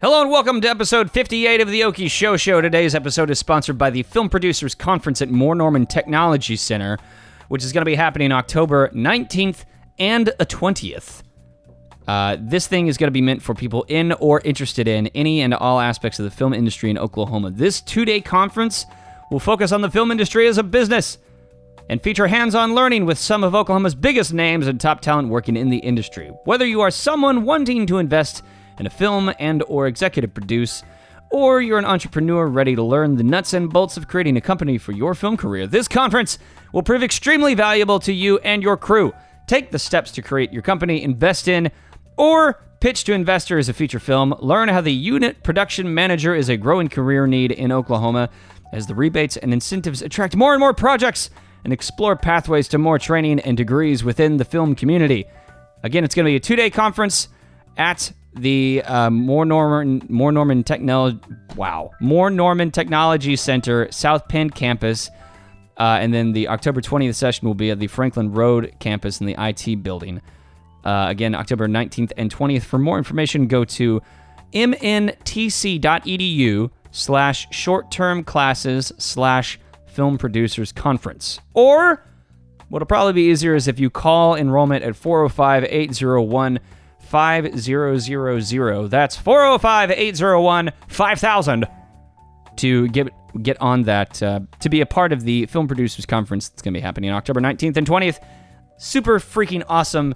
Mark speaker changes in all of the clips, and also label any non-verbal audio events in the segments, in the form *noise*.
Speaker 1: Hello and welcome to episode 58 of the Okie Show Show. Today's episode is sponsored by the Film Producers Conference at Moore Norman Technology Center, which is going to be happening October 19th and the 20th. Uh, this thing is going to be meant for people in or interested in any and all aspects of the film industry in Oklahoma. This two day conference will focus on the film industry as a business and feature hands on learning with some of Oklahoma's biggest names and top talent working in the industry. Whether you are someone wanting to invest in a film and or executive produce, or you're an entrepreneur ready to learn the nuts and bolts of creating a company for your film career, this conference will prove extremely valuable to you and your crew. Take the steps to create your company, invest in, or pitch to investors a feature film. Learn how the unit production manager is a growing career need in Oklahoma as the rebates and incentives attract more and more projects and explore pathways to more training and degrees within the film community. Again, it's going to be a two-day conference at the uh, Moore Norman Moore Norman Technology Wow Moore Norman Technology Center South Penn campus, uh, and then the October 20th session will be at the Franklin Road campus in the IT building. Uh, again, October 19th and 20th. For more information, go to mntc.edu E slash short-term classes slash film producers conference or What'll probably be easier is if you call enrollment at 405 801 5000. That's 405 801 5000 to get get on that uh, to be a part of the film producers conference that's going to be happening October 19th and 20th. Super freaking awesome.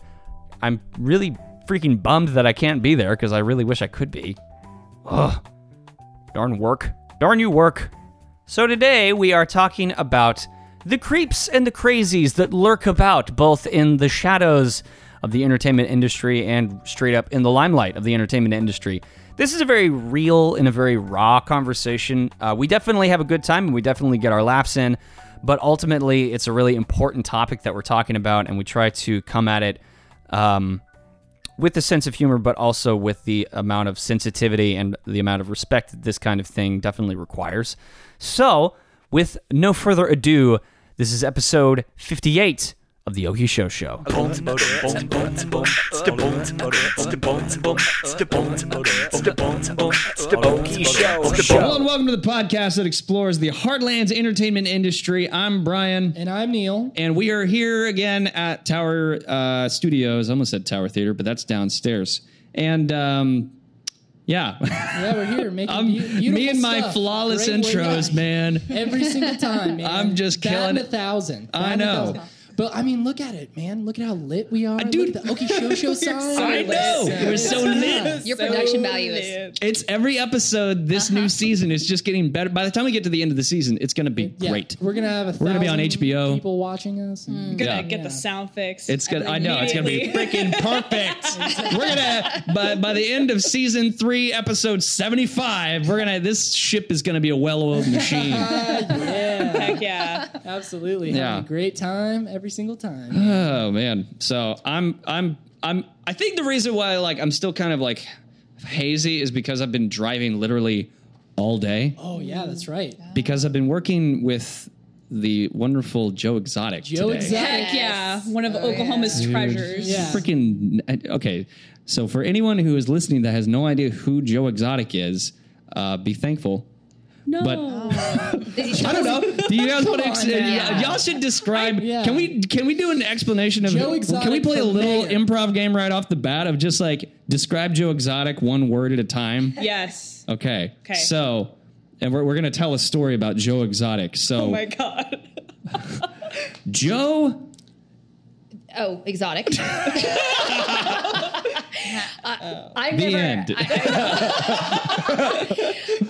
Speaker 1: I'm really freaking bummed that I can't be there because I really wish I could be. Ugh. Darn work. Darn you work. So today we are talking about the creeps and the crazies that lurk about both in the shadows of the entertainment industry and straight up in the limelight of the entertainment industry. This is a very real and a very raw conversation. Uh, we definitely have a good time and we definitely get our laughs in, but ultimately it's a really important topic that we're talking about and we try to come at it um, with a sense of humor, but also with the amount of sensitivity and the amount of respect that this kind of thing definitely requires. So, with no further ado, this is episode 58 of The Oki Show Show.
Speaker 2: Hello and welcome to the podcast that explores the Heartland's entertainment industry. I'm Brian,
Speaker 3: And I'm Neil.
Speaker 2: and we are here again at Tower uh, Studios. I almost said Tower Theater, but that's downstairs. And um, yeah, *laughs*
Speaker 3: Yeah, we're here making
Speaker 2: I'm,
Speaker 3: beau- beautiful
Speaker 2: me and my
Speaker 3: stuff.
Speaker 2: flawless
Speaker 3: Great way
Speaker 2: intros,
Speaker 3: back. *laughs*
Speaker 2: man.
Speaker 3: Every
Speaker 2: *laughs*
Speaker 3: single time, man.
Speaker 2: I'm just
Speaker 3: Batting
Speaker 2: killing
Speaker 3: a
Speaker 2: it.
Speaker 3: thousand.
Speaker 2: I
Speaker 3: Batting a
Speaker 2: know. Uh,
Speaker 3: thousand. But I mean, look at it, man. Look at how lit we are.
Speaker 2: dude-
Speaker 3: Look at the Okie
Speaker 2: *laughs*
Speaker 3: Show Show sign.
Speaker 2: I know. We're so lit.
Speaker 4: Your production value is
Speaker 2: It's every episode this
Speaker 3: Uh-huh.
Speaker 2: new season is just getting better. By the time we get to the end of the season, it's going to be
Speaker 3: *laughs* Yeah,
Speaker 2: great.
Speaker 3: We're gonna have a.
Speaker 2: We're gonna be on
Speaker 3: thousand
Speaker 2: HBO.
Speaker 3: People watching us. and-
Speaker 2: Yeah.
Speaker 5: gonna get the sound fixed.
Speaker 2: It's gonna. I know it's gonna be
Speaker 1: *laughs*
Speaker 2: freaking
Speaker 3: *laughs*
Speaker 2: perfect. we're gonna by by the end of season three, episode seventy five. We're gonna. This ship is gonna be a well oiled machine.
Speaker 3: *laughs* Yeah,
Speaker 5: Heck yeah.
Speaker 3: absolutely.
Speaker 2: Yeah.
Speaker 3: Having a great time every
Speaker 2: *gasps*
Speaker 3: single time.
Speaker 2: oh man. So I'm I'm I'm. I think the reason why like I'm still kind of like hazy is because I've been driving literally all day
Speaker 3: Oh yeah, that's right.
Speaker 2: because I've been working with the wonderful Joe Exotic.
Speaker 3: Joe
Speaker 2: today.
Speaker 3: Exotic.
Speaker 5: Heck yeah. One of Oklahoma's treasures.
Speaker 3: Yeah.
Speaker 2: freaking uh, okay. So for anyone who is listening that has no idea who Joe Exotic is, uh, be thankful.
Speaker 5: No.
Speaker 2: But- I don't know. Do you guys want to? Ex-
Speaker 3: on, man.
Speaker 2: yeah, Y'all should describe.
Speaker 3: yeah.
Speaker 2: Can we? Can we do an explanation of?
Speaker 3: Joe Exotic
Speaker 2: can we play a
Speaker 3: for
Speaker 2: little
Speaker 3: mayor.
Speaker 2: improv game right off the bat of just like describe Joe Exotic one word at a time?
Speaker 5: yes.
Speaker 2: Okay.
Speaker 5: Okay.
Speaker 2: So, and we're, we're gonna tell a story about Joe Exotic. So
Speaker 5: Oh my god.
Speaker 2: Joe
Speaker 4: oh exotic. I, I
Speaker 2: the
Speaker 4: never.
Speaker 2: end.
Speaker 4: I,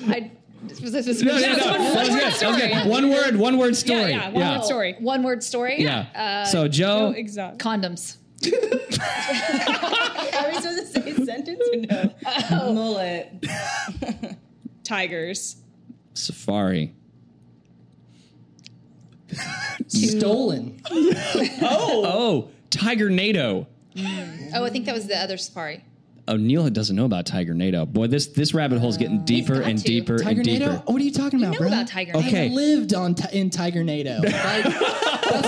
Speaker 4: *laughs* I- this was, this was,
Speaker 2: No, no,
Speaker 4: this
Speaker 2: no.
Speaker 4: was
Speaker 2: That was good.
Speaker 4: one
Speaker 2: That was
Speaker 4: word story.
Speaker 2: good. One word. One word story.
Speaker 5: yeah, one word story.
Speaker 4: One word story.
Speaker 2: Yeah.
Speaker 4: Uh,
Speaker 2: so
Speaker 1: Oh.
Speaker 5: Oh,
Speaker 2: Joe,
Speaker 5: Exotic.
Speaker 4: condoms.
Speaker 6: Are we supposed to say a sentence?
Speaker 5: No. *laughs*
Speaker 6: Mullet.
Speaker 5: Tigers.
Speaker 2: Safari.
Speaker 3: Stolen.
Speaker 2: Oh, Tiger NATO.
Speaker 4: Oh, I think that was the other safari.
Speaker 2: Oh, Neil doesn't know about Tiger NATO. Boy, this this rabbit hole's getting deeper
Speaker 4: Uh, got
Speaker 2: and
Speaker 4: to.
Speaker 2: deeper
Speaker 3: Tiger
Speaker 2: and deeper.
Speaker 3: Nado. What are you talking about,
Speaker 4: know
Speaker 3: bro?
Speaker 4: about Tiger
Speaker 2: Okay.
Speaker 3: I lived on t- in Tiger Nado. Like, that's,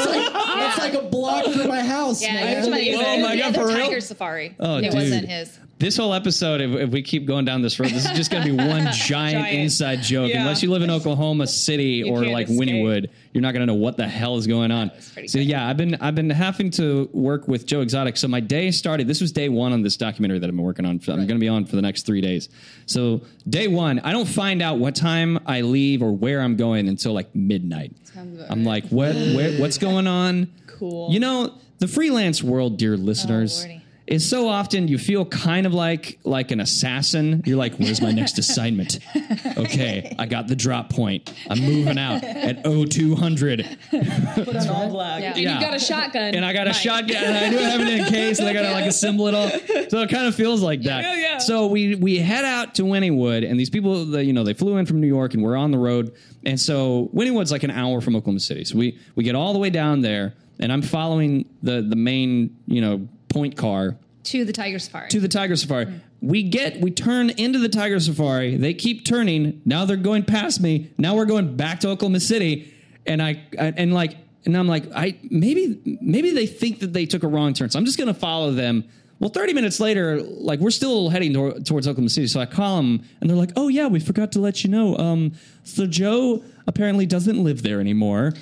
Speaker 3: like, that's like a block from my house.
Speaker 4: Yeah,
Speaker 3: man.
Speaker 4: you're talking about the
Speaker 2: Oh
Speaker 4: other-
Speaker 2: my
Speaker 4: the
Speaker 2: God,
Speaker 4: other
Speaker 2: for real?
Speaker 4: tiger safari.
Speaker 2: Oh,
Speaker 4: it
Speaker 2: dude.
Speaker 4: wasn't his.
Speaker 1: This whole episode, if, if we keep going down this road, this is just going to be one giant,
Speaker 5: Giant.
Speaker 1: inside joke.
Speaker 5: Yeah.
Speaker 1: Unless you live in Oklahoma City or
Speaker 5: can't
Speaker 1: like
Speaker 5: escape.
Speaker 1: Winniewood, you're not going to know what the hell is going on. So
Speaker 4: pretty
Speaker 1: yeah, I've been I've been having to work with Joe Exotic. So my day started. This was day one on this documentary that I've been working on. I'm going to be on for the next three days. So day one, I don't find out what time I leave or where I'm going until like midnight.
Speaker 7: Sounds about
Speaker 1: I'm like, what? Where, what's going on?
Speaker 7: Cool.
Speaker 1: You know, the freelance world, dear listeners,
Speaker 4: lordy.
Speaker 1: is so often you feel kind of like like an assassin. You're like, where's my next
Speaker 5: *laughs*
Speaker 1: assignment? Okay, I got the drop point. I'm moving out at 0200.
Speaker 7: Put on all black.
Speaker 4: Yeah.
Speaker 5: And
Speaker 1: Yeah.
Speaker 5: you got a shotgun.
Speaker 1: And I got a
Speaker 5: Mike.
Speaker 1: shotgun. And I do have it in case, and I gotta like assemble it all. So it kind of feels like that.
Speaker 5: Yeah, yeah.
Speaker 1: So we we head out to Winniewood, and these people, the, you know, they flew in from New York, and we're on the road. And so Winniewood's like an hour from Oklahoma City. So we we get all the way down there, and I'm following the the main you know point car
Speaker 4: to the tiger safari.
Speaker 1: to the tiger safari. We get we turn into the tiger safari. They keep turning. Now they're going past me. Now we're going back to Oklahoma City, and I, I and like and I'm like I maybe maybe they think that they took a wrong turn. So I'm just gonna follow them. Well, 30 minutes later, like we're still heading tor- towards Oklahoma City. So I call them and they're like, "Oh yeah, we forgot to let you know. Um, so Joe apparently doesn't live there anymore."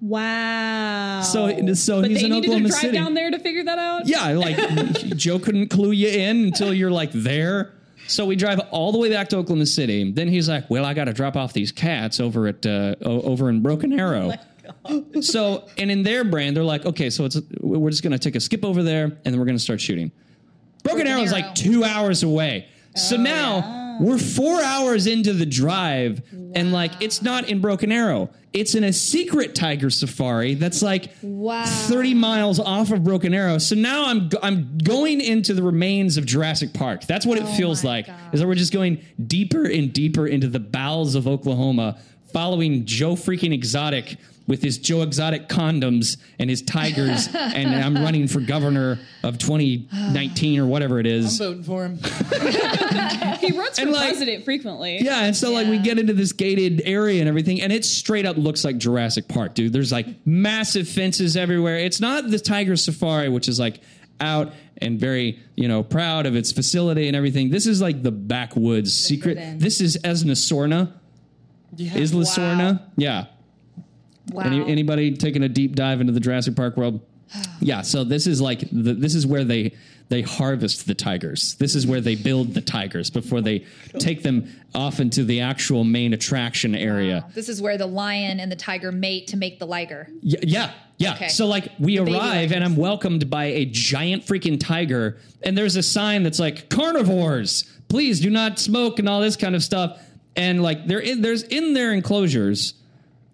Speaker 5: Wow.
Speaker 1: So- so
Speaker 5: but
Speaker 1: he's
Speaker 5: they
Speaker 1: in
Speaker 5: needed
Speaker 1: Oklahoma
Speaker 5: to drive
Speaker 1: City.
Speaker 5: down there to figure that out.
Speaker 1: Yeah, like *laughs* Joe couldn't clue you in until you're like there. So we drive all the way back to Oklahoma City. Then he's like, "Well, I got to drop off these cats over at uh, o- over in Broken Arrow." so, and in their brand, they're like, "Okay, so it's we're just gonna take a skip over there, and then we're gonna start shooting." Broken, Arrow is
Speaker 4: Arrow.
Speaker 1: like two hours away. So
Speaker 4: Oh,
Speaker 1: now we're four hours into the drive, and like it's not in Broken Arrow. It's in a secret tiger safari that's like
Speaker 4: Wow.
Speaker 1: 30 miles off of Broken Arrow. So now I'm go- I'm going into the remains of Jurassic Park. That's what it feels
Speaker 4: Oh my
Speaker 1: like.
Speaker 4: gosh.
Speaker 1: Is that we're just going deeper and deeper into the bowels of Oklahoma, following Joe freaking Exotic with his Joe Exotic condoms and his tigers,
Speaker 4: *laughs*
Speaker 1: and I'm running for governor of 2019 or whatever it is.
Speaker 3: I'm voting for him.
Speaker 5: He runs for
Speaker 1: And, like-
Speaker 5: president frequently.
Speaker 1: Yeah, and so like we get into this gated area and everything, and it straight up looks like Jurassic Park, dude. There's like massive fences everywhere. It's not the Tiger Safari, which is like out and very you know proud of its facility and everything. This is like the backwoods secret.
Speaker 7: end.
Speaker 1: This is Esna Sorna.
Speaker 3: Yeah.
Speaker 1: Isla Sorna. Yeah.
Speaker 4: wow.
Speaker 1: Any, anybody taking a deep dive into the Jurassic Park
Speaker 4: *sighs*
Speaker 1: world? Yeah, so this is like the, this is where they they harvest the tigers. This is where they build the tigers before they take them off into the actual main attraction area.
Speaker 4: this is where the lion and the tiger mate to make the liger.
Speaker 1: Y- yeah, yeah.
Speaker 4: Okay.
Speaker 1: So like we
Speaker 4: baby
Speaker 1: arrive and I'm welcomed by a giant freaking tiger, and there's a sign that's like carnivores. Please do not smoke and all this kind of stuff. And like they're in, there's in their enclosures,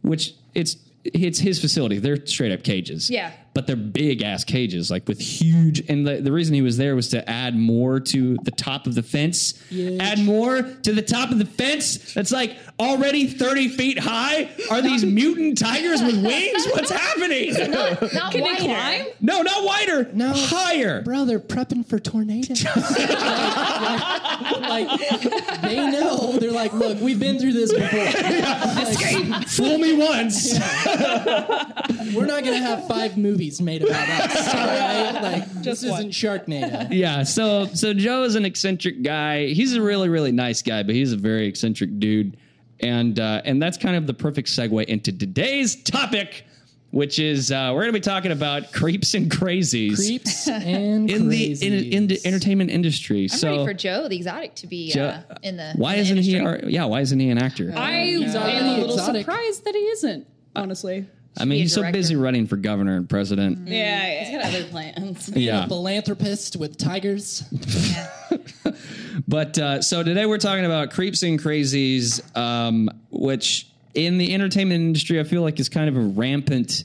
Speaker 1: which it's it's his facility. They're straight up cages.
Speaker 4: Yeah.
Speaker 1: But they're big ass cages, like with huge. And the, the reason he was there was to add more to the top of the fence. Add more to the top of the fence that's like already 30 feet high. Are
Speaker 3: *laughs*
Speaker 1: these mutant tigers with wings? What's happening?
Speaker 4: Not
Speaker 5: Can
Speaker 4: wider.
Speaker 5: he climb?
Speaker 1: No, not wider.
Speaker 3: No.
Speaker 1: Higher.
Speaker 3: Bro, they're prepping for tornadoes. *laughs* like, like, they know. They're like, look, we've been through this
Speaker 4: *laughs*
Speaker 3: before.
Speaker 1: Fool me once.
Speaker 3: We're not gonna have five movies made about us. all
Speaker 4: *laughs*
Speaker 3: right? Like,
Speaker 5: Just
Speaker 3: this
Speaker 5: one.
Speaker 3: isn't Sharknado.
Speaker 1: yeah. So so Joe is an eccentric guy. He's a really really nice guy, but he's a very eccentric dude. And uh, and that's kind of the perfect segue into today's topic, which is uh, we're going to be talking about creeps and crazies
Speaker 3: Creeps and
Speaker 1: in the in, in the
Speaker 3: crazies.
Speaker 1: entertainment industry.
Speaker 4: I'm
Speaker 1: so
Speaker 4: ready for Joe the exotic to be
Speaker 1: Joe-
Speaker 4: uh, in the.
Speaker 1: why
Speaker 4: in the
Speaker 1: isn't he?
Speaker 4: industry.
Speaker 1: Our, yeah, why isn't he an actor?
Speaker 5: I
Speaker 3: already
Speaker 5: am a little
Speaker 3: exotic.
Speaker 5: surprised that he isn't. Honestly.
Speaker 1: I mean,
Speaker 4: be a
Speaker 1: he's so
Speaker 4: director.
Speaker 1: busy running for governor and president.
Speaker 5: Yeah.
Speaker 7: He's got other plans.
Speaker 1: Yeah.
Speaker 3: Philanthropist with tigers.
Speaker 1: But uh, so today we're talking about creeps and crazies, um, which in the entertainment industry I feel like is kind of a rampant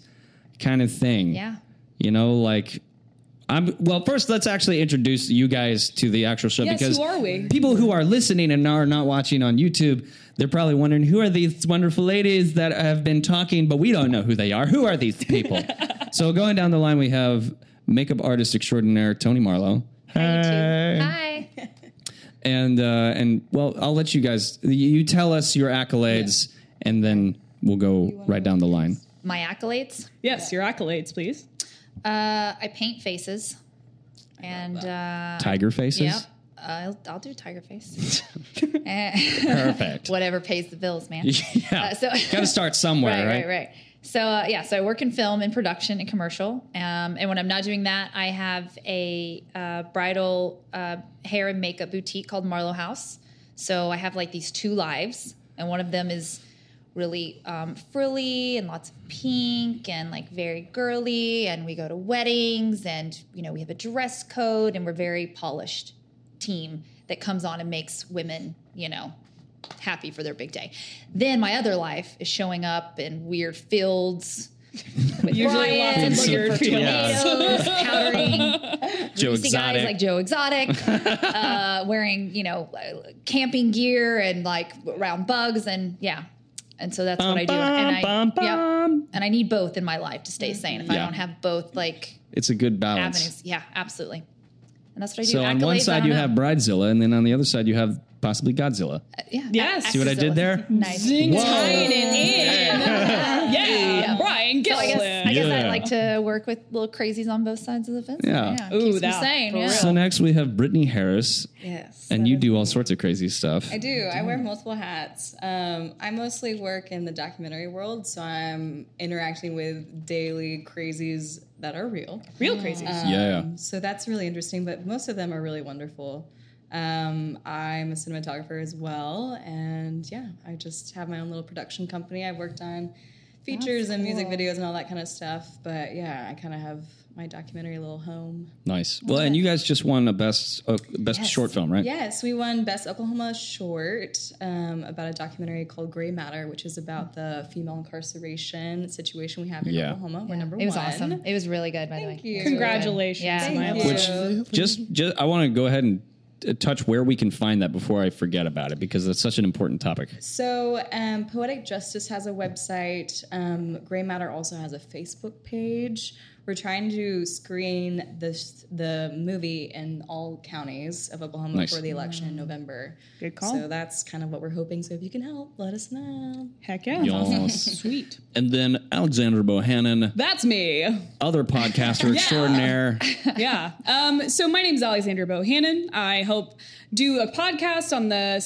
Speaker 1: kind of thing.
Speaker 4: Yeah.
Speaker 1: You know, like I'm. Well, first let's actually introduce you guys to the actual show
Speaker 5: Yes,
Speaker 1: because
Speaker 5: who are we?
Speaker 1: people who are listening and are not watching on YouTube, they're probably wondering who are these wonderful ladies that have been talking, but we don't know who they are. Who are these
Speaker 5: *laughs*
Speaker 1: people? so going down the line, we have makeup artist extraordinaire Tony Marlowe.
Speaker 4: Hi. Hi. *laughs*
Speaker 1: and uh, and well, I'll let you guys. You you tell us your accolades, and then we'll go right down the line.
Speaker 4: My accolades.
Speaker 5: Yes, your accolades, please.
Speaker 4: Uh, I paint faces, and uh,
Speaker 1: Tiger faces.
Speaker 4: yep, *laughs* I'll, I'll do Tiger Face. Eh,
Speaker 1: Perfect.
Speaker 4: Whatever pays the bills,
Speaker 1: *laughs*
Speaker 4: man.
Speaker 1: yeah.
Speaker 4: Uh, so- *laughs*
Speaker 1: Got to start somewhere,
Speaker 4: right,
Speaker 1: right?
Speaker 4: right, right. So uh, yeah, so I work in film and production and commercial. Um, and when I'm not doing that, I have a uh, bridal uh, hair and makeup boutique called Marlowe House. So I have like these two lives, and one of them is really um, frilly and lots of pink and like very girly. And we go to weddings, and you know we have a dress code, and we're very polished team that comes on and makes women, you know, happy for their big day. Then my other life is showing up in weird fields with
Speaker 5: Usually lots of
Speaker 1: *laughs*
Speaker 4: lions, looking
Speaker 5: weird
Speaker 4: for
Speaker 5: fields.
Speaker 4: tornadoes, powdering
Speaker 1: Joe
Speaker 4: greasy guys
Speaker 1: Exotic.
Speaker 4: like Joe Exotic,
Speaker 1: *laughs*
Speaker 4: uh, wearing you know uh, camping gear and like around bugs and yeah. And so that's what I do, and I
Speaker 1: Bum, bum,
Speaker 4: yep.
Speaker 1: bum. Mm-hmm.
Speaker 4: and I need both in my life to stay sane. If I
Speaker 1: Yeah.
Speaker 4: don't have both, like
Speaker 1: It's a good balance.
Speaker 4: avenues, yeah, absolutely. And that's what I do.
Speaker 1: So on one
Speaker 4: Accolades, I
Speaker 1: side
Speaker 4: don't
Speaker 1: you
Speaker 4: know.
Speaker 1: have Bridezilla, and then on the other side you have possibly Godzilla.
Speaker 4: yeah,
Speaker 5: Yes.
Speaker 4: ac-
Speaker 5: See
Speaker 1: what I did there?
Speaker 4: Nice.
Speaker 5: Zing, tying it in. *laughs* yeah, Brian
Speaker 4: So I guess,
Speaker 5: Gilliland.
Speaker 4: I guess
Speaker 1: Yeah.
Speaker 4: I like to work with little crazies on both sides of the fence.
Speaker 1: Yeah.
Speaker 4: yeah it
Speaker 5: Ooh,
Speaker 4: keeps me
Speaker 5: that-
Speaker 4: sane,
Speaker 5: for
Speaker 4: yeah.
Speaker 5: real.
Speaker 1: So next we have Brittany Harris,
Speaker 7: Yes.
Speaker 1: and you do all sorts of crazy stuff.
Speaker 7: I do. I wear multiple hats. Um, I mostly work in the documentary world, so I'm interacting with daily crazies that are real.
Speaker 5: Real crazy.
Speaker 1: Yeah.
Speaker 7: So that's really interesting, but most of them are really wonderful. Um, I'm a cinematographer as well, and yeah, I just have my own little production company. I've worked on features and music videos and all that kind of stuff, but yeah, I kind of have my documentary little home.
Speaker 1: Nice. Well, and you guys just won a best uh, best short film, right?
Speaker 7: Yes, we won Best Oklahoma Short um, about a documentary called Gray Matter, which is about the female incarceration situation we have in
Speaker 1: Yeah.
Speaker 7: Oklahoma. We're number
Speaker 4: It was
Speaker 7: one.
Speaker 4: awesome. It was really good, by the way.
Speaker 7: Thank you.
Speaker 5: Congratulations,
Speaker 4: Yeah. Thank
Speaker 5: Maya.
Speaker 7: Thank
Speaker 1: Which
Speaker 7: you.
Speaker 1: just just I want to go ahead and uh, touch where we can find that before I forget about it because it's such an important topic.
Speaker 7: So, um, Poetic Justice has a website. Um, Gray Matter also has a Facebook page. We're trying to screen this the movie in all counties of Oklahoma
Speaker 1: Nice.
Speaker 7: for the election in November.
Speaker 5: Good call.
Speaker 7: So that's kind of what we're hoping. So if you can help, let us know.
Speaker 5: Heck yeah.
Speaker 1: Yes.
Speaker 5: Sweet.
Speaker 1: *laughs* And then Alexander Bohannon,
Speaker 5: That's me.
Speaker 1: other
Speaker 5: *laughs*
Speaker 1: podcaster extraordinaire.
Speaker 5: yeah. Um, so my name's Alexandra Bohannon. I help do a podcast on the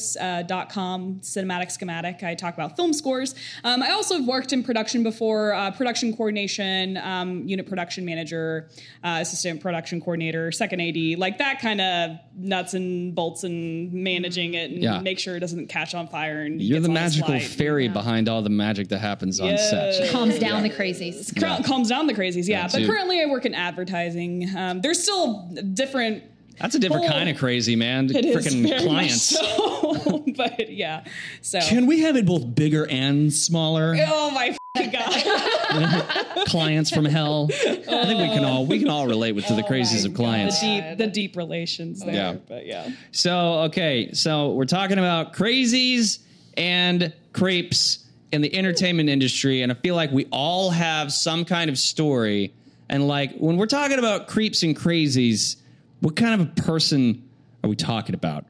Speaker 5: cinematropolis.com, cinematic schematic. I talk about film scores. Um, I also have worked in production before, uh, production coordination, um, unit production manager, uh, assistant production coordinator, second AD, like that kind of nuts and bolts and managing it and
Speaker 1: Yeah.
Speaker 5: make sure it doesn't catch on fire. And
Speaker 1: You're
Speaker 5: gets
Speaker 1: the
Speaker 5: on a
Speaker 1: magical
Speaker 5: slide.
Speaker 1: fairy behind all the magic that happens on set.
Speaker 5: Yes.
Speaker 4: Calms down the crazies.
Speaker 5: Cal- calms down the crazies, yeah.
Speaker 1: That
Speaker 5: But
Speaker 1: too.
Speaker 5: currently, I work in advertising. Um, there's still different.
Speaker 1: That's a different
Speaker 5: Whole-
Speaker 1: kind of crazy, man.
Speaker 5: Oh. It is very
Speaker 1: Freaking
Speaker 5: much
Speaker 1: clients.
Speaker 5: so, *laughs* but yeah. So.
Speaker 1: Can we have it both bigger and
Speaker 5: *laughs*
Speaker 1: smaller?
Speaker 5: oh my f***ing god!
Speaker 1: clients from hell. I think we can all we can all relate with to
Speaker 5: Oh
Speaker 1: the crazies of
Speaker 5: the
Speaker 1: clients.
Speaker 5: deep, the deep relations there.
Speaker 1: Yeah.
Speaker 5: But yeah.
Speaker 1: So okay, so we're talking about crazies and crepes in the entertainment industry, and I feel like we all have some kind of story. And like when we're talking about creeps and crazies, what kind of a person are we talking about?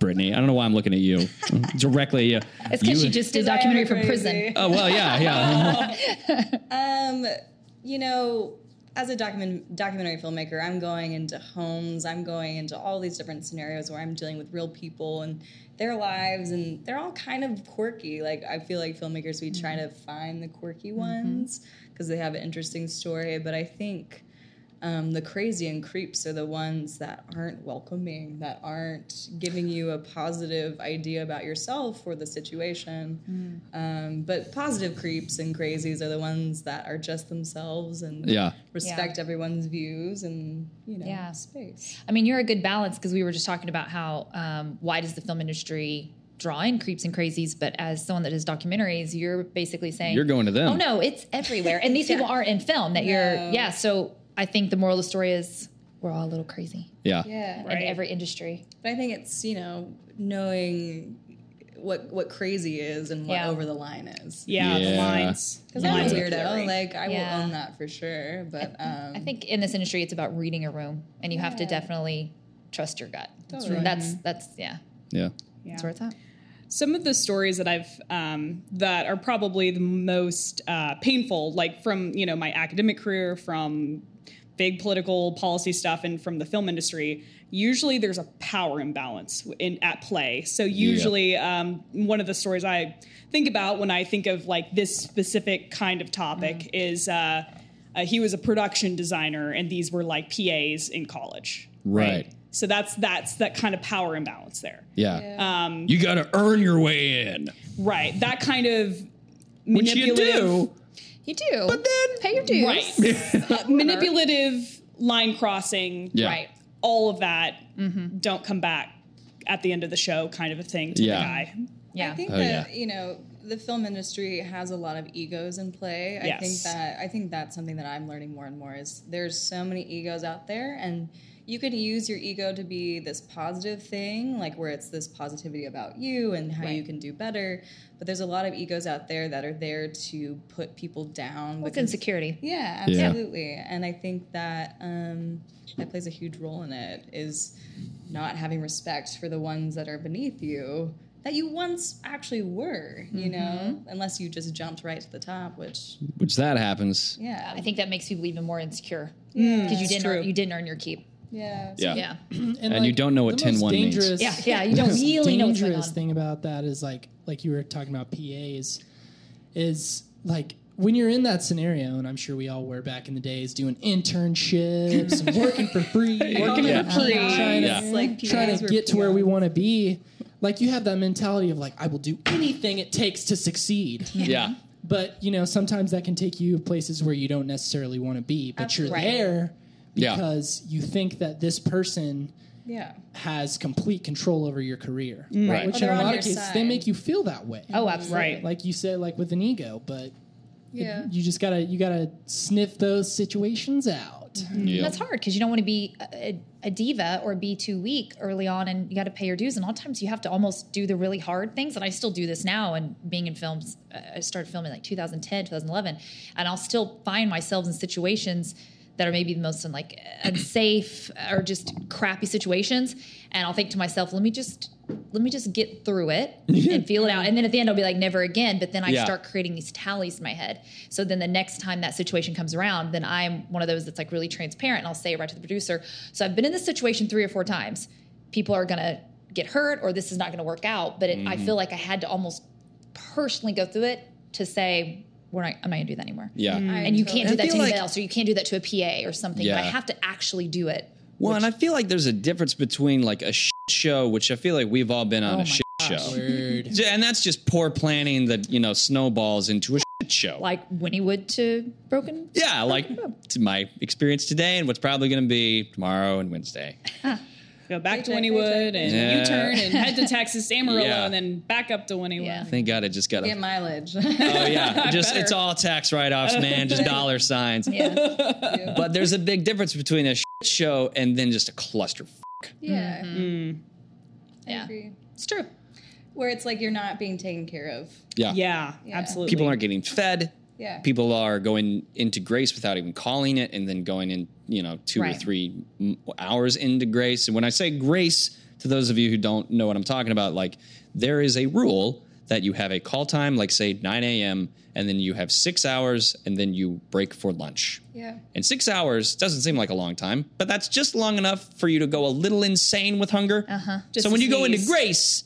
Speaker 1: Brittany, I don't know why I'm looking at you directly. At you.
Speaker 4: It's because
Speaker 1: You-
Speaker 4: she just did
Speaker 7: I am
Speaker 4: documentary from
Speaker 7: crazy.
Speaker 4: prison.
Speaker 1: Oh well, yeah, yeah. *laughs*
Speaker 7: Um, you know, as a document documentary filmmaker, I'm going into homes. I'm going into all these different scenarios where I'm dealing with real people and their lives, and they're all kind of quirky. Like I feel like filmmakers, we try to find the quirky ones because they have an interesting story. But I think. Um, the crazy and creeps are the ones that aren't welcoming, that aren't giving you a positive idea about yourself or the situation.
Speaker 4: Mm.
Speaker 7: Um, but positive creeps and crazies are the ones that are just themselves and
Speaker 1: Yeah.
Speaker 7: respect everyone's views and you know
Speaker 4: Yeah.
Speaker 7: space.
Speaker 4: I mean, you're a good balance because we were just talking about how um, why does the film industry draw in creeps and crazies? But as someone that does documentaries, you're basically saying
Speaker 1: You're going to them.
Speaker 4: Oh no, it's everywhere, and
Speaker 7: *laughs*
Speaker 4: these people aren't in film. That you're yeah. So I think the moral of the story is we're all a little crazy
Speaker 1: Yeah.
Speaker 7: Yeah,
Speaker 4: in every industry.
Speaker 7: but I think it's you know knowing what what crazy is and what
Speaker 4: Yeah.
Speaker 7: over the line is.
Speaker 5: yeah, the
Speaker 1: Yeah.
Speaker 5: lines.
Speaker 7: Because I'm a
Speaker 5: Lines are
Speaker 7: weirdo,
Speaker 5: blurry.
Speaker 7: like I
Speaker 4: Yeah.
Speaker 7: will own that for sure. But um,
Speaker 4: I think in this industry, it's about reading a room, and you have to definitely trust your gut. That's Mm-hmm.
Speaker 7: right.
Speaker 4: that's, that's yeah,
Speaker 1: Yeah.
Speaker 4: that's where it's at.
Speaker 5: some of the stories that I've um, that are probably the most uh, painful, like from you know my academic career, from big political policy stuff and from the film industry, usually there's a power imbalance in at play. So usually, um, one of the stories I think about when I think of like this specific kind of topic is uh, uh, he was a production designer, and these were like PAs in college.
Speaker 1: Right.
Speaker 5: So that's that's that kind of power imbalance there.
Speaker 1: Yeah. Um, you got to earn your way in,
Speaker 5: Right. That kind of
Speaker 1: which you do.
Speaker 4: You do. But then pay your dues.
Speaker 1: *laughs*
Speaker 5: Right. Uh, manipulative line crossing.
Speaker 1: Yeah.
Speaker 4: Right.
Speaker 5: All of that.
Speaker 7: Mm-hmm.
Speaker 5: Don't come back at the end of the show, kind of a thing to
Speaker 1: Yeah.
Speaker 5: the guy.
Speaker 4: Yeah.
Speaker 7: I think
Speaker 1: Oh,
Speaker 7: that
Speaker 1: yeah.
Speaker 7: you know the film industry has a lot of egos in play. I think
Speaker 5: Yes.
Speaker 7: that I think that's something that I'm learning more and more is there's so many egos out there and you can use your ego to be this positive thing, like where it's this positivity about you and how you
Speaker 4: Right.
Speaker 7: can do better. But there's a lot of egos out there that are there to put people down.
Speaker 4: It's
Speaker 7: because-
Speaker 4: insecurity.
Speaker 7: Yeah,
Speaker 1: Yeah.
Speaker 7: absolutely. And I think that um, that plays a huge role in it is not having respect for the ones that are beneath you that you once actually were, you know, unless you just jumped right to the top, which
Speaker 1: Which that happens.
Speaker 7: yeah.
Speaker 4: I think that makes people even more insecure because you didn't
Speaker 5: true.
Speaker 4: earn, you didn't earn your keep.
Speaker 7: Yeah.
Speaker 1: Yeah.
Speaker 4: Yeah.
Speaker 1: And you don't know what
Speaker 3: the
Speaker 1: 10
Speaker 3: most
Speaker 1: 1 means.
Speaker 3: dangerous-
Speaker 4: Yeah. Yeah. You don't
Speaker 3: most
Speaker 4: really know what's going on.
Speaker 3: dangerous thing about that is like like you were talking about PAs is like when you're in that scenario, and I'm sure we all were back in the days doing internships and working for
Speaker 4: *laughs*
Speaker 3: free, working
Speaker 1: Yeah.
Speaker 3: for free, trying to,
Speaker 1: Yeah.
Speaker 7: It's like
Speaker 3: trying
Speaker 7: PAs
Speaker 3: to
Speaker 7: were
Speaker 3: get to where we want to be. Like you have that mentality of like I will do anything it takes to succeed.
Speaker 1: Yeah.
Speaker 3: But you know, sometimes that can take you places where you don't necessarily want to be, but you're
Speaker 4: Right.
Speaker 3: there
Speaker 1: Yeah.
Speaker 3: because you think that this person
Speaker 7: Yeah.
Speaker 3: has complete control over your career.
Speaker 4: Mm.
Speaker 1: Right.
Speaker 3: Which
Speaker 7: Well,
Speaker 3: in
Speaker 7: they're
Speaker 3: a
Speaker 7: on
Speaker 3: lot of
Speaker 7: your
Speaker 3: cases they
Speaker 7: side.
Speaker 3: make you feel that way.
Speaker 4: Oh, absolutely.
Speaker 5: Right.
Speaker 3: Like you said, like with an ego, but
Speaker 7: Yeah.
Speaker 3: you just gotta you gotta sniff those situations out.
Speaker 1: Yeah.
Speaker 4: That's hard because you don't want to be a, a diva or be too weak early on, and you got to pay your dues. And a lot of times you have to almost do the really hard things. And I still do this now. And being in films, uh, I started filming like 2010, 2011, and I'll still find myself in situations that are maybe the most like unsafe or just crappy situations. And I'll think to myself, let me just let me just get through it and feel it out. And then at the end, I'll be like, never again. But then I
Speaker 1: Yeah.
Speaker 4: start creating these tallies in my head. So then the next time that situation comes around, then I'm one of those that's like really transparent and I'll say it right to the producer. So I've been in this situation three or four times. People are going to get hurt or this is not going to work out. But it, I
Speaker 1: Mm-hmm.
Speaker 4: feel like I had to almost personally go through it to say, we're not, I'm not going to do that anymore.
Speaker 1: Yeah.
Speaker 4: And you can't do
Speaker 1: I
Speaker 4: that to
Speaker 1: feel
Speaker 4: anybody
Speaker 1: like-
Speaker 4: else, or you can't do that to a PA or something. But I
Speaker 1: Yeah.
Speaker 4: have to actually do it.
Speaker 1: Well, and I feel like there's a difference between like a shit show, which I feel like we've all been
Speaker 4: Oh
Speaker 1: on a shit show,
Speaker 3: Word.
Speaker 1: and that's just poor planning that you know snowballs into a shit show.
Speaker 4: Like Winnie Wood to Broken.
Speaker 1: yeah, like to my experience today and what's probably going to be tomorrow and Wednesday.
Speaker 5: Go back to
Speaker 7: Paycheck,
Speaker 5: Winniewood and
Speaker 1: Yeah.
Speaker 5: U turn and head
Speaker 7: *laughs*
Speaker 5: to Texas, Amarillo,
Speaker 1: Yeah.
Speaker 5: and then back up to Winniewood.
Speaker 4: Yeah.
Speaker 1: Thank God I just got a.
Speaker 7: Get *laughs* mileage.
Speaker 1: *laughs* oh yeah, just
Speaker 5: better.
Speaker 1: it's all tax write-offs, man. Just
Speaker 4: *laughs*
Speaker 1: dollar signs.
Speaker 4: Yeah.
Speaker 1: But there's a big difference between a shit show and then just a cluster.
Speaker 7: yeah. I
Speaker 1: Mm-hmm.
Speaker 4: yeah.
Speaker 7: agree.
Speaker 4: It's true.
Speaker 7: Where it's like you're not being taken care of.
Speaker 1: Yeah.
Speaker 5: Yeah, absolutely.
Speaker 1: People aren't getting fed.
Speaker 7: Yeah.
Speaker 1: People are going into grace without even calling it, and then going in, you know, two or
Speaker 4: Right.
Speaker 1: three m- hours into grace. And when I say grace, to those of you who don't know what I'm talking about, like there is a rule that you have a call time, like say 9 a.m., and then you have six hours, and then you break for lunch.
Speaker 7: Yeah.
Speaker 1: And six hours doesn't seem like a long time, but that's just long enough for you to go a little insane with hunger. Uh-huh.
Speaker 5: Just
Speaker 1: so when
Speaker 5: to
Speaker 1: you go into
Speaker 5: sneeze.
Speaker 1: grace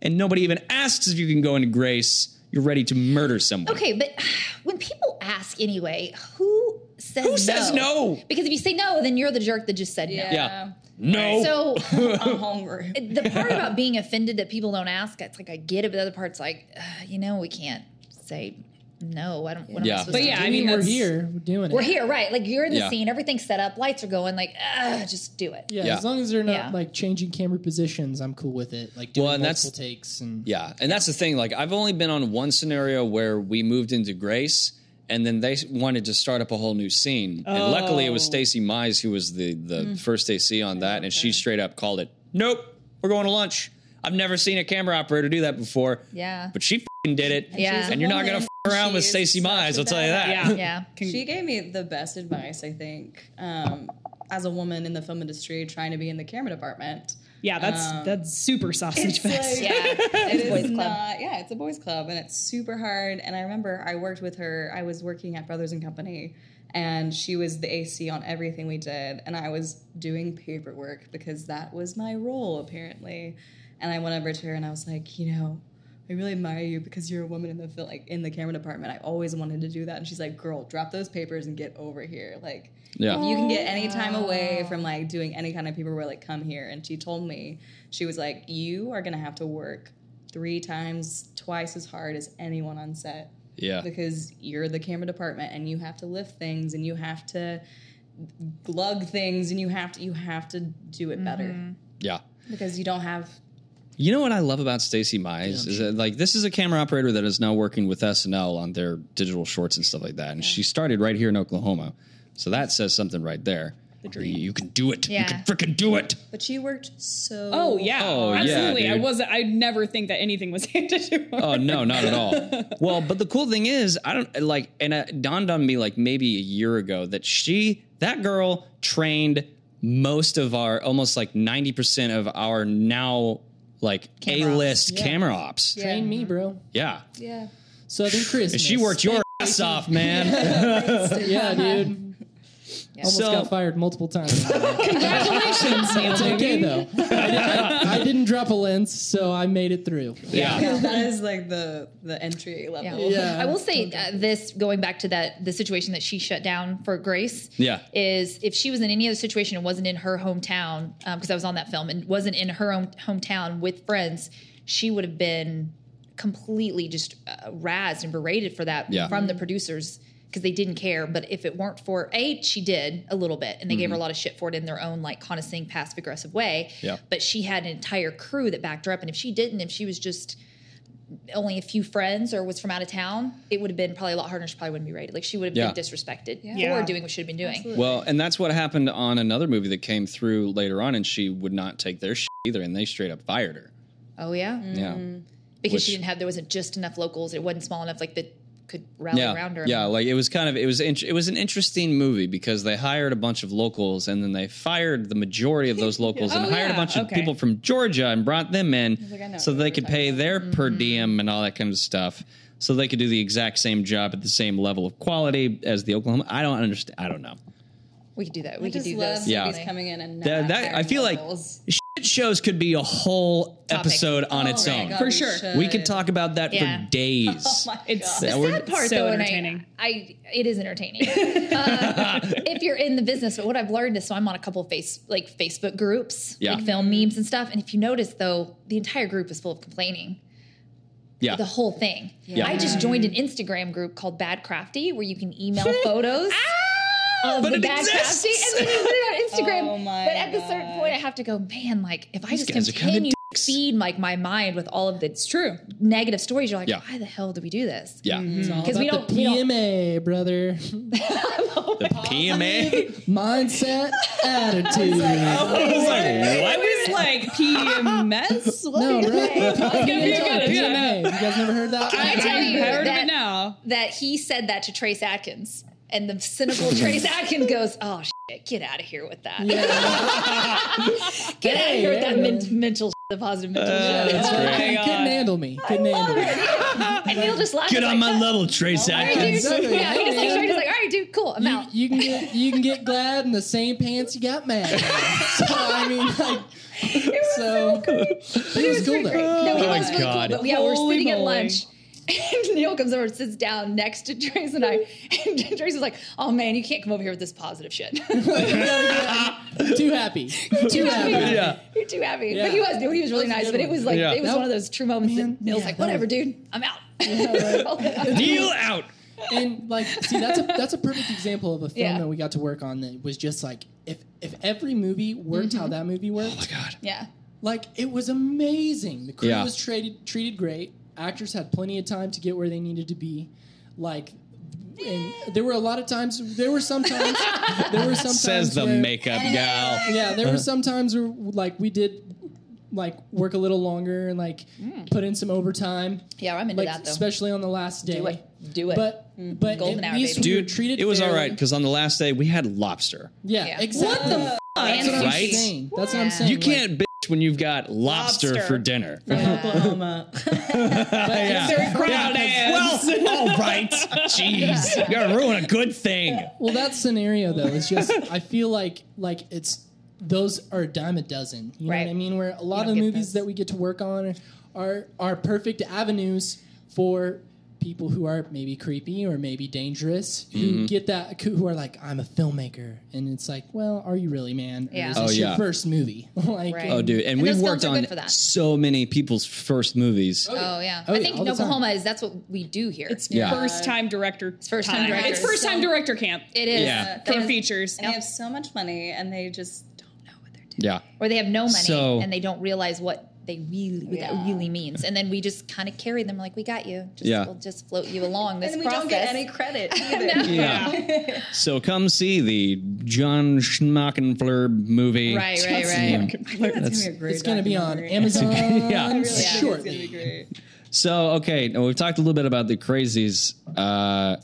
Speaker 1: and nobody even asks if you can go into grace, you're ready to murder someone.
Speaker 4: Okay, but *sighs* when people ask anyway, who says
Speaker 1: Who says no?
Speaker 4: Because if you say no, then you're the jerk that just said
Speaker 7: Yeah.
Speaker 1: Yeah. No.
Speaker 4: no.
Speaker 1: *laughs*
Speaker 4: So
Speaker 7: I'm hungry.
Speaker 4: the part about being offended that people don't ask, it's like I get it, but the other part's like, uh, you know, we can't say no. I don't. What am
Speaker 1: Yeah.
Speaker 4: I supposed
Speaker 5: But
Speaker 4: to
Speaker 5: yeah,
Speaker 4: do?
Speaker 5: I mean,
Speaker 3: We're
Speaker 5: that's,
Speaker 3: here, we're doing it.
Speaker 4: We're here, right? Like you're in the
Speaker 1: Yeah.
Speaker 4: scene, everything's set up, lights are going. Like, uh, just do it.
Speaker 3: Yeah,
Speaker 1: Yeah.
Speaker 3: as long as they're not
Speaker 4: Yeah.
Speaker 3: like changing camera positions, I'm cool with it. Like doing
Speaker 1: Well, and that's-
Speaker 3: multiple takes and
Speaker 1: yeah. And that's the thing. Like, I've only been on one scenario where we moved into grace. And then they wanted to start up a whole new scene, and luckily it was
Speaker 5: Oh.
Speaker 1: Stacy Mize who was the the first AC on that, and she straight up called it. Nope, we're going to lunch. I've never seen a camera operator do that before.
Speaker 4: Yeah.
Speaker 1: but she fing did it.
Speaker 4: Yeah.
Speaker 1: and you're not gonna
Speaker 7: She's
Speaker 1: f-
Speaker 7: a
Speaker 1: around with
Speaker 7: She's
Speaker 1: Stacey
Speaker 7: such
Speaker 1: Mize.
Speaker 7: a
Speaker 1: I'll tell you that.
Speaker 5: Yeah.
Speaker 1: *laughs*
Speaker 4: Yeah.
Speaker 7: She gave me the best advice, I think, um, as a woman in the film industry trying to be in the camera department.
Speaker 5: Yeah, that's that's super sausage fest.
Speaker 7: Um, like-
Speaker 4: Yeah.
Speaker 7: *laughs* It is
Speaker 4: boys' club.
Speaker 7: not, yeah, it's a boys' club, and it's super hard. And I remember I worked with her. I was working at Brothers and Company, and she was the AC on everything we did, and I was doing paperwork because that was my role apparently. And I went over to her and I was like, you know, I really admire you because you're a woman in the film, like in the camera department. I always wanted to do that, and she's like, girl, drop those papers and get over here, like.
Speaker 1: *laughs* Yeah.
Speaker 7: If you can get any time
Speaker 1: Ah.
Speaker 7: away from like doing any kind of paperwork, like come here. And she told me, she was like, You are gonna have to work three times, twice as hard as anyone on set
Speaker 1: Yeah.
Speaker 7: because you're the camera department and you have to lift things and you have to glug things and you have to you have to do it better
Speaker 1: Yeah.
Speaker 7: because you don't have *laughs*
Speaker 1: You know what I love about Stacey Mize is that like this is a camera operator that is now working with SNL on their digital shorts and stuff like that, and she started right here in Oklahoma, so that says something right there. The dream. You can do it. You
Speaker 4: Yeah.
Speaker 1: can freaking do it.
Speaker 7: but she worked so
Speaker 5: Oh yeah,
Speaker 1: Oh, yeah,
Speaker 5: absolutely. I
Speaker 1: dude.
Speaker 5: was. I never think that anything was *laughs* handed to her.
Speaker 1: Oh *laughs* no, not at all. Well, but the cool thing is, I don't like, and it dawned on me like maybe a year ago that she, that girl, trained most of our, almost like ninety percent of our now like A
Speaker 4: Camera ops.
Speaker 1: list camera ops. Yeah.
Speaker 3: Train me, bro.
Speaker 7: yeah
Speaker 3: Southern Christmas.
Speaker 1: And she worked your ass off, man. *laughs*
Speaker 3: *laughs* Yeah, dude. Almost
Speaker 1: So-
Speaker 3: got fired multiple
Speaker 1: *laughs*
Speaker 3: times.
Speaker 5: Congratulations,
Speaker 3: *laughs* It's
Speaker 5: Hamilton.
Speaker 3: okay though. I, didn't- I didn't drop a lens, so I made it through.
Speaker 1: yeah.
Speaker 7: that is like the the entry level
Speaker 3: Yeah.
Speaker 4: I will say uh, this going back to that the situation that she shut down for Grace.
Speaker 1: Yeah.
Speaker 4: Is if she was in any other situation and wasn't in her hometown, because I was on that film and wasn't in her own hometown with friends, she would have been completely just uh, razzed and berated for that
Speaker 1: Yeah.
Speaker 4: from the producers because they didn't care. But if it weren't for A, she did a little bit and they gave her a lot of shit for it in their own like condescending, passive aggressive way.
Speaker 1: Mm-hmm. Yeah.
Speaker 4: But she had an entire crew that backed her up. And if she didn't, if she was just only a few friends or was from out of town, it would have been probably a lot harder. and She probably wouldn't be rated. Like she would have
Speaker 1: Yeah.
Speaker 4: been disrespected
Speaker 5: Yeah.
Speaker 4: for doing what she had been doing.
Speaker 1: Well, and that's what happened on another movie that came through later on, and she would not take their shit either, and they straight up fired her.
Speaker 4: Oh yeah,
Speaker 1: Yeah.
Speaker 4: because
Speaker 1: Which-
Speaker 4: she didn't have there wasn't just enough locals. It wasn't small enough like that could rally
Speaker 1: yeah,
Speaker 4: around her.
Speaker 1: Yeah, like it was kind of it was in, it was an interesting movie because they hired a bunch of locals and then they fired the majority of those locals and
Speaker 5: Oh,
Speaker 1: hired a
Speaker 5: yeah,
Speaker 1: bunch of
Speaker 5: okay.
Speaker 1: people from Georgia and brought them in
Speaker 7: like, I know
Speaker 1: so
Speaker 7: what
Speaker 1: they
Speaker 7: we're
Speaker 1: could
Speaker 7: talking
Speaker 1: pay their per diem and all that kind of stuff. So they could do the exact same job at the same level of quality as the Oklahoma. I don't understand. I don't know.
Speaker 4: we could do that.
Speaker 7: we
Speaker 4: We could
Speaker 7: just
Speaker 4: do
Speaker 7: love
Speaker 4: this.
Speaker 1: Yeah.
Speaker 7: movies coming in and
Speaker 1: That,
Speaker 7: not
Speaker 1: that I
Speaker 7: hiring
Speaker 1: feel like
Speaker 7: levels.
Speaker 1: shit shows could be a whole
Speaker 4: Topic.
Speaker 1: episode on its
Speaker 7: Oh my
Speaker 1: own.
Speaker 7: God,
Speaker 5: For
Speaker 7: we
Speaker 5: sure.
Speaker 7: should. Oh
Speaker 1: We could talk about that
Speaker 4: Yeah.
Speaker 1: for days.
Speaker 7: My
Speaker 5: It's
Speaker 1: That
Speaker 7: God.
Speaker 4: The
Speaker 1: we're-
Speaker 4: sad part
Speaker 5: so
Speaker 4: though,
Speaker 5: entertaining.
Speaker 4: and I, I it is entertaining uh, if you're in the business. But what I've learned is, so I'm on a couple of face like Facebook groups,
Speaker 1: Yeah.
Speaker 4: like film memes and stuff. And if you notice though, the entire group is full of complaining.
Speaker 1: yeah.
Speaker 4: the whole thing.
Speaker 1: Yeah.
Speaker 4: I just joined an Instagram group called Bad Crafty where you can email photos of
Speaker 1: Ah, But
Speaker 4: the
Speaker 1: it
Speaker 4: Bad
Speaker 1: exists.
Speaker 4: Crafty and then you put it on Instagram.
Speaker 7: Oh my
Speaker 4: but at the certain
Speaker 7: God.
Speaker 4: point, I have to go, man, like if I just
Speaker 1: guys are kinda
Speaker 4: continue to
Speaker 1: dicks."
Speaker 4: feed like my mind with all of the
Speaker 5: It's true.
Speaker 4: negative stories, you're like,
Speaker 1: Yeah.
Speaker 4: why the hell do we do this?
Speaker 1: yeah.
Speaker 4: Because we don't,
Speaker 3: the
Speaker 4: we don't.
Speaker 3: PMA, brother.
Speaker 1: The *laughs* PMA.
Speaker 3: Mindset,
Speaker 5: *laughs*
Speaker 3: attitude.
Speaker 5: I was like, PMS?
Speaker 3: no, right?
Speaker 5: be
Speaker 3: PMA,
Speaker 5: good, yeah.
Speaker 3: You guys never heard that?
Speaker 4: I tell you
Speaker 5: I heard of
Speaker 4: that-
Speaker 5: it now.
Speaker 4: that he said that to Trace Atkins. And the cynical
Speaker 1: *laughs*
Speaker 4: Trace Atkins goes, oh, shit, get out of here with that. *laughs* get out of here with that men- mental shit, the positive mental shit.
Speaker 1: Uh, That's
Speaker 5: Oh my
Speaker 1: great.
Speaker 5: God.
Speaker 3: Couldn't handle me. Couldn't handle me.
Speaker 4: And Neil just laughed.
Speaker 1: Get
Speaker 4: He's
Speaker 1: on
Speaker 4: like, *laughs*
Speaker 1: my level, Trace
Speaker 4: "Dude,
Speaker 1: Atkins.
Speaker 3: Exactly.
Speaker 4: Yeah, he just like, he's like, all right, dude, cool, I'm out.
Speaker 3: You can get you can get glad in the same pants you got
Speaker 5: *laughs*
Speaker 3: mad. in. so I mean, like, so, it was cool though.
Speaker 4: No, he
Speaker 1: Oh my
Speaker 4: was really
Speaker 1: God.
Speaker 4: cool. But yeah, we're
Speaker 5: Holy
Speaker 4: sitting at
Speaker 5: moly.
Speaker 4: lunch. *laughs* And Neil comes over and sits down next to Trace and I. And *laughs* Trace is like, oh man, you can't come over here with this positive shit. *laughs*
Speaker 3: Too happy.
Speaker 5: *laughs*
Speaker 3: *laughs* Too happy.
Speaker 1: Yeah.
Speaker 4: You're too happy.
Speaker 3: Yeah.
Speaker 4: But he was, dude, he was
Speaker 3: That was a
Speaker 4: really nice.
Speaker 3: good
Speaker 4: But it
Speaker 3: one.
Speaker 4: was like,
Speaker 1: Yeah.
Speaker 4: it was
Speaker 3: Nope.
Speaker 4: one of those true moments
Speaker 3: Man,
Speaker 4: that Neil's
Speaker 3: yeah,
Speaker 4: like,
Speaker 3: that
Speaker 4: whatever,
Speaker 3: was-
Speaker 4: dude,
Speaker 3: *laughs*
Speaker 4: I'm out.
Speaker 1: *laughs* Deal out.
Speaker 3: And like, see, that's a that's a perfect example of a film
Speaker 4: Yeah.
Speaker 3: that we got to work on that was just like if if every movie worked
Speaker 5: Mm-hmm.
Speaker 3: how that movie worked,
Speaker 1: Oh God.
Speaker 4: *laughs* yeah.
Speaker 3: like it was amazing. The crew
Speaker 1: Yeah.
Speaker 3: was treated treated great. Actors had plenty of time to get where they needed to be. Like, and there were a lot of times. There
Speaker 1: *laughs*
Speaker 3: were sometimes. there were sometimes.
Speaker 1: Says the Uh-huh.
Speaker 3: where-
Speaker 1: makeup gal.
Speaker 3: Yeah, there were some times where like we did like work a little longer and like put in some overtime.
Speaker 4: Yeah, I'm into
Speaker 3: Like
Speaker 4: Mm. that though.
Speaker 3: especially on the last day.
Speaker 4: Do it. Do it.
Speaker 3: But
Speaker 4: Mm.
Speaker 3: but
Speaker 4: Golden
Speaker 3: at
Speaker 4: hour,
Speaker 3: least
Speaker 4: baby.
Speaker 3: we were
Speaker 1: Dude,
Speaker 3: treated
Speaker 1: it was all
Speaker 3: fairly.
Speaker 1: right because on the last day we had lobster.
Speaker 3: Yeah,
Speaker 4: Yeah.
Speaker 3: exactly. What the
Speaker 4: And
Speaker 3: That's what I'm
Speaker 1: Right?
Speaker 3: saying. That's what I'm
Speaker 4: Yeah.
Speaker 3: saying.
Speaker 1: You
Speaker 3: Like,
Speaker 1: can't bitch when you've got lobster,
Speaker 5: Lobster.
Speaker 1: for dinner.
Speaker 7: Oklahoma.
Speaker 1: Yeah.
Speaker 5: They're crowd
Speaker 1: Yeah,
Speaker 5: hands.
Speaker 1: Well, all right. Jeez, you're gonna ruin a good thing.
Speaker 3: Well, that scenario though is just I feel like like it's those are a dime a dozen. You know
Speaker 4: Right.
Speaker 3: what I mean? Where a lot
Speaker 4: don't
Speaker 3: of
Speaker 4: get
Speaker 3: movies
Speaker 4: those.
Speaker 3: that we get to work on are are perfect avenues for people who are maybe creepy or maybe dangerous who
Speaker 1: Mm-hmm.
Speaker 3: get that who are like I'm a filmmaker and it's like well are you really man Or
Speaker 4: Yeah.
Speaker 3: is
Speaker 4: Oh,
Speaker 3: this your
Speaker 1: yeah.
Speaker 3: first movie *laughs* like uh,
Speaker 4: Right.
Speaker 1: Oh, dude, and,
Speaker 4: And
Speaker 1: we've
Speaker 4: those
Speaker 1: worked
Speaker 4: films are
Speaker 1: on
Speaker 4: good for that.
Speaker 1: so many people's first movies.
Speaker 4: Oh yeah,
Speaker 3: Oh,
Speaker 4: I
Speaker 3: yeah,
Speaker 4: think
Speaker 3: all
Speaker 4: in
Speaker 3: the time.
Speaker 4: Oklahoma is that's what we do here.
Speaker 5: It's
Speaker 1: Yeah.
Speaker 5: first time director. It's
Speaker 4: first time director.
Speaker 5: It's first time director camp
Speaker 4: it is
Speaker 1: Yeah.
Speaker 4: They
Speaker 5: for
Speaker 4: have-
Speaker 5: features.
Speaker 7: and they have so much money and they just don't know what they're doing.
Speaker 1: Yeah,
Speaker 4: or they have no money
Speaker 1: So-
Speaker 4: and they don't realize what they really what that really means. And then we just kind of carry them like we got you. Just,
Speaker 1: Yeah.
Speaker 4: we'll just float you along this
Speaker 7: And we
Speaker 4: process.
Speaker 7: don't get any *laughs* credit either.
Speaker 1: yeah. so come see the John Schmackenfleur movie.
Speaker 4: Right, right,
Speaker 1: Mm.
Speaker 4: right.
Speaker 7: It's gonna be, a great
Speaker 3: it's gonna be on
Speaker 7: documentary.
Speaker 1: *laughs*
Speaker 3: Amazon
Speaker 1: Yeah. I really
Speaker 7: *laughs* Really, I think It's gonna
Speaker 3: shortly.
Speaker 7: be great.
Speaker 1: So okay, now we've talked a little bit about the crazies. Uh,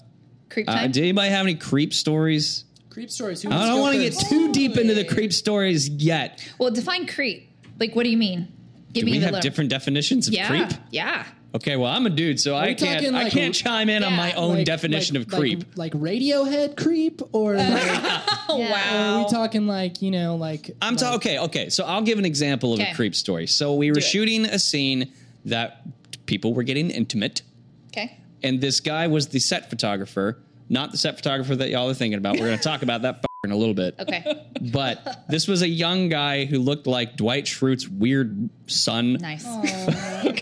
Speaker 4: Creep
Speaker 1: uh,
Speaker 4: time.
Speaker 1: did anybody have any creep stories?
Speaker 3: Creep stories. Who
Speaker 1: I
Speaker 3: wants
Speaker 1: don't
Speaker 3: go
Speaker 1: want to
Speaker 3: first?
Speaker 1: get too deep into the creep stories yet.
Speaker 4: well, define creep. Like, what do you mean? Give
Speaker 1: Do
Speaker 4: me
Speaker 1: we
Speaker 4: the
Speaker 1: have
Speaker 4: little-
Speaker 1: different definitions of
Speaker 4: Yeah,
Speaker 1: creep?
Speaker 4: yeah.
Speaker 1: Okay, well, I'm a dude, so I
Speaker 3: we
Speaker 1: can't
Speaker 3: talking
Speaker 1: I
Speaker 3: like-
Speaker 1: can't chime in on
Speaker 4: Yeah,
Speaker 1: my own
Speaker 3: Like-
Speaker 1: definition
Speaker 3: like-
Speaker 1: of creep.
Speaker 3: Like, like Radiohead creep or like,
Speaker 4: Oh wow.
Speaker 3: Are we talking like you know like
Speaker 1: I'm
Speaker 3: like,
Speaker 1: talking. Okay, okay. So I'll give an example of
Speaker 4: Okay.
Speaker 1: a creep story. So we were
Speaker 5: it.
Speaker 1: shooting a scene that people were getting intimate,
Speaker 4: Okay.
Speaker 1: and this guy was the set photographer, not the set photographer that y'all are thinking about. We're going to talk about that *laughs* in a little bit.
Speaker 4: Okay.
Speaker 1: *laughs* But this was a young guy who looked like Dwight Schrute's weird son.
Speaker 4: Nice.
Speaker 1: *laughs*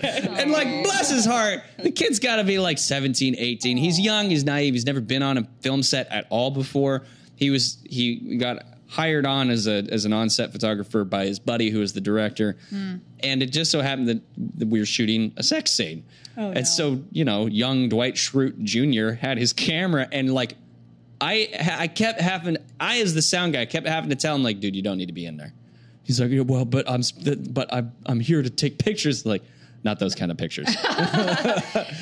Speaker 1: And like, bless his heart, the kid's got to be like 17, 18. He's young, he's naive, he's never been on a film set at all before. He was he got hired on as a as an on-set photographer by his buddy who was the director. And it just so happened that, that we were shooting a sex scene. and so, you know, young Dwight Schrute Jr. had his camera and like I I kept having I as the sound guy kept having to tell him like, dude, you don't need to be in there. He's like, yeah, well, but I'm but I'm I'm here to take pictures. Like, not those kind of
Speaker 4: *laughs*
Speaker 1: pictures.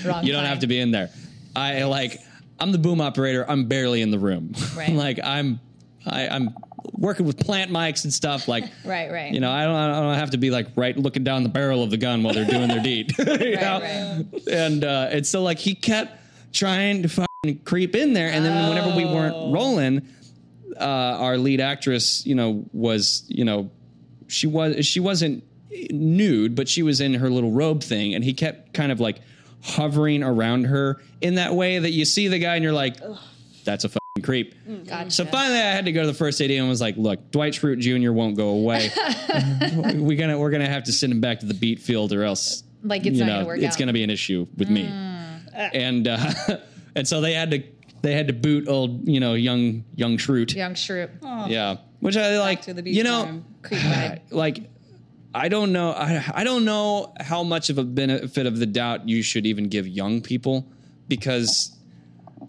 Speaker 4: Wrong
Speaker 1: you don't
Speaker 4: time.
Speaker 1: have to be in there. I like I'm the boom operator. I'm barely in the room. *laughs*
Speaker 4: Right.
Speaker 1: like I'm I, I'm working with plant mics and stuff. Like
Speaker 4: *laughs* Right, right.
Speaker 1: You know, I don't I don't have to be like right looking down the barrel of the gun while they're doing their deed. *laughs* You know?
Speaker 4: right.
Speaker 1: And uh, and so like he kept trying to fucking creep in there, and then whenever we
Speaker 4: Oh.
Speaker 1: weren't rolling, uh, our lead actress, you know, was you know, she was she wasn't nude, but she was in her little robe thing, and he kept kind of like hovering around her in that way that you see the guy and you're like, that's a fucking creep.
Speaker 4: Mm, Gotcha.
Speaker 1: So finally, I had to go to the first AD and was like, "Look, Dwight Schrute Jr. won't go
Speaker 4: *laughs*
Speaker 1: away. we're gonna we're gonna have to send him back to the beat field, or else
Speaker 4: Like, it's
Speaker 1: you
Speaker 4: not
Speaker 1: know
Speaker 4: gonna work
Speaker 1: it's
Speaker 4: out. Mm.
Speaker 1: gonna be an issue with me." And uh, *laughs* and so they had to they had to boot old you know young young Schrute,
Speaker 4: Young Shroop.
Speaker 1: yeah, which I like
Speaker 7: to the beat
Speaker 1: you know
Speaker 7: room.
Speaker 4: Creep vibe.
Speaker 1: *sighs* like. I don't know. I, I don't know how much of a benefit of the doubt you should even give young people, because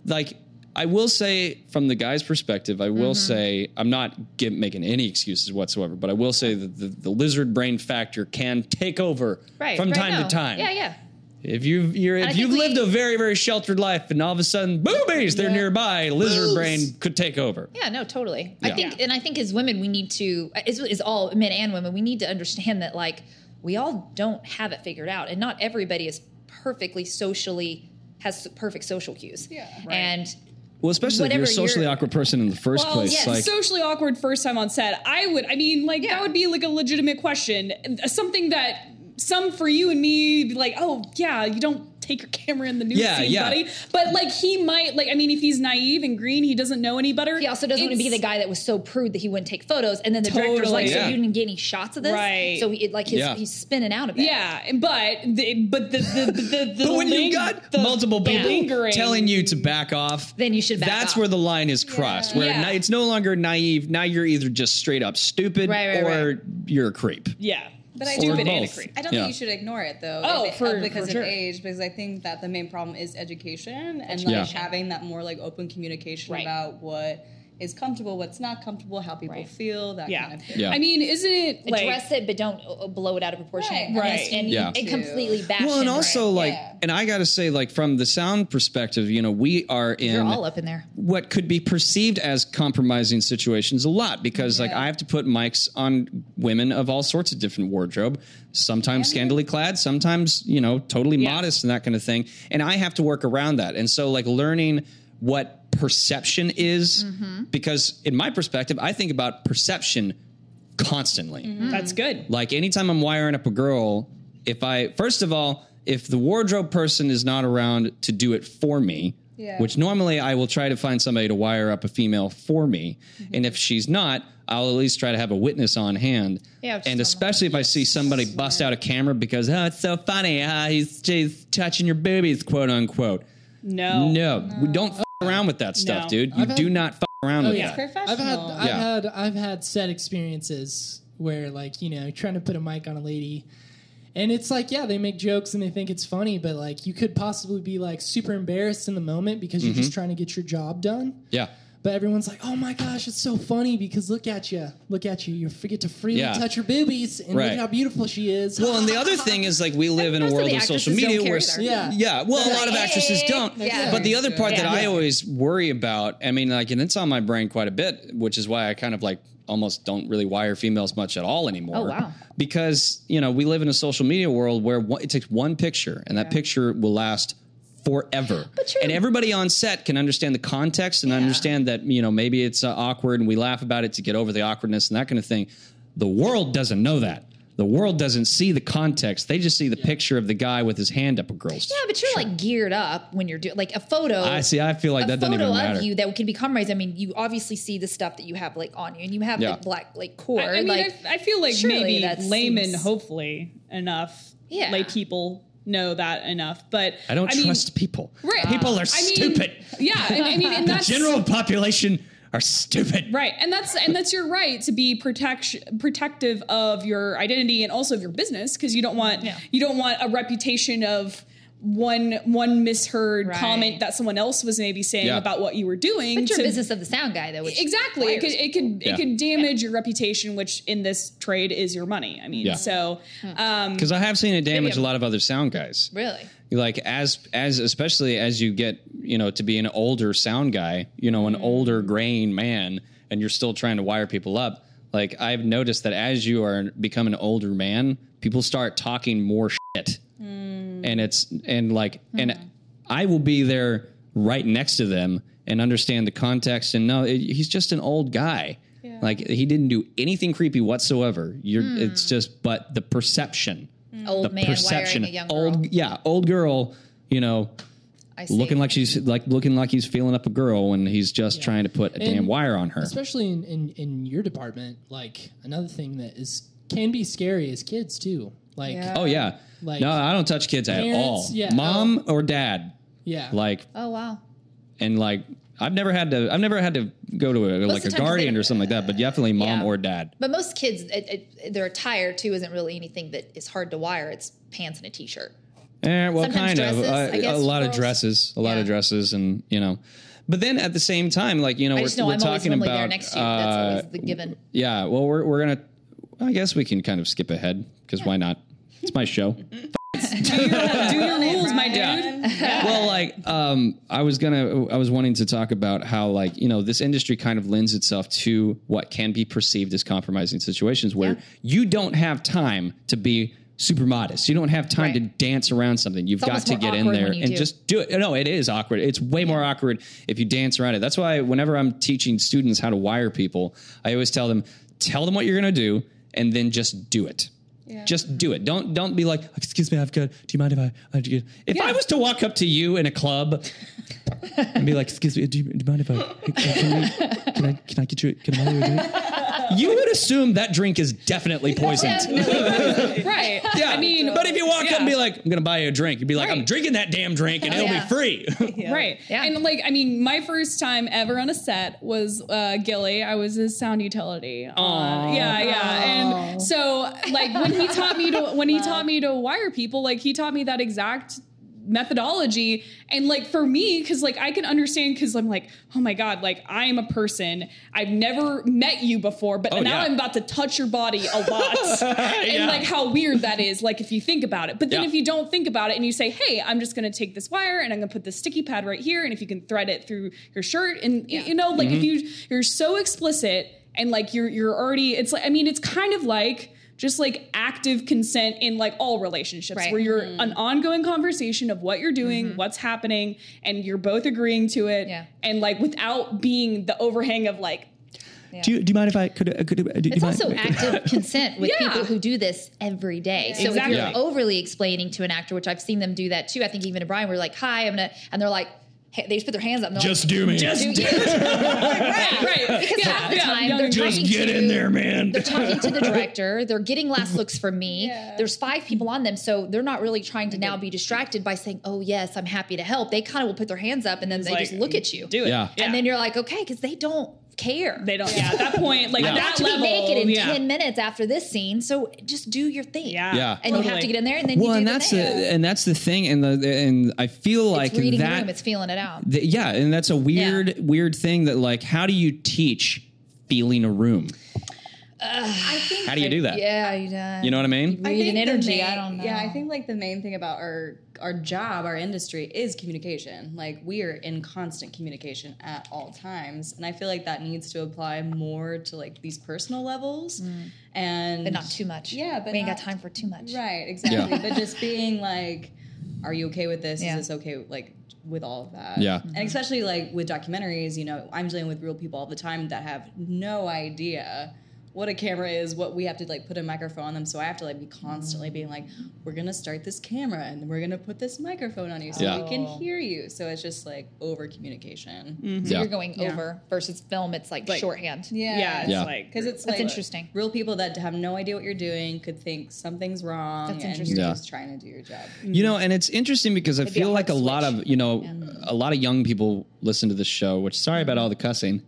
Speaker 1: like I will say from the guy's perspective, I
Speaker 4: Mm-hmm.
Speaker 1: will say I'm not gi- making any excuses whatsoever, but I will say that the, the lizard brain factor can take over
Speaker 4: Right.
Speaker 1: from
Speaker 4: right,
Speaker 1: time
Speaker 4: no.
Speaker 1: to time.
Speaker 4: Yeah, yeah.
Speaker 1: If you've you're,
Speaker 4: I
Speaker 1: if
Speaker 4: think
Speaker 1: you've lived
Speaker 4: we-
Speaker 1: a very very sheltered life, and all of a sudden boobies they're nearby, lizard brain could take over.
Speaker 4: Yeah, no, totally.
Speaker 1: Yeah.
Speaker 4: I think, and I think as women, we need to, is, is all men and women, we need to understand that like we all don't have it figured out, and not everybody is perfectly socially has perfect social cues. Yeah, and
Speaker 1: Well, especially if you're a
Speaker 4: Whatever
Speaker 1: socially
Speaker 4: you're-
Speaker 1: awkward person in the first
Speaker 5: Well,
Speaker 1: place,
Speaker 5: yes,
Speaker 1: like
Speaker 5: socially awkward first time on set. I would, I mean, like that
Speaker 4: Yeah.
Speaker 5: would be like a legitimate question, something that some for you and me, be like, oh yeah, you don't take your camera in the news
Speaker 1: Yeah,
Speaker 5: scene,
Speaker 1: yeah.
Speaker 5: buddy. But like he might, like I mean, if he's naive and green, he doesn't know any better.
Speaker 4: he also doesn't want to be the guy that was so prude that he wouldn't take photos, and then the director's
Speaker 5: Totally.
Speaker 4: like,
Speaker 1: Yeah.
Speaker 4: "So you didn't get any shots of this?"
Speaker 5: Right.
Speaker 4: So he, like, his,
Speaker 1: Yeah.
Speaker 4: he's spinning out of it.
Speaker 5: Yeah, but the, but the the the, the,
Speaker 1: *laughs*
Speaker 5: the
Speaker 1: But when
Speaker 5: ling-
Speaker 1: you got
Speaker 5: the-
Speaker 1: multiple
Speaker 5: the
Speaker 1: people
Speaker 5: lingering-
Speaker 1: telling you to back off,
Speaker 4: Then you should back
Speaker 1: that's
Speaker 4: off.
Speaker 1: where the line is crossed. Where
Speaker 5: Yeah.
Speaker 1: na- it's no longer naive. Now you're either just straight up stupid
Speaker 4: Right, right,
Speaker 1: or you're a creep.
Speaker 5: yeah,
Speaker 7: But I
Speaker 5: stupid
Speaker 7: do-
Speaker 5: and a
Speaker 1: both.
Speaker 5: creep.
Speaker 7: I don't
Speaker 1: Yeah.
Speaker 7: think you should ignore it though.
Speaker 5: Oh,
Speaker 7: if it- uh,
Speaker 5: for-
Speaker 7: because
Speaker 5: for sure.
Speaker 7: of age, because I think that the main problem is education and
Speaker 1: Yeah.
Speaker 7: like having that more like open communication
Speaker 4: Right.
Speaker 7: about what is comfortable, what's not comfortable, how people
Speaker 4: Right.
Speaker 7: feel, that
Speaker 5: yeah.
Speaker 7: kind of thing.
Speaker 5: yeah. I mean, isn't it like
Speaker 4: Address it, but don't uh, blow it out of proportion.
Speaker 7: Right.
Speaker 4: And-
Speaker 5: Right.
Speaker 4: And,
Speaker 1: Yeah.
Speaker 4: and completely bash
Speaker 1: Well,
Speaker 4: him,
Speaker 1: and
Speaker 4: right?
Speaker 1: also like, and I gotta say, like from the sound perspective, you know, we are in
Speaker 4: You're all up in there.
Speaker 1: what could be perceived as compromising situations a lot because like I have to put mics on women of all sorts of different wardrobe, sometimes scantily clad, sometimes, you know, totally modest and that kind of thing. And I have to work around that. And so like learning what perception is because in my perspective, I think about perception constantly.
Speaker 5: that's
Speaker 4: Mm.
Speaker 5: good?
Speaker 1: Like anytime I'm wiring up a girl, if I first of all, if the wardrobe person is not around to do it for me,
Speaker 7: Yeah.
Speaker 1: which normally I will try to find somebody to wire up a female for me,
Speaker 4: Mm-hmm.
Speaker 1: and if she's not, I'll at least try to have a witness on hand.
Speaker 4: Yeah, just
Speaker 1: and
Speaker 4: on
Speaker 1: especially if I see somebody bust out a camera because oh, it's so funny, ah, he's, he's touching your boobies, quote unquote.
Speaker 5: No.
Speaker 1: No, we don't f- around with that stuff,
Speaker 5: No.
Speaker 1: dude. You
Speaker 3: I've had-
Speaker 1: do not f-
Speaker 4: Oh,
Speaker 1: around with that.
Speaker 7: professional.
Speaker 3: oh, I've had I've
Speaker 1: Yeah.
Speaker 3: had I've had set experiences where like you know trying to put a mic on a lady, and it's like yeah they make jokes and they think it's funny, but like you could possibly be like super embarrassed in the moment because you're
Speaker 1: Mm-hmm.
Speaker 3: just trying to get your job done.
Speaker 1: Yeah.
Speaker 3: But everyone's like, oh my gosh, it's so funny because look at you, look at you, you forget to freely
Speaker 1: Yeah.
Speaker 3: touch her boobies and
Speaker 1: Right.
Speaker 3: look how beautiful she is.
Speaker 1: Well, and the other thing is like we live in a
Speaker 4: Most of
Speaker 1: world
Speaker 4: the
Speaker 1: of social
Speaker 4: actresses don't
Speaker 1: media
Speaker 4: care
Speaker 1: where
Speaker 3: *gasps*
Speaker 4: either.
Speaker 3: Yeah.
Speaker 1: yeah, well, a lot of
Speaker 4: Hey.
Speaker 1: actresses don't.
Speaker 4: Yeah.
Speaker 1: But the other part that
Speaker 4: Yeah.
Speaker 1: I always worry about, I mean, like, and it's on my brain quite a bit, which is why I kind of like almost don't really wire females much at all anymore.
Speaker 4: Oh, wow.
Speaker 1: Because you know we live in a social media world where one, it takes one picture, and that picture will last forever.
Speaker 4: you're-
Speaker 1: And everybody on set can understand the context and understand that you know maybe it's uh, awkward, and we laugh about it to get over the awkwardness and that kind of thing. The world doesn't know that. The world doesn't see the context. They just see the picture of the guy with his hand up a girl's.
Speaker 4: Yeah, but you're like geared up when you're doing like a photo.
Speaker 1: I see. I feel like
Speaker 4: a
Speaker 1: that doesn't
Speaker 4: photo
Speaker 1: even
Speaker 4: of
Speaker 1: matter.
Speaker 4: you that can be compromised. I mean, you obviously see the stuff that you have like on you, and you have
Speaker 1: Yeah.
Speaker 4: the black like core.
Speaker 5: I, I mean,
Speaker 4: like,
Speaker 5: I, I feel like
Speaker 4: surely
Speaker 5: maybe
Speaker 4: that
Speaker 5: laymen,
Speaker 4: seems-
Speaker 5: hopefully enough,
Speaker 4: Yeah.
Speaker 5: lay people know that enough. But
Speaker 1: I don't
Speaker 5: mean,
Speaker 1: trust people.
Speaker 5: Right.
Speaker 1: People are
Speaker 5: I mean,
Speaker 1: stupid.
Speaker 5: Yeah, and, I mean, and that's
Speaker 1: General population are stupid.
Speaker 5: right, and that's and that's your right to be protection protective of your identity and also of your business because you don't want
Speaker 4: Yeah.
Speaker 5: you don't want a reputation of one one misheard
Speaker 4: Right.
Speaker 5: comment that someone else was maybe saying
Speaker 1: Yeah.
Speaker 5: about what you were doing.
Speaker 4: but your
Speaker 5: to-
Speaker 4: business of the sound guy though, which
Speaker 5: Exactly. It
Speaker 4: requires
Speaker 5: could it could
Speaker 1: Yeah.
Speaker 5: it could damage your reputation, which in this trade is your money. I mean,
Speaker 1: Yeah.
Speaker 5: so um,
Speaker 1: Because I have seen it damage a
Speaker 4: I'm-
Speaker 1: lot of other sound guys.
Speaker 4: really.
Speaker 1: Like as as especially as you get you know to be an older sound guy, you know, an older graying man, and you're still trying to wire people up. Like I've noticed that as you are become an older man, people start talking more shit. and it's and like and I will be there right next to them and understand the context and no it, he's just an old guy like he didn't do anything creepy whatsoever you're it's just but the perception
Speaker 5: Mm.
Speaker 4: Old
Speaker 1: the
Speaker 4: man
Speaker 1: perception
Speaker 4: wiring a young girl.
Speaker 1: old yeah old girl you know
Speaker 4: I see.
Speaker 1: looking like she's like looking like he's feeling up a girl when he's just trying to put a damn
Speaker 3: And
Speaker 1: wire on her
Speaker 3: especially in, in in your department like another thing that is can be scary is kids too like yeah,
Speaker 1: oh yeah
Speaker 3: Like-
Speaker 1: no i don't touch kids at all
Speaker 3: Parents, yeah.
Speaker 1: mom or dad like
Speaker 4: Oh wow.
Speaker 1: and like I've never had to I've never had to go to a, like
Speaker 4: of
Speaker 1: a
Speaker 4: the times
Speaker 1: guardian
Speaker 4: they-
Speaker 1: or something like that, but definitely mom
Speaker 4: yeah.
Speaker 1: or dad.
Speaker 4: But most kids, it, it, their attire too isn't really anything that is hard to wire. It's pants and a t-shirt.
Speaker 1: Eh, well,
Speaker 4: Sometimes
Speaker 1: kind of
Speaker 4: dresses, I
Speaker 1: Uh,
Speaker 4: guess,
Speaker 1: a lot of
Speaker 4: girls.
Speaker 1: dresses, a lot of
Speaker 4: Yeah.
Speaker 1: dresses, and you know. But then at the same time, like you know,
Speaker 4: I
Speaker 1: we're,
Speaker 4: just know
Speaker 1: we're
Speaker 4: I'm always
Speaker 1: talking
Speaker 4: normally
Speaker 1: about
Speaker 4: there next to you. That's
Speaker 1: uh,
Speaker 4: always the given.
Speaker 1: yeah. Well, we're we're gonna. I guess we can kind of skip ahead because why not? It's my show.
Speaker 5: do *laughs* your rules, my dude.
Speaker 1: well, like um, I was gonna, I was wanting to talk about how, like, you know, this industry kind of lends itself to what can be perceived as compromising situations where you don't have time to be super modest. You don't have time to
Speaker 4: Right.
Speaker 1: dance around something. You've got
Speaker 4: almost
Speaker 1: to
Speaker 4: more
Speaker 1: get in
Speaker 4: awkward
Speaker 1: there
Speaker 4: when you
Speaker 1: and
Speaker 4: do.
Speaker 1: just do it. No, it is awkward. It's way more awkward if you dance around it. That's why whenever I'm teaching students how to wire people, I always tell them, tell them what you're gonna do, and then just do it. Just do it. Don't don't be like, excuse me, I've got. Do you mind if I? I do you-" if I was to walk up to you in a club and be like, excuse me, do you, do you mind if I? Can, we- can I can I get you? Can I buy you a
Speaker 4: *laughs*
Speaker 1: drink? You would assume that drink is definitely
Speaker 5: Oh,
Speaker 1: poisoned. *laughs*
Speaker 5: Right.
Speaker 1: Yeah,
Speaker 5: I mean,
Speaker 1: but if you walk up and be
Speaker 5: yeah.
Speaker 1: like, I'm gonna buy you a drink, you'd be like, I'm
Speaker 5: Right.
Speaker 1: drinking that damn drink and it'll
Speaker 4: yeah.
Speaker 1: be free.
Speaker 5: Right.
Speaker 4: *laughs* Yeah.
Speaker 5: And like, I mean, my first time ever on a set was uh, Gilly. I was his sound utility. on- yeah, yeah.
Speaker 1: *laughs*
Speaker 5: And so, like, when he taught me to when he taught me to wire people, like he taught me that exact methodology and like for me because like i can understand because i'm like oh my god like i am a person i've never met you before but
Speaker 1: Oh,
Speaker 5: now
Speaker 1: yeah.
Speaker 5: i'm about to touch your body a
Speaker 1: *laughs*
Speaker 5: lot and
Speaker 1: Yeah.
Speaker 5: like how weird that is like if you think about it but then
Speaker 1: Yeah.
Speaker 5: if you don't think about it and you say hey i'm just going to take this wire and i'm going to put this sticky pad right here and if you can thread it through your shirt and y- you know
Speaker 1: Mm-hmm.
Speaker 5: like if you you're so explicit and like you're you're already it's like i mean it's kind of like just like active consent in like all relationships
Speaker 4: Right. Mm-hmm.
Speaker 5: where you're an ongoing conversation of what you're doing what's happening and you're both agreeing to it
Speaker 4: Yeah.
Speaker 5: and like without being the overhang of like
Speaker 1: Do you, do you mind if I could? Uh, could uh, do, do
Speaker 4: It's
Speaker 1: you mind?
Speaker 4: also active consent with
Speaker 5: Yeah.
Speaker 4: people who do this every day. So
Speaker 5: Exactly.
Speaker 4: if
Speaker 1: Yeah.
Speaker 4: you're overly explaining to an actor, which I've seen them do that too, I think even to Brian, we're like, "Hi, I'm gonna," and they're like, hey, they just put their hands up. And they're
Speaker 1: Just do me.
Speaker 4: like,
Speaker 1: Just,
Speaker 4: do it.
Speaker 5: right right
Speaker 4: Because
Speaker 5: yeah,
Speaker 4: half the
Speaker 1: *laughs*
Speaker 5: yeah,
Speaker 4: time
Speaker 5: yeah,
Speaker 4: they're
Speaker 5: yeah.
Speaker 4: just talking
Speaker 1: get
Speaker 4: to-
Speaker 1: in there, man.
Speaker 4: They're
Speaker 1: *laughs*
Speaker 4: talking to the director. They're getting last looks from me. There's five people on them, so they're not really trying to now be distracted by saying, "Oh yes, I'm happy to help." They kind of will put their hands up and then they
Speaker 5: like,
Speaker 4: just look at you,
Speaker 5: do it
Speaker 1: Yeah.
Speaker 4: and then you're like, "Okay," because they don't care.
Speaker 5: they don't yeah at that point like
Speaker 1: Yeah.
Speaker 5: that
Speaker 4: to be
Speaker 5: level
Speaker 4: naked in
Speaker 5: yeah.
Speaker 4: ten minutes after this scene, so just do your thing.
Speaker 5: yeah
Speaker 1: Yeah.
Speaker 4: and you have to
Speaker 5: Totally.
Speaker 4: get in there, and then
Speaker 1: well,
Speaker 4: you do
Speaker 1: and
Speaker 4: the
Speaker 1: that's the,
Speaker 4: thing.
Speaker 1: and that's the thing, and the and I feel like
Speaker 4: it's reading
Speaker 1: that
Speaker 4: the room, it's feeling it out.
Speaker 1: th- yeah, and that's a weird weird thing that like how do you teach feeling a room?
Speaker 7: I think
Speaker 1: How do you do that?
Speaker 4: yeah, you, uh,
Speaker 1: You know what I mean?
Speaker 7: I
Speaker 4: read an
Speaker 7: think the
Speaker 4: energy.
Speaker 7: main-
Speaker 4: I don't know.
Speaker 7: Yeah, I think like the main thing about our our job, our industry is communication. Like we are in constant communication at all times, and I feel like that needs to apply more to like these personal levels, and
Speaker 4: Mm. but not too much.
Speaker 7: Yeah, but
Speaker 4: we ain't
Speaker 7: not-
Speaker 4: got time for too much.
Speaker 7: Right, exactly.
Speaker 1: Yeah.
Speaker 7: But just being like, are you okay with this?
Speaker 4: Yeah.
Speaker 7: Is this okay? Like with all of that.
Speaker 1: Yeah.
Speaker 7: And especially like with documentaries, you know, I'm dealing with real people all the time that have no idea what a camera is, what we have to like put a microphone on them. So I have to like be constantly being like, we're gonna start this camera and we're gonna put this microphone on you so
Speaker 1: Yeah.
Speaker 7: we can
Speaker 4: Oh.
Speaker 7: hear you. So it's just like over communication.
Speaker 1: Yeah.
Speaker 4: You're going over versus film. It's like,
Speaker 5: Like-
Speaker 4: shorthand.
Speaker 7: Yeah.
Speaker 5: yeah it's
Speaker 1: Yeah.
Speaker 5: like
Speaker 7: Because it's
Speaker 4: That's
Speaker 7: like
Speaker 4: interesting.
Speaker 7: real people that have no idea what you're doing could think something's wrong.
Speaker 4: That's
Speaker 7: and
Speaker 4: interesting.
Speaker 7: You're
Speaker 1: Yeah.
Speaker 7: just trying to do your job.
Speaker 1: You know, and it's interesting because I
Speaker 4: be a
Speaker 1: feel like a
Speaker 4: hard
Speaker 1: lot
Speaker 4: switch.
Speaker 1: of you know a lot of young people listen to this show. Which sorry about all the cussing.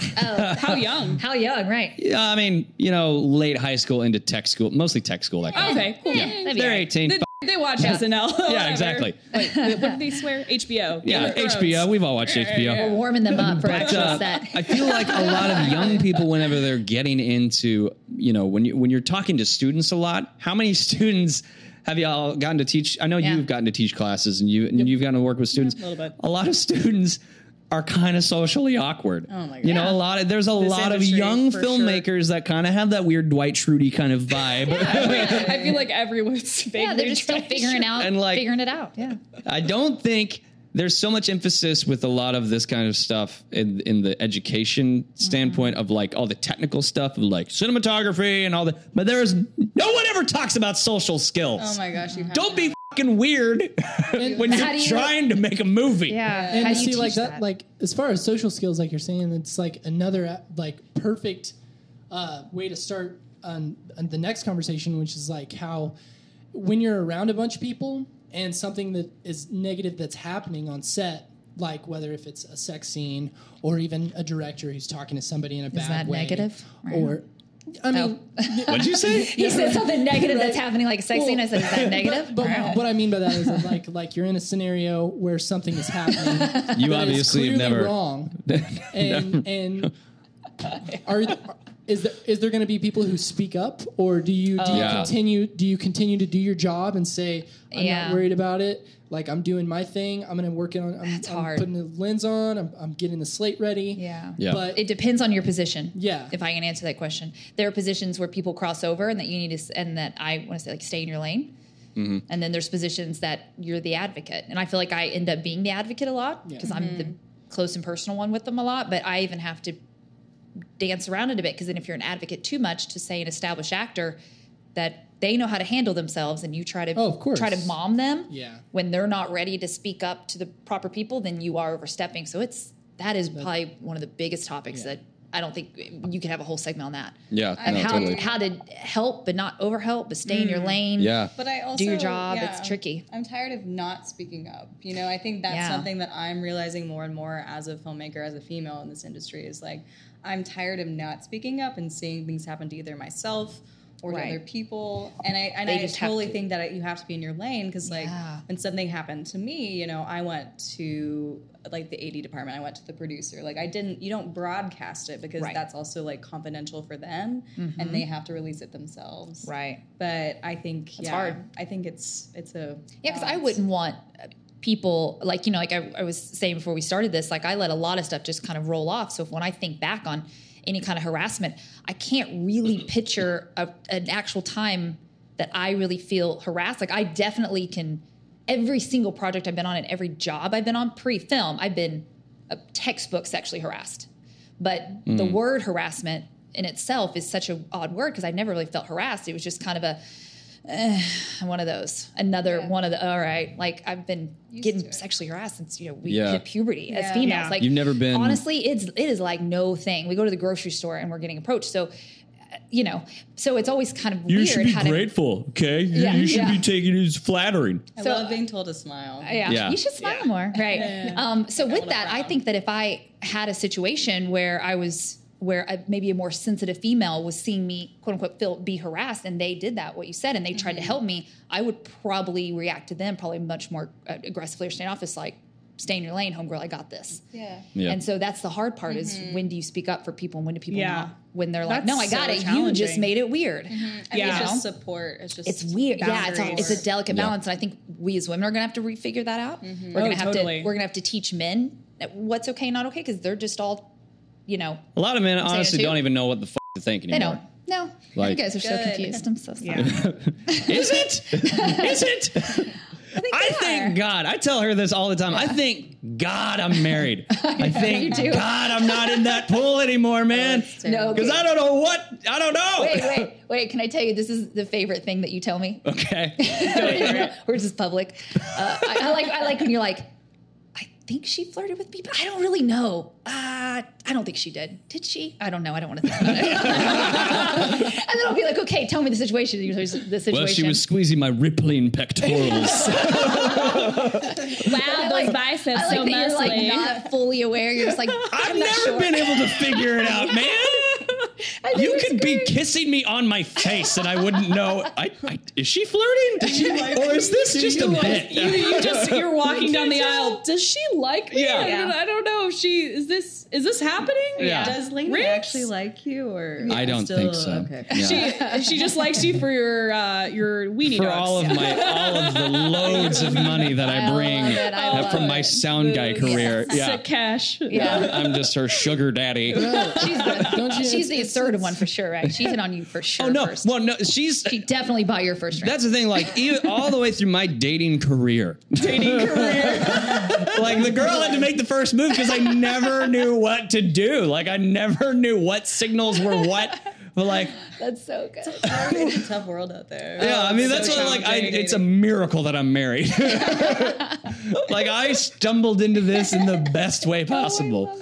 Speaker 4: Mm-hmm.
Speaker 5: how young
Speaker 4: How young, right?
Speaker 1: Yeah, I mean you know late high school into tech school, mostly tech school. That kind of
Speaker 5: okay cool
Speaker 4: Yeah, that'd be
Speaker 1: They're
Speaker 4: all right.
Speaker 1: 18.
Speaker 5: They,
Speaker 1: f-
Speaker 5: they watch SNL.
Speaker 1: yeah, exactly.
Speaker 5: Wait, what did they swear? HBO. Game
Speaker 1: Yeah,
Speaker 5: of Thrones.
Speaker 1: HBO. We've all watched HBO.
Speaker 4: We're warming them up for actual
Speaker 1: Uh,
Speaker 4: *laughs* set.
Speaker 1: I feel like a lot of young people, whenever they're getting into, you know, when you when you're talking to students a lot, how many *laughs* students have y'all gotten to teach? I know
Speaker 4: Yeah.
Speaker 1: you've gotten to teach classes and you and you've gotten to work with students.
Speaker 5: a little bit.
Speaker 1: A lot of students are kind of socially awkward. Oh
Speaker 7: my
Speaker 1: You know, a lot of there's a lot of
Speaker 5: industry,
Speaker 1: young
Speaker 5: for sure.
Speaker 1: filmmakers that kind of have that weird Dwight Schrute kind of vibe.
Speaker 5: *laughs* I feel like everyone's vaguely
Speaker 4: Yeah, they're just still
Speaker 5: trying to-
Speaker 4: figuring out,
Speaker 1: And, like-
Speaker 4: figuring it out. Yeah,
Speaker 1: I don't think there's so much emphasis with a lot of this kind of stuff in in the education standpoint
Speaker 4: Mm-hmm.
Speaker 1: of like all the technical stuff of like cinematography and all the but there is no one ever talks about social skills.
Speaker 7: Oh my gosh, you have
Speaker 1: don't be fucking weird *laughs* when
Speaker 4: How
Speaker 1: you're
Speaker 4: do you-
Speaker 1: trying to make a movie.
Speaker 4: yeah.
Speaker 3: and
Speaker 4: How
Speaker 3: I
Speaker 4: do you
Speaker 3: see like
Speaker 4: teach
Speaker 3: that,
Speaker 4: that?
Speaker 3: like as far as social skills like you're saying it's like another uh, like perfect uh, way to start on, on the next conversation which is like how when you're around a bunch of people and something that is negative that's happening on set like whether if it's a sex scene or even a director who's talking to somebody in a bad
Speaker 4: that
Speaker 3: way
Speaker 4: negative? Oh. Right.
Speaker 3: *laughs* or I mean
Speaker 1: What'd you
Speaker 4: *laughs*
Speaker 1: say?
Speaker 4: he said something negative that's
Speaker 3: Right.
Speaker 4: happening, like a sex scene. I said, is that negative?
Speaker 3: But, but
Speaker 4: Wow.
Speaker 3: what I mean by that is that, like *laughs* like you're in a scenario where something is happening. that
Speaker 1: You
Speaker 3: is
Speaker 1: obviously have
Speaker 3: clearly
Speaker 1: never
Speaker 3: wrong. And and are is there is there going to be people who speak up, or do you do you
Speaker 1: Yeah.
Speaker 3: continue do you continue to do your job and say I'm
Speaker 4: Yeah.
Speaker 3: not worried about it? Like I'm doing my thing. I'm going to work it on. I'm,
Speaker 4: That's
Speaker 3: I'm
Speaker 4: hard.
Speaker 3: putting the lens on. I'm, I'm getting the slate ready.
Speaker 4: yeah.
Speaker 1: Yeah.
Speaker 3: But
Speaker 4: It depends on your position.
Speaker 3: Yeah.
Speaker 4: If I can answer that question, there are positions where people cross over, and that you need to, s- and that I want to say, like, stay in your lane. And then there's positions that you're the advocate, and I feel like I end up being the advocate a lot because I'm
Speaker 3: Mm-hmm.
Speaker 4: the close and personal one with them a lot. But I even have to dance around it a bit because then if you're an advocate too much to say an established actor that they know how to handle themselves and you try to
Speaker 3: Oh, of course.
Speaker 4: try to mom them
Speaker 3: Yeah.
Speaker 4: when they're not ready to speak up to the proper people then you are overstepping so it's that is probably one of the biggest topics that I don't think you could have a whole segment on that
Speaker 1: *laughs* Yeah,
Speaker 4: and
Speaker 1: no,
Speaker 4: how
Speaker 1: totally.
Speaker 4: how to help but not overhelp but stay in your lane
Speaker 1: Yeah.
Speaker 7: But I also
Speaker 4: Do your job, it's tricky.
Speaker 7: I'm tired of not speaking up. You know, I think that's
Speaker 4: Yeah.
Speaker 7: something that I'm realizing more and more as a filmmaker, as a female in this industry, is like I'm tired of not speaking up and seeing things happen to either myself or
Speaker 4: Right.
Speaker 7: to other people. And I and
Speaker 4: They
Speaker 7: I
Speaker 4: just have
Speaker 7: totally
Speaker 4: to.
Speaker 7: think that you have to be in your lane because like
Speaker 4: Yeah.
Speaker 7: when something happened to me, you know, I went to like the AD department. I went to the producer. Like I didn't. You don't broadcast it because
Speaker 4: Right. Mm-hmm.
Speaker 7: that's also like confidential for them, and they have to release it themselves.
Speaker 4: Right.
Speaker 7: But I think yeah,
Speaker 4: hard.
Speaker 7: I think it's it's a
Speaker 4: Yeah, because I
Speaker 7: balance.
Speaker 4: wouldn't want uh, people like you know, like I, I was saying before we started this, like I let a lot of stuff just kind of roll off. So if, when I think back on any kind of harassment, I can't really picture a, an actual time that I really feel harassed. Like I definitely can. Every single project I've been on and every job I've been on pre-film, I've been a textbook sexually harassed. But the
Speaker 1: Mm.
Speaker 4: word harassment in itself is such an odd word because I never really felt harassed. It was just kind of a eh, one of those another one of the all right like i've been getting sexually harassed since you know we
Speaker 1: Yeah.
Speaker 4: hit puberty as
Speaker 7: Yeah.
Speaker 4: females
Speaker 5: Yeah.
Speaker 4: like
Speaker 1: You've never been-
Speaker 4: honestly it's it is like no thing we go to the grocery store and we're getting approached so uh, you know so it's always kind of
Speaker 8: You
Speaker 4: weird
Speaker 8: should be
Speaker 4: how to-
Speaker 8: grateful, okay? You,
Speaker 4: Yeah.
Speaker 8: you should
Speaker 4: Yeah.
Speaker 8: be taking it as flattering.
Speaker 7: I
Speaker 4: So-
Speaker 7: love being told to smile.
Speaker 4: yeah.
Speaker 1: Yeah.
Speaker 4: you should smile more right
Speaker 5: *laughs*
Speaker 4: um, so with that i
Speaker 7: around.
Speaker 4: think that if i had a situation where i was where a, maybe a more sensitive female was seeing me quote unquote feel be harassed and they did that what you said and they
Speaker 5: Mm-hmm.
Speaker 4: tried to help me i would probably react to them probably much more uh, aggressively or standoffish like stay in your lane homegirl i got this
Speaker 7: Yeah.
Speaker 1: Yeah.
Speaker 4: and so that's the hard part is when do you speak up for people and when do people
Speaker 5: Mm-hmm. Yeah.
Speaker 4: not when they're
Speaker 5: That's
Speaker 4: like no i got
Speaker 5: so
Speaker 4: it you just
Speaker 5: challenging. Mm-hmm.
Speaker 4: made it weird
Speaker 7: I mean,
Speaker 5: Yeah.
Speaker 7: it's just support. It's just
Speaker 4: it's weird. Yeah, it's
Speaker 7: boundaries.
Speaker 4: a, it's a delicate balance, and I think we as women are going to have to refigure that out. We're
Speaker 5: Oh,
Speaker 4: going to have
Speaker 5: totally.
Speaker 4: to we're going to have to teach men that what's okay, not okay, because they're just all, you know,
Speaker 1: A lot of men
Speaker 4: saying it
Speaker 1: honestly
Speaker 4: too.
Speaker 1: don't even know what the f- to think
Speaker 4: they
Speaker 1: anymore.
Speaker 4: don't. No,
Speaker 1: Like-
Speaker 4: you guys are so
Speaker 7: Good.
Speaker 4: confused. I'm so sorry.
Speaker 5: Yeah.
Speaker 1: Is it?
Speaker 4: *laughs*
Speaker 1: Is it?
Speaker 4: I think,
Speaker 1: I
Speaker 4: they
Speaker 1: thank
Speaker 4: are.
Speaker 1: God. I tell her this all the time. I thank God I'm
Speaker 4: *laughs*
Speaker 1: married. I thank
Speaker 4: you do.
Speaker 1: God I'm not in that pool anymore, man.
Speaker 7: It's
Speaker 4: No,
Speaker 7: terrible.
Speaker 1: Because I don't know what I don't know.
Speaker 4: Wait, wait, wait! Can I tell you? This is the favorite thing that you tell me. *laughs*
Speaker 1: Okay.
Speaker 4: We're just public. Uh, I, I like I like when you're like, I think she flirted with me, but I don't really know. Uh, I don't think she did. Did she? I don't know. I don't want to think about it. *laughs* and then I'll be like, okay, tell me the situation. The situation.
Speaker 1: Well, she was squeezing my rippling
Speaker 4: *laughs*
Speaker 1: pectorals.
Speaker 5: *laughs* Wow, those biceps
Speaker 4: I like
Speaker 5: so
Speaker 4: that you're like
Speaker 5: muscly.
Speaker 4: not fully aware. You're just like,
Speaker 1: I've
Speaker 4: I'm not
Speaker 1: never
Speaker 4: sure.
Speaker 1: been able to figure it out,
Speaker 4: *laughs*
Speaker 1: man. You
Speaker 4: it's
Speaker 1: could be
Speaker 4: great.
Speaker 1: kissing me on my face and I wouldn't know. I, I is she
Speaker 4: *laughs*
Speaker 1: flirting? or is this just a bit?
Speaker 5: *laughs* you, you
Speaker 1: *laughs*
Speaker 5: just you're walking down the aisle. Does she like me?
Speaker 1: Yeah.
Speaker 5: I, don't,
Speaker 4: Yeah.
Speaker 5: I don't know if she is this is this happening?
Speaker 1: Yeah.
Speaker 7: Does Lena
Speaker 5: Riggs?
Speaker 7: actually like you, or
Speaker 1: I don't
Speaker 7: Still-
Speaker 1: think so.
Speaker 7: Okay.
Speaker 1: *laughs* Yeah.
Speaker 5: *laughs* She she just likes you for your uh your weenie
Speaker 1: for
Speaker 5: dogs.
Speaker 1: all
Speaker 5: *laughs*
Speaker 1: of my all of the loads of money that I
Speaker 4: love
Speaker 1: bring
Speaker 4: it, I
Speaker 1: uh,
Speaker 4: love
Speaker 1: from my
Speaker 4: it.
Speaker 1: sound guy career. Yeah.
Speaker 5: Sick cash.
Speaker 4: Yeah.
Speaker 1: I'm just her sugar
Speaker 4: *laughs*
Speaker 1: daddy.
Speaker 4: She's the,
Speaker 1: *laughs*
Speaker 3: Don't you-
Speaker 4: she's the
Speaker 3: it's-
Speaker 4: assertive one for sure, right? She hit on you for sure.
Speaker 1: Oh no.
Speaker 4: First.
Speaker 1: Well, no, she's
Speaker 4: she definitely bought your first round.
Speaker 1: that's the thing like even, all the way through my dating career. *laughs* Dating career. like the girl had to make the first move cuz I never knew what to do. Like I never knew what signals were what. But like
Speaker 4: That's so good.
Speaker 7: it's a tough world out there.
Speaker 1: Yeah, I mean that's
Speaker 7: so
Speaker 1: what like I,
Speaker 7: challenging.
Speaker 1: it's a miracle that I'm married. *laughs* like I stumbled into this in the best
Speaker 5: Oh,
Speaker 1: way possible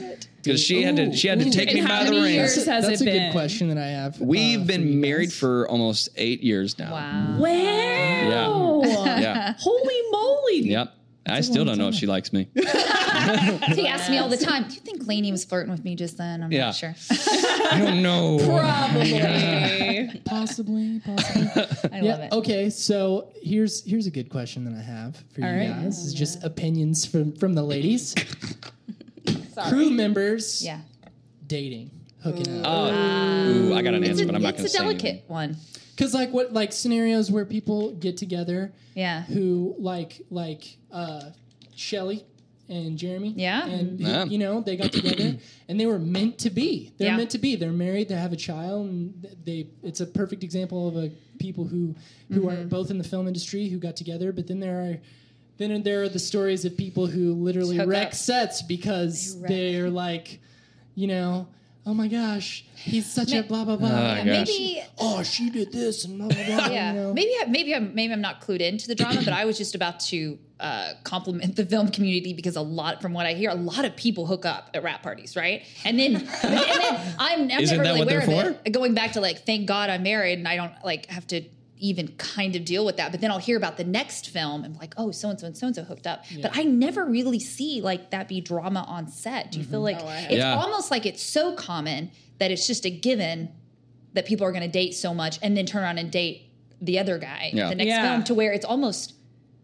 Speaker 1: because she had to she had to
Speaker 3: Ooh.
Speaker 1: take me
Speaker 5: And how
Speaker 1: by the
Speaker 5: many
Speaker 1: reins.
Speaker 5: years- has it
Speaker 3: that's a
Speaker 5: been?
Speaker 3: good question that I have.
Speaker 1: We've
Speaker 3: uh, for you
Speaker 1: been
Speaker 3: guys.
Speaker 1: married for almost eight years now.
Speaker 4: Wow.
Speaker 5: Wow.
Speaker 1: *laughs* Yeah.
Speaker 5: Holy moly.
Speaker 1: Yep. I still don't know if she likes me.
Speaker 4: He asks me all the time, do you think Lainey was flirting with me just then? I'm
Speaker 1: Yeah.
Speaker 4: not sure.
Speaker 1: I don't
Speaker 5: *laughs*
Speaker 1: know. *laughs*
Speaker 5: Probably.
Speaker 3: Possibly, possibly.
Speaker 4: I love
Speaker 3: yeah.
Speaker 4: it.
Speaker 3: Okay. So here's here's a good question that I have for you
Speaker 5: right.
Speaker 3: guys. It's just opinions from from the ladies. Crew members
Speaker 4: Yeah.
Speaker 3: dating, hooking up.
Speaker 1: Oh, ooh, I got an answer, but I'm not going to
Speaker 4: it's
Speaker 1: say.
Speaker 4: a
Speaker 1: anything.
Speaker 4: delicate one.
Speaker 3: Because like what like scenarios where people get together
Speaker 4: Yeah.
Speaker 1: Oh
Speaker 3: who like like uh Shelly and Jeremy.
Speaker 4: Yeah. Mm-hmm.
Speaker 3: And
Speaker 1: Yeah.
Speaker 3: you know, they
Speaker 1: *clears throat*
Speaker 3: got together and they were meant to be. They're
Speaker 4: Yeah.
Speaker 3: meant to be. They're married, they have a child and th- they it's a perfect example of a people who who are
Speaker 4: Mm-hmm.
Speaker 3: both in the film industry who got together, but then there are then there are the stories of people who literally
Speaker 4: Hook
Speaker 3: wreck
Speaker 4: up.
Speaker 3: sets because
Speaker 4: They wreck.
Speaker 3: they're like, you know, oh my gosh, he's such a blah blah blah.
Speaker 1: Oh, gosh.
Speaker 4: Maybe
Speaker 3: oh, she did this and blah blah blah.
Speaker 4: *laughs* yeah.
Speaker 3: You know?
Speaker 4: Maybe I, maybe I'm maybe I'm not clued into the drama, but I was just about to uh, compliment the film community because a lot, from what I hear, a lot of people hook up at rap parties, right? And then, and
Speaker 1: *laughs*
Speaker 4: then I'm, I'm
Speaker 1: Isn't
Speaker 4: never
Speaker 1: that
Speaker 4: really
Speaker 1: what
Speaker 4: aware
Speaker 1: they're
Speaker 4: of it. Going back to like, thank God I'm married and I don't like have to even kind of deal with that. But then I'll hear about the next film and like, oh, so and so and so and so hooked up. But I never really see like that be drama on set. Do you feel like
Speaker 7: I have.
Speaker 4: it's
Speaker 1: Yeah.
Speaker 4: almost like it's so common that it's just a given that people are going to date so much and then turn around and date the other guy
Speaker 1: Yeah.
Speaker 4: the next
Speaker 5: Yeah.
Speaker 4: film to where it's almost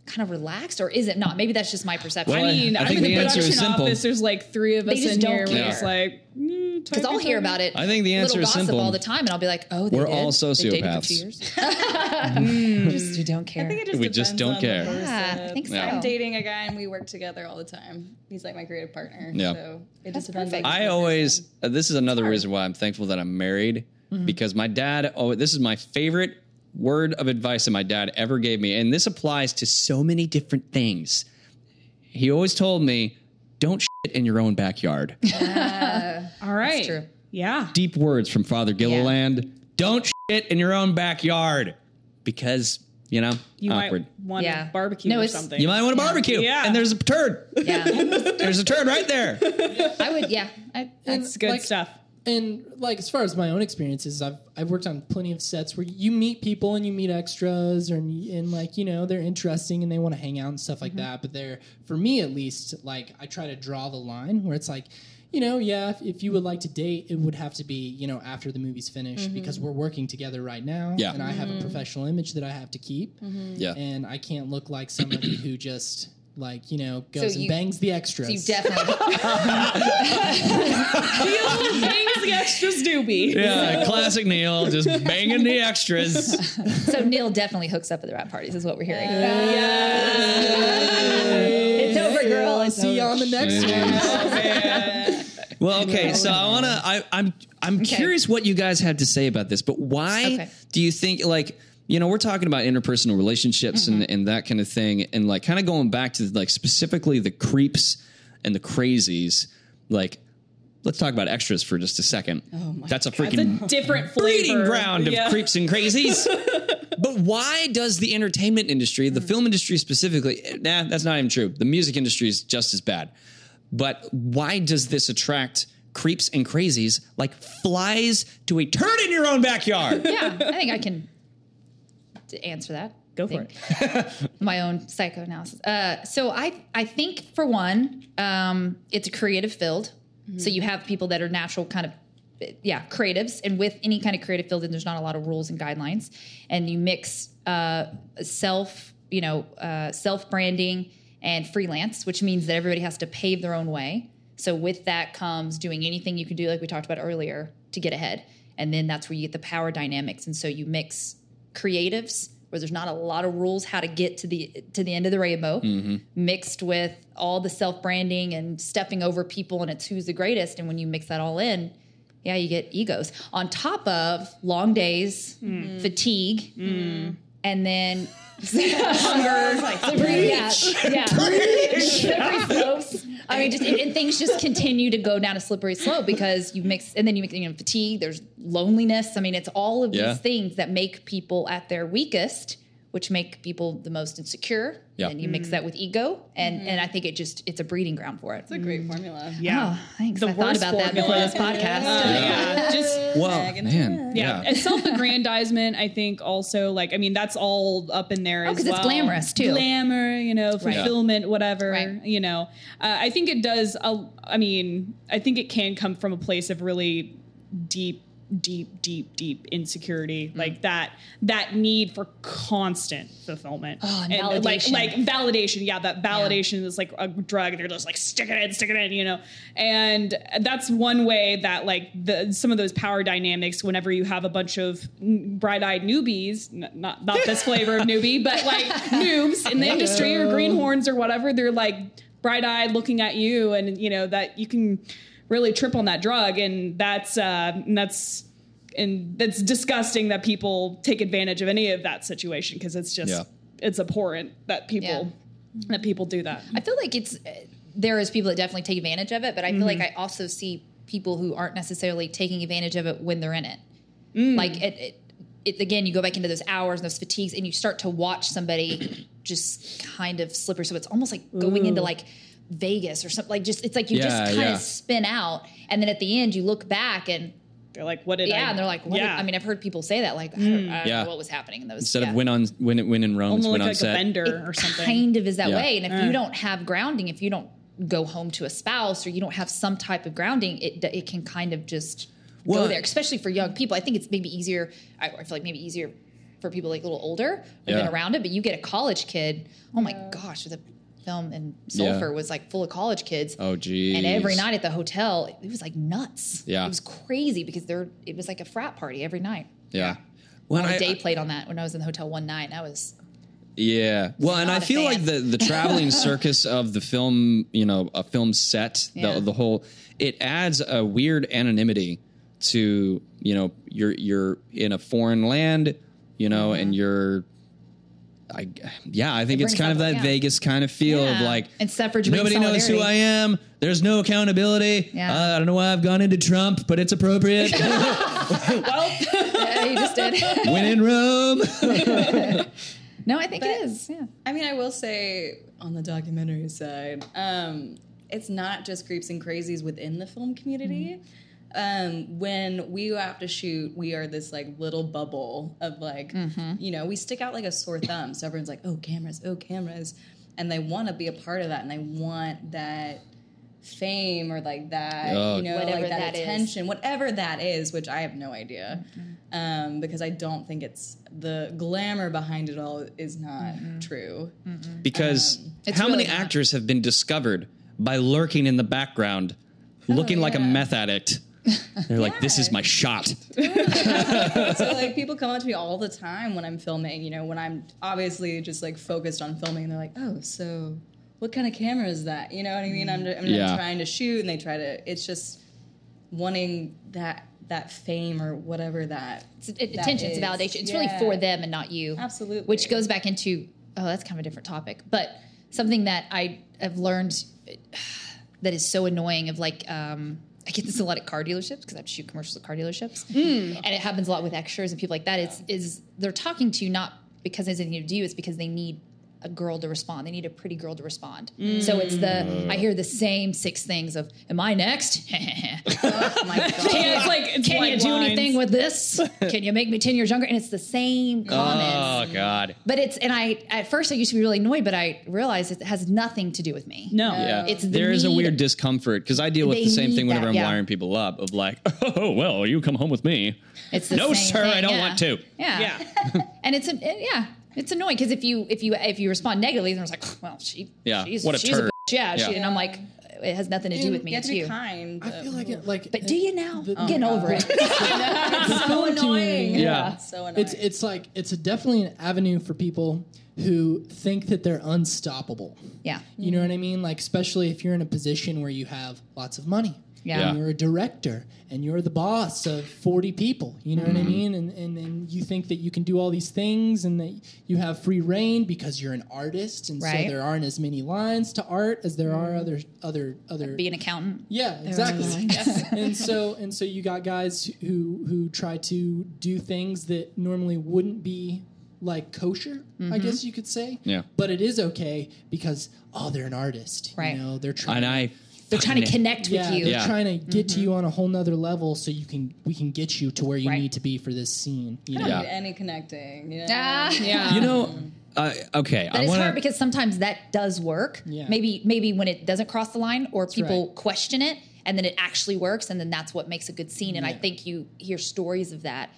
Speaker 4: kind of relaxed or is it not? Maybe that's just my perception.
Speaker 5: I mean,
Speaker 1: I
Speaker 5: I am
Speaker 1: think
Speaker 5: in
Speaker 1: the
Speaker 5: the
Speaker 1: answer is
Speaker 5: production
Speaker 1: simple.
Speaker 5: office. There's like three of us
Speaker 4: just
Speaker 5: in
Speaker 4: don't
Speaker 5: here. We're
Speaker 4: care.
Speaker 5: just like, mm, because
Speaker 4: because I'll hear about it.
Speaker 1: I think the answer
Speaker 4: little
Speaker 1: is
Speaker 4: gossip
Speaker 1: simple.
Speaker 4: all the time, and I'll be like, "Oh, they
Speaker 1: We're
Speaker 4: did.
Speaker 1: all
Speaker 4: They dated for two
Speaker 1: sociopaths.
Speaker 5: *laughs*
Speaker 4: years. Mm,
Speaker 5: Mm.
Speaker 4: Just you don't care.
Speaker 7: I think it just
Speaker 1: We just
Speaker 7: depends
Speaker 1: don't
Speaker 7: on the
Speaker 1: care.
Speaker 7: person.
Speaker 4: Yeah, I think so.
Speaker 7: I'm dating a guy and we work together all the time. He's like my creative partner.
Speaker 1: Yeah.
Speaker 7: So it
Speaker 4: That's
Speaker 7: just depends.
Speaker 4: perfect.
Speaker 7: on the
Speaker 1: I
Speaker 7: person.
Speaker 1: always uh, this is another reason why I'm thankful that I'm married
Speaker 5: Mm-hmm.
Speaker 1: because my dad oh this is my favorite word of advice that my dad ever gave me and this applies to so many different things. He always told me don't shit in your own
Speaker 5: *laughs*
Speaker 1: backyard.
Speaker 5: All right.
Speaker 4: true.
Speaker 5: Yeah.
Speaker 1: Deep words from Father Gilliland. Don't shit in your own backyard because, you know,
Speaker 5: You
Speaker 1: awkward.
Speaker 5: might want
Speaker 4: Yeah.
Speaker 5: to barbecue
Speaker 4: No,
Speaker 5: or
Speaker 4: it's-
Speaker 5: something.
Speaker 1: you might want to barbecue
Speaker 5: Yeah.
Speaker 1: and there's a turd.
Speaker 4: yeah,
Speaker 1: There's a turd right
Speaker 5: *laughs*
Speaker 1: there.
Speaker 4: I would. Yeah, I,
Speaker 5: That's good
Speaker 3: like-
Speaker 5: stuff.
Speaker 3: and like as far as my own experiences i've i've worked on plenty of sets where you meet people and you meet extras or, and like you know they're interesting and they want to hang out and stuff
Speaker 4: Mm-hmm.
Speaker 3: like that but they're for me at least like i try to draw the line where it's like you know yeah if, if you would like to date it would have to be you know after the movie's finished
Speaker 4: Mm-hmm.
Speaker 3: because we're working together right now
Speaker 1: Yeah.
Speaker 3: and i have a professional image that i have to keep
Speaker 4: Mm-hmm.
Speaker 1: Yeah.
Speaker 3: and i can't look like somebody who just like you know goes and
Speaker 4: you-
Speaker 3: bangs the extras
Speaker 4: you
Speaker 1: *laughs*
Speaker 4: definitely.
Speaker 5: The old things the extras do *laughs* be.
Speaker 1: Yeah, classic Neil just banging the extras.
Speaker 4: so Neil definitely hooks up at the rap parties, is what we're hearing. it's over, girl. It's
Speaker 3: see you
Speaker 4: over.
Speaker 3: on the next one
Speaker 1: Well, okay, so I want to. I I'm I'm curious what you guys have to say about this, but why
Speaker 4: Okay.
Speaker 1: do you think like you know we're talking about interpersonal relationships and and that kind of thing, and like kind of going back to like specifically the creeps and the crazies, like. Let's talk about extras for just a second. Oh my That's a freaking
Speaker 5: Different flavor.
Speaker 1: breeding ground of
Speaker 5: Yeah.
Speaker 1: creeps and crazies. but why does the entertainment industry, the film industry specifically, nah, that's not even true. The music industry is just as bad. But why does this attract creeps and crazies like flies to a turd in your own backyard?
Speaker 4: yeah, I think I can t- answer that.
Speaker 5: Go for
Speaker 4: I think. My own psychoanalysis. Uh, so I, I think for one, um, it's a creative field. So you have people that are natural kind of, uh, yeah, creatives, and with any kind of creative field, then there's not a lot of rules and guidelines, and you mix uh, self, you know, uh, self branding and freelance, which means that everybody has to pave their own way. So with that comes doing anything you can do, like we talked about earlier, to get ahead. And then that's where you get the power dynamics. And so you mix creatives, where there's not a lot of rules how to get to the to the end of the rainbow, mixed with all the self branding and stepping over people, and it's who's the greatest. And when you mix that all in, yeah, you get egos on top of long days, fatigue, and then *laughs* hunger. yeah, yeah. slippery slopes. I mean, just and, and things just continue to go down a slippery slope because you mix, and then you mix you know, fatigue. There's loneliness. I mean, it's all of
Speaker 1: Yeah.
Speaker 4: these things that make people at their weakest, which make people the most insecure.
Speaker 1: Yeah.
Speaker 4: And you mix that with ego, and
Speaker 5: Mm-hmm.
Speaker 4: and I think it just it's a breeding ground for it.
Speaker 7: It's a great formula.
Speaker 5: Yeah.
Speaker 4: Oh, thanks.
Speaker 5: The
Speaker 4: I thought
Speaker 5: worst
Speaker 4: about
Speaker 5: *laughs*
Speaker 4: that before
Speaker 5: formula.
Speaker 4: this podcast.
Speaker 5: Yeah. Just
Speaker 1: well, man,
Speaker 5: yeah,
Speaker 1: yeah.
Speaker 5: And self-aggrandizement. I think also like I mean that's all up in there as
Speaker 4: Oh, 'cause it's
Speaker 5: well.
Speaker 4: glamorous, too.
Speaker 5: Glamour, you know, fulfillment, whatever.
Speaker 4: Right.
Speaker 5: You know, uh, I think it does. Uh, I mean, I think it can come from a place of really deep deep deep deep insecurity
Speaker 4: Mm.
Speaker 5: like that that need for constant fulfillment
Speaker 4: Oh, and
Speaker 5: like
Speaker 4: validation.
Speaker 5: like validation yeah that validation is like a drug they're just like stick it in stick it in you know and that's one way that like the some of those power dynamics whenever you have a bunch of n- bright-eyed newbies n- not not this flavor of newbie but like noobs in the industry or greenhorns or whatever they're like bright-eyed looking at you and you know that you can really trip on that drug and that's uh and that's and that's disgusting that people take advantage of any of that situation because it's just
Speaker 1: Yeah.
Speaker 5: it's abhorrent that people that people do that.
Speaker 4: I feel like it's uh, there is people that definitely take advantage of it, but I feel like I
Speaker 1: Mm-hmm.
Speaker 4: also see people who aren't necessarily taking advantage of it when they're in it.
Speaker 1: Mm.
Speaker 4: Like it, it, it again, you go back into those hours and those fatigues, and you start to watch somebody *clears throat* just kind of slipper. So it's almost like going into like Vegas or something. Like just it's like you
Speaker 1: Yeah,
Speaker 4: just kind
Speaker 1: yeah.
Speaker 4: of spin out, and then at the end you look back and
Speaker 5: They're like, what did I?
Speaker 4: yeah, and they're like, what did- I mean, I've heard people say that like I don't, I don't
Speaker 1: Mm. Yeah.
Speaker 4: know what was happening in those
Speaker 1: Instead
Speaker 4: yeah.
Speaker 1: of win on win it win in Rome, it's
Speaker 5: almost
Speaker 1: win
Speaker 5: like,
Speaker 1: on
Speaker 5: like a
Speaker 1: set.
Speaker 5: vendor
Speaker 4: it
Speaker 5: or something. Mm.
Speaker 4: Kind of is that
Speaker 1: Yeah.
Speaker 4: way. And if you don't have grounding, if you don't go home to a spouse or you don't have some type of grounding, it it can kind of just
Speaker 8: Well,
Speaker 4: go there, especially for young people. I think it's maybe easier. I, I feel like maybe easier for people like a little older who've
Speaker 8: Yeah.
Speaker 4: been around it. But you get a college kid. Oh my gosh, the film in Sulphur was like full of college kids.
Speaker 1: Oh, geez.
Speaker 4: And every night at the hotel, it was like nuts.
Speaker 1: Yeah.
Speaker 4: it was crazy because there it was like a frat party every night.
Speaker 1: Yeah.
Speaker 8: when
Speaker 4: My
Speaker 8: I,
Speaker 4: day played on that when I was in the hotel one night. And I was
Speaker 1: Yeah. Well, and
Speaker 4: Not
Speaker 1: I
Speaker 4: a
Speaker 1: feel
Speaker 4: fan.
Speaker 1: like the the
Speaker 4: *laughs*
Speaker 1: traveling circus of the film, you know, a film set,
Speaker 4: Yeah.
Speaker 1: the the whole it adds a weird anonymity to, you know, you're you're in a foreign land, you know, and you're I yeah, I think
Speaker 4: Mm-hmm. It
Speaker 1: it's
Speaker 4: brings
Speaker 1: kind of
Speaker 4: up-
Speaker 1: that
Speaker 4: yeah.
Speaker 1: Vegas kind of feel of
Speaker 4: Yeah.
Speaker 1: like
Speaker 4: And suffrage brings
Speaker 1: Nobody knows who I
Speaker 4: solidarity.
Speaker 1: am. There's no accountability.
Speaker 4: Yeah.
Speaker 1: Uh, I don't know why I've gone into Trump, but it's appropriate.
Speaker 4: *laughs* yeah, you just did.
Speaker 1: when in Rome.
Speaker 4: no, I think it is. Yeah.
Speaker 7: I mean, I will say on the documentary side, um, it's not just creeps and crazies within the film community. Um, when we go out to shoot, we are this like little bubble of like, you know, we stick out like a sore thumb. So everyone's like, oh, cameras, oh, cameras. And they want to be a part of that and they want that fame or like that,
Speaker 1: Oh.
Speaker 7: you know,
Speaker 4: Whatever
Speaker 7: like that,
Speaker 4: that is. Mm-hmm.
Speaker 7: attention, whatever that is, which I have no idea. Um, because I don't think it's the glamour behind it all is not
Speaker 4: Mm-hmm.
Speaker 7: true.
Speaker 1: because
Speaker 4: Um, It's
Speaker 1: how
Speaker 4: really
Speaker 1: many
Speaker 4: not.
Speaker 1: actors have been discovered by lurking in the background
Speaker 4: Oh,
Speaker 1: looking like a
Speaker 7: yeah.
Speaker 1: meth
Speaker 4: *laughs*
Speaker 1: addict they're like this is my shot
Speaker 7: so like people come up to me all the time when I'm filming, you know, when I'm obviously just like focused on filming, they're like, oh, so what kind of camera is that? You know what I mean? I'm, I'm
Speaker 1: Yeah.
Speaker 7: trying to shoot and they try to, it's just wanting that, that fame or whatever that.
Speaker 4: It's it,
Speaker 7: that
Speaker 4: attention, it's
Speaker 7: is.
Speaker 4: validation. It's
Speaker 7: Yeah.
Speaker 4: really for them and not you.
Speaker 7: Absolutely.
Speaker 4: Which goes back into oh, that's kind of a different topic, but something that I have learned *sighs* that is so annoying of like um, I get this a lot at car dealerships because I have to shoot commercials at car dealerships,
Speaker 7: Hmm.
Speaker 4: and it happens a lot with extras and people like that. It's is they're talking to you not because there's anything to do, it's because they need a girl to respond. They need a pretty girl to respond. So it's
Speaker 7: Hmm.
Speaker 4: the I hear the same six things of Am I next? *laughs*
Speaker 7: Oh my God.
Speaker 5: Yeah, it's like it's
Speaker 4: Can
Speaker 5: like
Speaker 4: you do
Speaker 5: lines.
Speaker 4: anything with
Speaker 7: *laughs*
Speaker 4: this? Can you make me 10 years younger? And it's the same
Speaker 7: Ah.
Speaker 4: comments.
Speaker 1: oh god
Speaker 4: But it's, and I, at first I used to be really annoyed, but I realized it has nothing to do with me.
Speaker 5: No.
Speaker 4: It's the
Speaker 1: there is a
Speaker 4: need-
Speaker 1: weird discomfort because i deal with
Speaker 4: They
Speaker 1: the same thing
Speaker 4: need
Speaker 1: whenever
Speaker 4: that,
Speaker 1: i'm
Speaker 4: yeah.
Speaker 1: wiring people up of like oh well you come home with me
Speaker 4: It's the
Speaker 1: no
Speaker 4: same
Speaker 1: sir i
Speaker 4: thing,
Speaker 1: don't
Speaker 4: yeah.
Speaker 1: want to
Speaker 4: Yeah.
Speaker 5: Yeah.
Speaker 4: And it's, a, it- yeah, it's annoying because if you, if you, if you respond negatively, then it's like, "Oh, well, she,
Speaker 1: Yeah.
Speaker 4: she's,
Speaker 1: What a
Speaker 4: she's
Speaker 1: turd."
Speaker 4: bitch. Yeah. She,
Speaker 1: Yeah.
Speaker 4: and I'm like, it has nothing to do with me.
Speaker 7: You have
Speaker 4: it's
Speaker 7: to be
Speaker 4: you.
Speaker 7: kind.
Speaker 3: I feel like it, like
Speaker 4: But do you now?
Speaker 3: The-
Speaker 4: I'm Getting over it. *laughs*
Speaker 7: it's so annoying.
Speaker 1: Yeah.
Speaker 7: So annoying.
Speaker 3: It's it's like it's a, definitely an avenue for people who think that they're unstoppable.
Speaker 4: yeah.
Speaker 3: You know what I mean? Like especially if you're in a position where you have lots of money.
Speaker 4: Yeah.
Speaker 3: And you're a director and you're the boss of 40 people. You know what I mean? And, and and you think that you can do all these things and that you have free reign because you're an artist and
Speaker 4: Right. Mm-hmm.
Speaker 3: so there aren't as many lines to art as there are other other other
Speaker 4: Be an accountant.
Speaker 3: yeah, *laughs* exactly. and so and so you got guys who who try to do things that normally wouldn't be like kosher,
Speaker 4: Mm-hmm.
Speaker 3: I guess you could say.
Speaker 1: Yeah.
Speaker 3: But it is okay because oh, they're an artist.
Speaker 4: Right.
Speaker 3: You know, they're trying
Speaker 1: and i
Speaker 4: They're trying to
Speaker 1: fucking-
Speaker 4: connect with
Speaker 3: yeah,
Speaker 4: you. Mm-hmm.
Speaker 3: they're
Speaker 1: Yeah.
Speaker 3: trying to get to you on a whole nother level so you can we can get you to where you
Speaker 4: Right.
Speaker 3: need to be for this scene. You know?
Speaker 7: I don't
Speaker 1: Yeah.
Speaker 7: need any connecting. You know?
Speaker 4: Ah.
Speaker 5: Yeah.
Speaker 4: *laughs*
Speaker 1: you know uh, okay
Speaker 4: But
Speaker 1: i
Speaker 4: it's
Speaker 1: want
Speaker 4: hard because sometimes that does work.
Speaker 3: Yeah.
Speaker 4: Maybe maybe when it doesn't cross the line or people
Speaker 3: right.
Speaker 4: question it and then it actually works and then that's what makes a good scene. And I think you hear stories of that.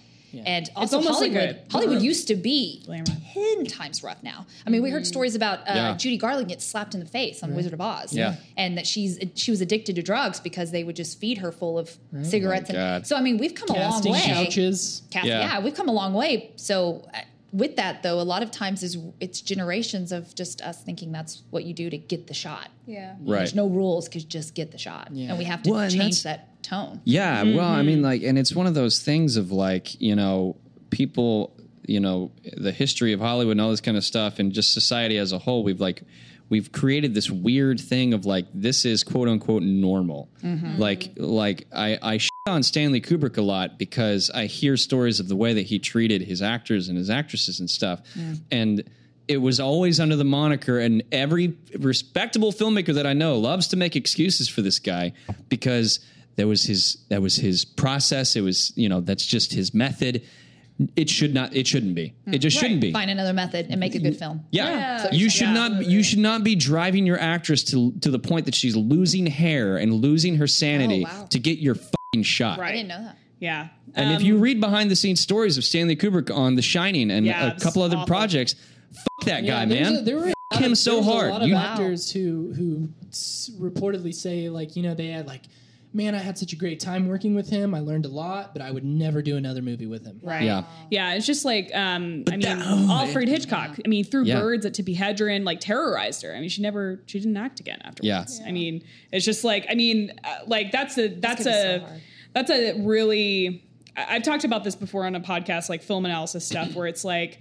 Speaker 4: And also
Speaker 5: almost like
Speaker 4: Hollywood.
Speaker 5: a-
Speaker 4: Hollywood used to be
Speaker 5: Glamour.
Speaker 4: ten times rough now. I mean, we heard stories about uh,
Speaker 1: Yeah.
Speaker 4: Judy Garland gets slapped in the face on Wizard of Oz,
Speaker 1: Yeah.
Speaker 4: and that she's she was addicted to drugs because they would just feed her full of cigarettes. and,
Speaker 1: God.
Speaker 4: so I mean, we've come
Speaker 3: Casting
Speaker 4: a long way.
Speaker 3: couches.
Speaker 4: Cast,
Speaker 1: Yeah.
Speaker 4: yeah. we've come a long way. So uh, with that though, a lot of times is it's generations of just us thinking that's what you do to get the shot.
Speaker 7: Yeah.
Speaker 1: right
Speaker 4: There's no rules because just get the shot, and we have to
Speaker 1: Well, and
Speaker 4: change
Speaker 1: that's-
Speaker 4: that tone.
Speaker 1: Yeah, well, I mean, like, and it's one of those things of like, you know, people, you know, the history of Hollywood and all this kind of stuff, and just society as a whole, we've like, we've created this weird thing of like, this is quote unquote normal. Like, like I, I shit on Stanley Kubrick a lot because I hear stories of the way that he treated his actors and his actresses and stuff, and. It was always under the moniker, and every respectable filmmaker that I know loves to make excuses for this guy because that was his that was his process it was you know that's just his method it should not it shouldn't be it
Speaker 5: Mm.
Speaker 1: just shouldn't be
Speaker 4: Find another method and make a good film.
Speaker 1: yeah. you should not you should not be driving your actress to to the point that she's losing hair and losing her sanity
Speaker 4: Oh, wow.
Speaker 1: to get your fucking shot
Speaker 4: I
Speaker 5: Right.
Speaker 4: didn't know that.
Speaker 5: Yeah.
Speaker 1: And if
Speaker 5: Um,
Speaker 1: you read behind the scenes stories of Stanley Kubrick on The Shining and
Speaker 5: Yeah,
Speaker 1: a couple
Speaker 5: it's
Speaker 1: other
Speaker 5: awful.
Speaker 1: projects, fuck that
Speaker 3: Yeah,
Speaker 1: guy,
Speaker 3: there's
Speaker 1: man.
Speaker 3: a- there were a lot
Speaker 1: him
Speaker 3: of-
Speaker 1: so
Speaker 3: there was
Speaker 1: hard.
Speaker 3: A lot of
Speaker 1: You-
Speaker 3: actors who who s- reportedly say like you know they had like, man, I had such a great time working with him. I learned a lot, but I would never do another movie with him.
Speaker 4: Right.
Speaker 1: yeah.
Speaker 5: Yeah, it's just like um, I mean,
Speaker 1: that- oh,
Speaker 5: Alfred Hitchcock. I mean, threw
Speaker 1: Yeah.
Speaker 5: birds at Tippi Hedren, like terrorized her. I mean, she never, she didn't act again afterwards.
Speaker 1: Yeah.
Speaker 5: I mean, it's just like I mean, uh, like that's a that's
Speaker 4: gonna be
Speaker 5: a
Speaker 4: so hard.
Speaker 5: that's a really. I- I've talked about this before on a podcast, like film analysis stuff, where it's like.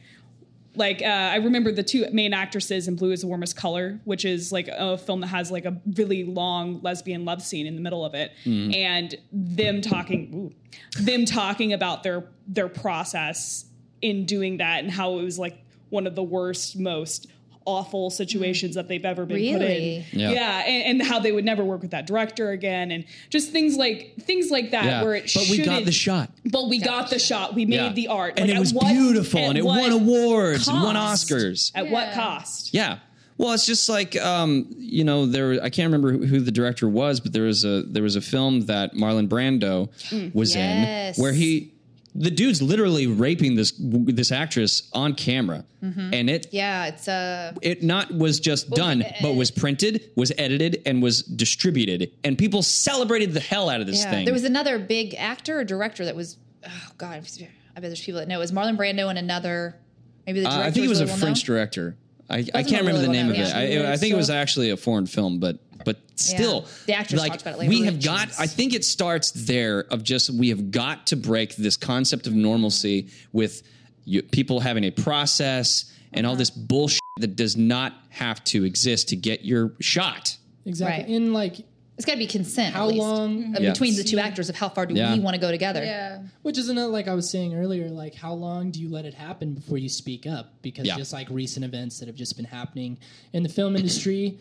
Speaker 5: Like uh, I remember the two main actresses in Blue Is the Warmest Color, which is like a film that has like a really long lesbian love scene in the middle of it,
Speaker 1: Mm-hmm.
Speaker 5: and them talking, ooh, them talking about their their process in doing that and how it was like one of the worst, most awful situations that they've ever been put in.
Speaker 4: Really?
Speaker 1: Yeah.
Speaker 5: and, and how they would never work with that director again, and just things like things like that
Speaker 1: Yeah.
Speaker 5: where it.
Speaker 1: But we got
Speaker 5: shouldn't-
Speaker 1: the shot.
Speaker 5: But we got the shot. We made
Speaker 1: Yeah.
Speaker 5: the art,
Speaker 1: And
Speaker 5: Like,
Speaker 1: it
Speaker 5: at
Speaker 1: was
Speaker 5: what-
Speaker 1: beautiful
Speaker 5: at
Speaker 1: and it
Speaker 5: what
Speaker 1: won awards and won
Speaker 5: cost?
Speaker 1: Oscars.
Speaker 5: At what cost?
Speaker 1: Yeah. Well, it's just like um, you know, there. I can't remember who- who the director was, but there was a there was a film that Marlon Brando was
Speaker 4: Mm. Yes.
Speaker 1: in where he the dude's literally raping this this actress on camera, and it
Speaker 4: Mm-hmm. Yeah, it's uh, a
Speaker 1: it not was just done, but was printed, was edited, and was distributed, and people celebrated the hell out of this
Speaker 4: yeah.
Speaker 1: thing.
Speaker 4: There was another big actor or director that was oh god, I bet there's people that know. It was Marlon Brando and another maybe the
Speaker 1: Uh,
Speaker 4: director.
Speaker 1: I think it was a
Speaker 4: really well
Speaker 1: French
Speaker 4: known?
Speaker 1: director. I, I
Speaker 4: Doesn't
Speaker 1: can't remember the
Speaker 4: really
Speaker 1: name of
Speaker 4: well
Speaker 1: it.
Speaker 4: known,
Speaker 1: I,
Speaker 3: yeah.
Speaker 1: I think it was actually a foreign film, but but still,
Speaker 4: The actress
Speaker 1: like
Speaker 4: talked about it later.
Speaker 1: we
Speaker 4: Really
Speaker 1: have got.
Speaker 4: cheese.
Speaker 1: I think it starts there of just we have got to break this concept of normalcy with you, people having a process and
Speaker 4: Uh-huh.
Speaker 1: all this bullshit that does not have to exist to get your shot.
Speaker 3: Exactly.
Speaker 4: Right.
Speaker 3: In like
Speaker 4: It's got to be consent.
Speaker 3: how
Speaker 4: at least.
Speaker 3: long?
Speaker 4: Uh,
Speaker 1: Yeah.
Speaker 4: between the two actors of how far do
Speaker 1: Yeah.
Speaker 4: we want to go together?
Speaker 7: Yeah.
Speaker 3: Which is another like I was saying earlier. Like how long do you let it happen before you speak up? Because
Speaker 1: Yeah.
Speaker 3: just like recent events that have just been happening in the film industry.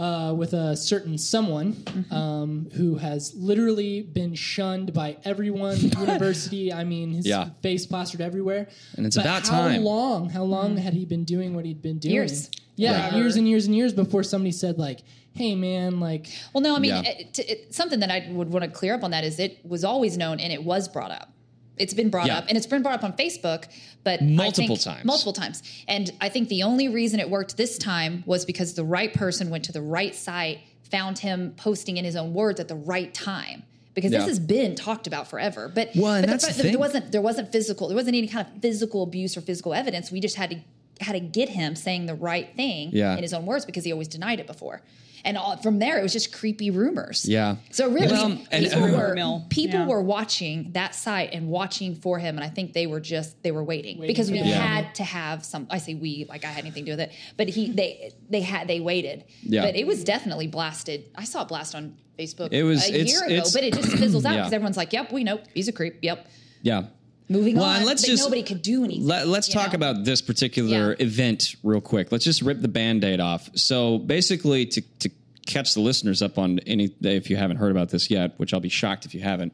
Speaker 3: uh, with a certain someone
Speaker 1: Mm-hmm.
Speaker 3: um, who has literally been shunned by everyone,
Speaker 1: *laughs*
Speaker 3: university. I mean, his
Speaker 1: Yeah.
Speaker 3: face plastered everywhere.
Speaker 1: And it's
Speaker 3: But
Speaker 1: about
Speaker 3: how
Speaker 1: time. Mm.
Speaker 3: long? How long had he been doing what he'd been doing?
Speaker 4: Years.
Speaker 3: Yeah, years and years and years before somebody said like, "Hey, man, like."
Speaker 4: Well, no, I mean,
Speaker 1: Yeah.
Speaker 4: it, to, it, something that I would want to clear up on that is it was always known and it was brought up. It's been brought
Speaker 1: Yeah.
Speaker 4: up and it's been brought up on Facebook, but I
Speaker 1: Multiple
Speaker 4: think-
Speaker 1: times.
Speaker 4: multiple times. And I think the only reason it worked this time was because the right person went to the right site, found him posting in his own words at the right time. Because
Speaker 1: Yeah.
Speaker 4: this has been talked about forever, but,
Speaker 1: Well, and
Speaker 4: but
Speaker 1: that's
Speaker 4: fact
Speaker 1: the
Speaker 4: that there
Speaker 1: thing.
Speaker 4: wasn't there wasn't physical there wasn't any kind of physical abuse or physical evidence. We just had to had to get him saying the right thing
Speaker 1: Yeah.
Speaker 4: in his own words because he always denied it before. And all, from there, it was just creepy rumors.
Speaker 1: Yeah.
Speaker 4: So really,
Speaker 1: Well, and
Speaker 4: people,
Speaker 1: rumor
Speaker 5: mill.
Speaker 4: were, people
Speaker 5: Yeah.
Speaker 4: were watching that site and watching for him, and I think they were just they were waiting, because we
Speaker 5: Yeah.
Speaker 4: had to have some. I say we like I had anything to do with it, but he they they had they waited.
Speaker 1: Yeah.
Speaker 4: But it was definitely blasted. I saw it blast on Facebook.
Speaker 1: It was-
Speaker 4: a
Speaker 1: it's-
Speaker 4: year ago,
Speaker 1: it's-
Speaker 4: but it just fizzles out
Speaker 1: *clears throat* Yeah.
Speaker 4: because everyone's like, "Yep, we know he's a creep." Yep.
Speaker 1: Yeah.
Speaker 4: Moving
Speaker 1: Well,
Speaker 4: on.
Speaker 1: and let's
Speaker 4: But
Speaker 1: just-
Speaker 4: nobody could do anything.
Speaker 1: Let, let's
Speaker 4: you
Speaker 1: talk
Speaker 4: know?
Speaker 1: about this particular
Speaker 4: Yeah.
Speaker 1: event real quick. Let's just rip the band-aid off. So basically to, to catch the listeners up on any if you haven't heard about this yet, which I'll be shocked if you haven't.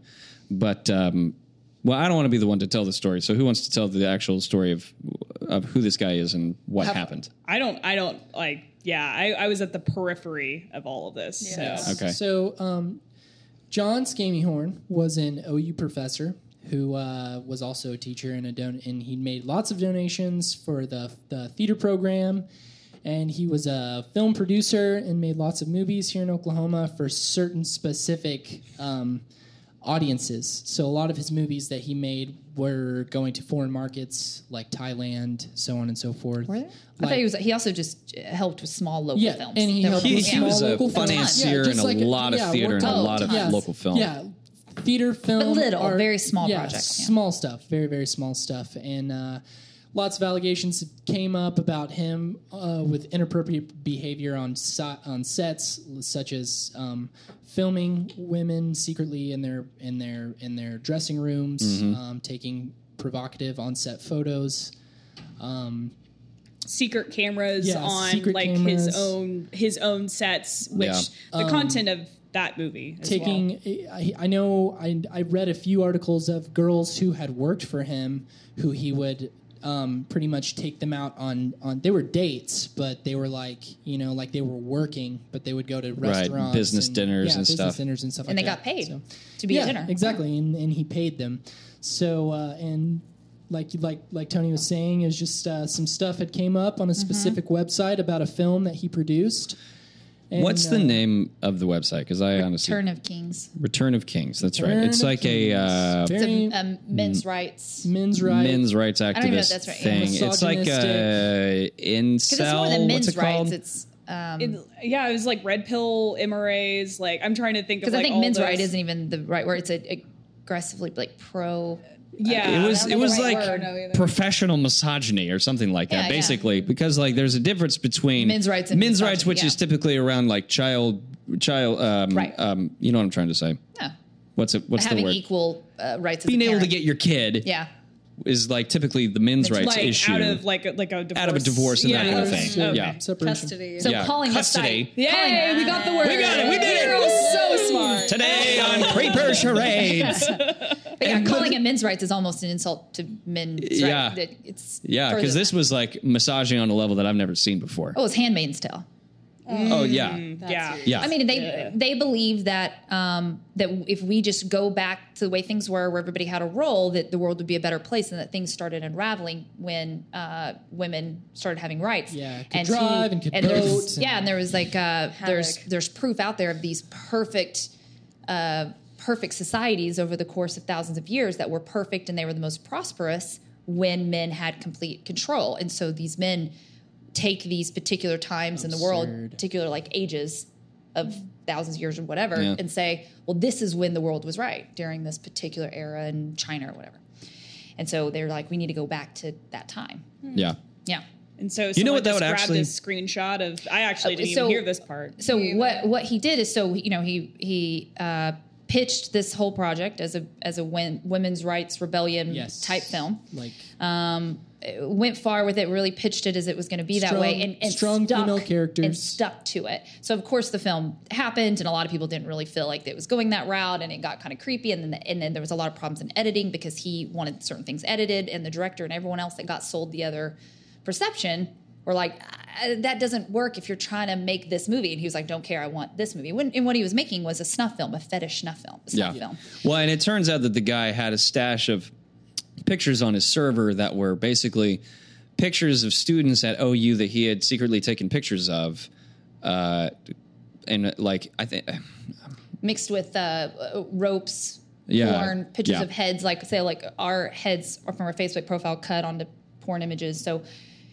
Speaker 1: But um, well, I don't want to be the one to tell the story. So who wants to tell the actual story of of who this guy is and what happened?
Speaker 5: I don't. I don't like. Yeah, I, I was at the periphery of all of this. So
Speaker 1: Okay.
Speaker 3: So, um, John Scamihorn was an OU professor who uh, was also a teacher and a don- and he made lots of donations for the the theater program. And he was a film producer and made lots of movies here in Oklahoma for certain specific um, audiences. So a lot of his movies that he made were going to foreign markets like Thailand, so on and so forth.
Speaker 4: I thought he was. He also just uh, helped with small local
Speaker 3: Yeah,
Speaker 4: films.
Speaker 3: and he
Speaker 4: that were
Speaker 3: helped
Speaker 1: He,
Speaker 3: with
Speaker 4: yeah.
Speaker 1: he was a
Speaker 3: small local films.
Speaker 1: financier
Speaker 3: Yeah,
Speaker 1: in
Speaker 3: just
Speaker 1: a
Speaker 3: like a-
Speaker 1: lot of
Speaker 3: yeah,
Speaker 1: theater and a
Speaker 4: worked
Speaker 1: lot
Speaker 4: out.
Speaker 1: of
Speaker 4: Yes.
Speaker 1: local film.
Speaker 3: Yeah, theater film,
Speaker 4: little,
Speaker 3: art-
Speaker 4: very small
Speaker 3: yeah,
Speaker 4: projects, yeah.
Speaker 3: small stuff, very very small stuff, and uh, lots of allegations came up about him uh, with inappropriate behavior on so- on sets, such as um, filming women secretly in their in their in their dressing rooms,
Speaker 1: Mm-hmm.
Speaker 3: um, taking provocative on set photos. Um,
Speaker 5: secret cameras
Speaker 3: Yeah,
Speaker 5: on
Speaker 3: secret
Speaker 5: like
Speaker 3: cameras.
Speaker 5: his own his own sets, which
Speaker 1: Yeah. Um,
Speaker 5: the content of that movie as
Speaker 3: taking
Speaker 5: well.
Speaker 3: I, I know I, I read a few articles of girls who had worked for him who he would um, pretty much take them out on on. They were dates, but they were like you know like they were working, but they would go to restaurants,
Speaker 1: business
Speaker 3: and,
Speaker 1: dinners
Speaker 3: yeah,
Speaker 1: and
Speaker 3: business
Speaker 1: stuff.
Speaker 3: dinners and stuff,
Speaker 4: And
Speaker 3: like
Speaker 4: they
Speaker 3: that.
Speaker 4: got paid
Speaker 3: So-
Speaker 4: to be
Speaker 3: yeah,
Speaker 4: at dinner.
Speaker 3: exactly, and and he paid them. So uh, and like like like Tony was saying, is just uh, some stuff had came up
Speaker 4: Mm-hmm.
Speaker 3: on a specific website about a film that he produced. And,
Speaker 1: What's the
Speaker 3: uh,
Speaker 1: name of the website? Because I honestly
Speaker 4: Turn of Kings.
Speaker 1: Return of Kings. That's right.
Speaker 3: Return
Speaker 1: It's
Speaker 3: of
Speaker 1: like a
Speaker 3: Kings.
Speaker 1: uh,
Speaker 4: It's
Speaker 3: Very
Speaker 4: a, um, men's rights.
Speaker 3: men's rights.
Speaker 1: men's rights activist
Speaker 4: even know if that's right, yeah.
Speaker 1: thing. It's like a
Speaker 4: Because it's more
Speaker 1: incel.
Speaker 4: than
Speaker 1: what's
Speaker 4: men's
Speaker 1: it called?
Speaker 4: rights. It's um
Speaker 5: It, yeah, it was like red pill, MRAs. Like I'm trying to think of
Speaker 4: because
Speaker 5: like
Speaker 4: I think
Speaker 5: all
Speaker 4: men's
Speaker 5: those-
Speaker 4: right isn't even the right word. It's a, aggressively like pro.
Speaker 5: Yeah,
Speaker 1: it was
Speaker 4: don't
Speaker 1: it
Speaker 4: know
Speaker 1: was
Speaker 4: the right
Speaker 1: like
Speaker 4: word.
Speaker 5: I don't know either.
Speaker 1: professional misogyny or something like that
Speaker 4: Yeah, yeah.
Speaker 1: basically because like there's a difference between
Speaker 4: Men's rights and
Speaker 1: men's rights
Speaker 4: misogyny,
Speaker 1: which is
Speaker 4: yeah.
Speaker 1: typically around like child child um,
Speaker 4: Right.
Speaker 1: um you know what I'm trying to say
Speaker 4: No,
Speaker 1: what's it what's the
Speaker 4: having
Speaker 1: word
Speaker 4: equal uh, rights.
Speaker 1: being
Speaker 4: as a
Speaker 1: able to
Speaker 4: parent.
Speaker 1: get your kid
Speaker 4: yeah.
Speaker 1: is like typically the men's rights
Speaker 5: like
Speaker 1: issue
Speaker 5: out of like a, like a divorce.
Speaker 1: Out of a divorce and that kind of thing.
Speaker 5: okay.
Speaker 1: Yeah.
Speaker 3: separation.
Speaker 7: Custody.
Speaker 4: So
Speaker 1: Yeah.
Speaker 4: calling
Speaker 1: Custody.
Speaker 4: the site.
Speaker 5: Yay,
Speaker 4: Calling-
Speaker 5: we got the word.
Speaker 1: We got it. We did it.
Speaker 5: We're all so
Speaker 1: *laughs*
Speaker 5: smart.
Speaker 1: today on
Speaker 4: *laughs*
Speaker 1: creeper charades
Speaker 4: But yeah, calling it men's rights is almost an insult to men's rights.
Speaker 1: Yeah.
Speaker 4: That It's
Speaker 1: yeah
Speaker 4: further
Speaker 1: because
Speaker 4: than
Speaker 1: this
Speaker 4: that.
Speaker 1: was like massaging on a level that I've never seen before
Speaker 4: Oh, it's Handmaid's Tale.
Speaker 1: oh yeah
Speaker 5: Yeah.
Speaker 1: yeah
Speaker 4: I mean, they they believe that um, that if we just go back to the way things were, where everybody had a role, that the world would be a better place, and that things started unraveling when uh, women started having rights.
Speaker 3: Yeah, could drive and could
Speaker 4: there was-
Speaker 3: vote and-
Speaker 4: yeah, and there was like uh, there's
Speaker 7: Havoc.
Speaker 4: there's proof out there of these perfect. Uh, perfect societies over the course of thousands of years that were perfect and they were the most prosperous when men had complete control and so these men take these particular times in the world,
Speaker 3: Absurd.
Speaker 4: particular like ages of thousands of years or whatever,
Speaker 1: Yeah.
Speaker 4: and say, well, this is when the world was right during this particular era in China or whatever. And so they're like, we need to go back to that time.
Speaker 1: yeah
Speaker 4: Yeah.
Speaker 5: And so
Speaker 1: You know what that
Speaker 5: just
Speaker 1: would
Speaker 5: grabbed
Speaker 1: actually-
Speaker 5: a screenshot of. I actually didn't
Speaker 4: Uh, so-
Speaker 5: even hear this part.
Speaker 4: So what what he did is so you know he he uh, pitched this whole project as a as a win, women's rights rebellion
Speaker 3: Yes.
Speaker 4: type film.
Speaker 3: Like
Speaker 4: um, went far with it, really pitched it as it was going to be that
Speaker 3: Strong-
Speaker 4: way, and, and
Speaker 3: strong
Speaker 4: stuck,
Speaker 3: female characters.
Speaker 4: and stuck to it. So of course the film happened, and a lot of people didn't really feel like it was going that route, and it got kind of creepy, and then the, and then there was a lot of problems in editing because he wanted certain things edited, and the director and everyone else that got sold the other perception were like. "Uh, That doesn't work if you're trying to make this movie. And he was like, "Don't care, I want this movie." When, and what he was making was a snuff film, a fetish snuff film, a
Speaker 1: yeah
Speaker 4: snuff film.
Speaker 1: well and it turns out that the guy had a stash of pictures on his server that were basically pictures of students at OU that he had secretly taken pictures of. Uh, and uh, like, I think,
Speaker 4: mixed with uh, uh, ropes,
Speaker 1: Yeah.
Speaker 4: porn, pictures
Speaker 1: Yeah.
Speaker 4: of heads. Like say, like our heads are from our Facebook profile cut onto porn images. So,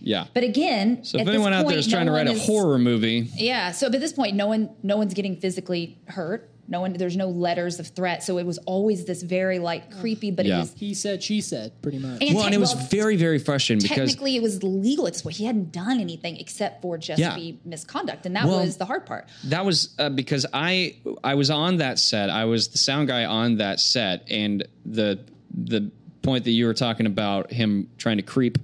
Speaker 1: yeah.
Speaker 4: but again,
Speaker 1: so if
Speaker 4: at this
Speaker 1: anyone out there
Speaker 4: point,
Speaker 1: is trying
Speaker 4: no
Speaker 1: to write
Speaker 4: one
Speaker 1: a
Speaker 4: is-
Speaker 1: horror movie,
Speaker 4: yeah. So but at this point, no one, no one's getting physically hurt. No one, there's no letters of threat. So it was always this very like creepy, but
Speaker 1: Yeah.
Speaker 4: it was.
Speaker 3: he said, she said, pretty much.
Speaker 4: And
Speaker 1: well, and it
Speaker 4: tech-
Speaker 1: was
Speaker 4: well,
Speaker 1: very, very frustrating because
Speaker 4: technically it was legal at this point. He hadn't done anything except for just
Speaker 1: Yeah.
Speaker 4: the misconduct, and that
Speaker 1: Well-
Speaker 4: was the hard part.
Speaker 1: that was uh, because I I was on that set. I was the sound guy on that set, and the the point that you were talking about him trying to creep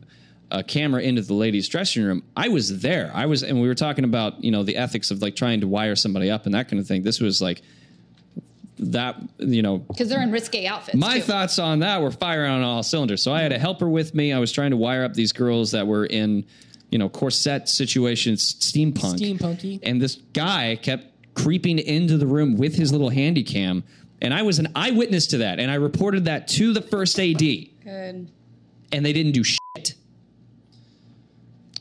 Speaker 1: a camera into the ladies' dressing room. I was there. I was, and we were talking about you know the ethics of like trying to wire somebody up and that kind of thing. This was like that you know
Speaker 4: Because they're in risque outfits.
Speaker 1: my
Speaker 4: too.
Speaker 1: thoughts on that were firing on all cylinders. So I had a helper with me. I was trying to wire up these girls that were in, you know, corset situations, steampunk.
Speaker 3: Steampunky.
Speaker 1: And this guy kept creeping into the room with his little handy cam. And I was an eyewitness to that. And I reported that to the first AD.
Speaker 7: Good.
Speaker 1: And they didn't do shit.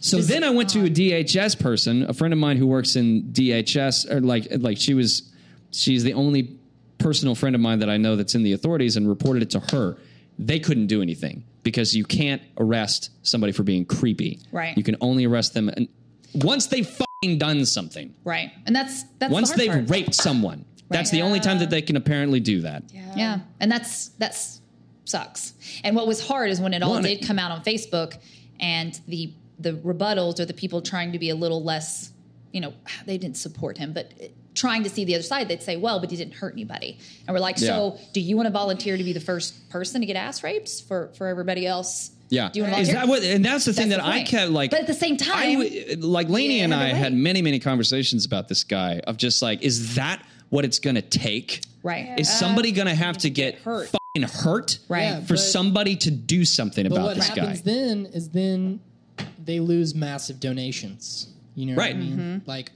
Speaker 1: So then I went to a DHS person, a friend of mine who works in DHS, or like like she was she's the only personal friend of mine that I know that's in the authorities and reported it to her. They couldn't do anything because you can't arrest somebody for being creepy.
Speaker 4: Right.
Speaker 1: You can only arrest them and once they've fucking done something.
Speaker 4: right, and that's that's the
Speaker 1: once
Speaker 4: hard
Speaker 1: they've
Speaker 4: part.
Speaker 1: raped someone. That's the only time that they can apparently do that.
Speaker 4: Yeah,
Speaker 1: Um,
Speaker 4: and that's that's sucks. And what was hard is when it all
Speaker 1: Well, and
Speaker 4: did come out on Facebook, and the the rebuttals or the people trying to be a little less, you know, *sighs* they didn't support him, but eh, trying to see the other side, they'd say, "Well, but he didn't hurt anybody." And we're like, "So, do you want to volunteer to be the first person to get ass raped for for everybody else?"
Speaker 1: Yeah.
Speaker 4: do you want to
Speaker 1: Is that what, and that's the thing
Speaker 4: That's
Speaker 1: that
Speaker 4: the
Speaker 1: I
Speaker 4: point.
Speaker 1: kept like.
Speaker 4: But at the same time,
Speaker 1: I w- like Laney
Speaker 4: you
Speaker 1: and
Speaker 4: had
Speaker 1: I
Speaker 4: to
Speaker 1: had
Speaker 4: wait.
Speaker 1: many, many conversations about this guy of just like, is that what it's going to take?
Speaker 4: Right. Uh,
Speaker 1: Is somebody going to have to get hurt?
Speaker 5: hurt.
Speaker 1: fucking hurt
Speaker 4: Right. Yeah,
Speaker 1: for
Speaker 3: but-
Speaker 1: somebody to do something
Speaker 3: But
Speaker 1: about
Speaker 3: what
Speaker 1: this guy.
Speaker 3: happens then is then they lose massive donations. You know what
Speaker 1: Right.
Speaker 3: I mean?
Speaker 4: Mm-hmm.
Speaker 3: Like,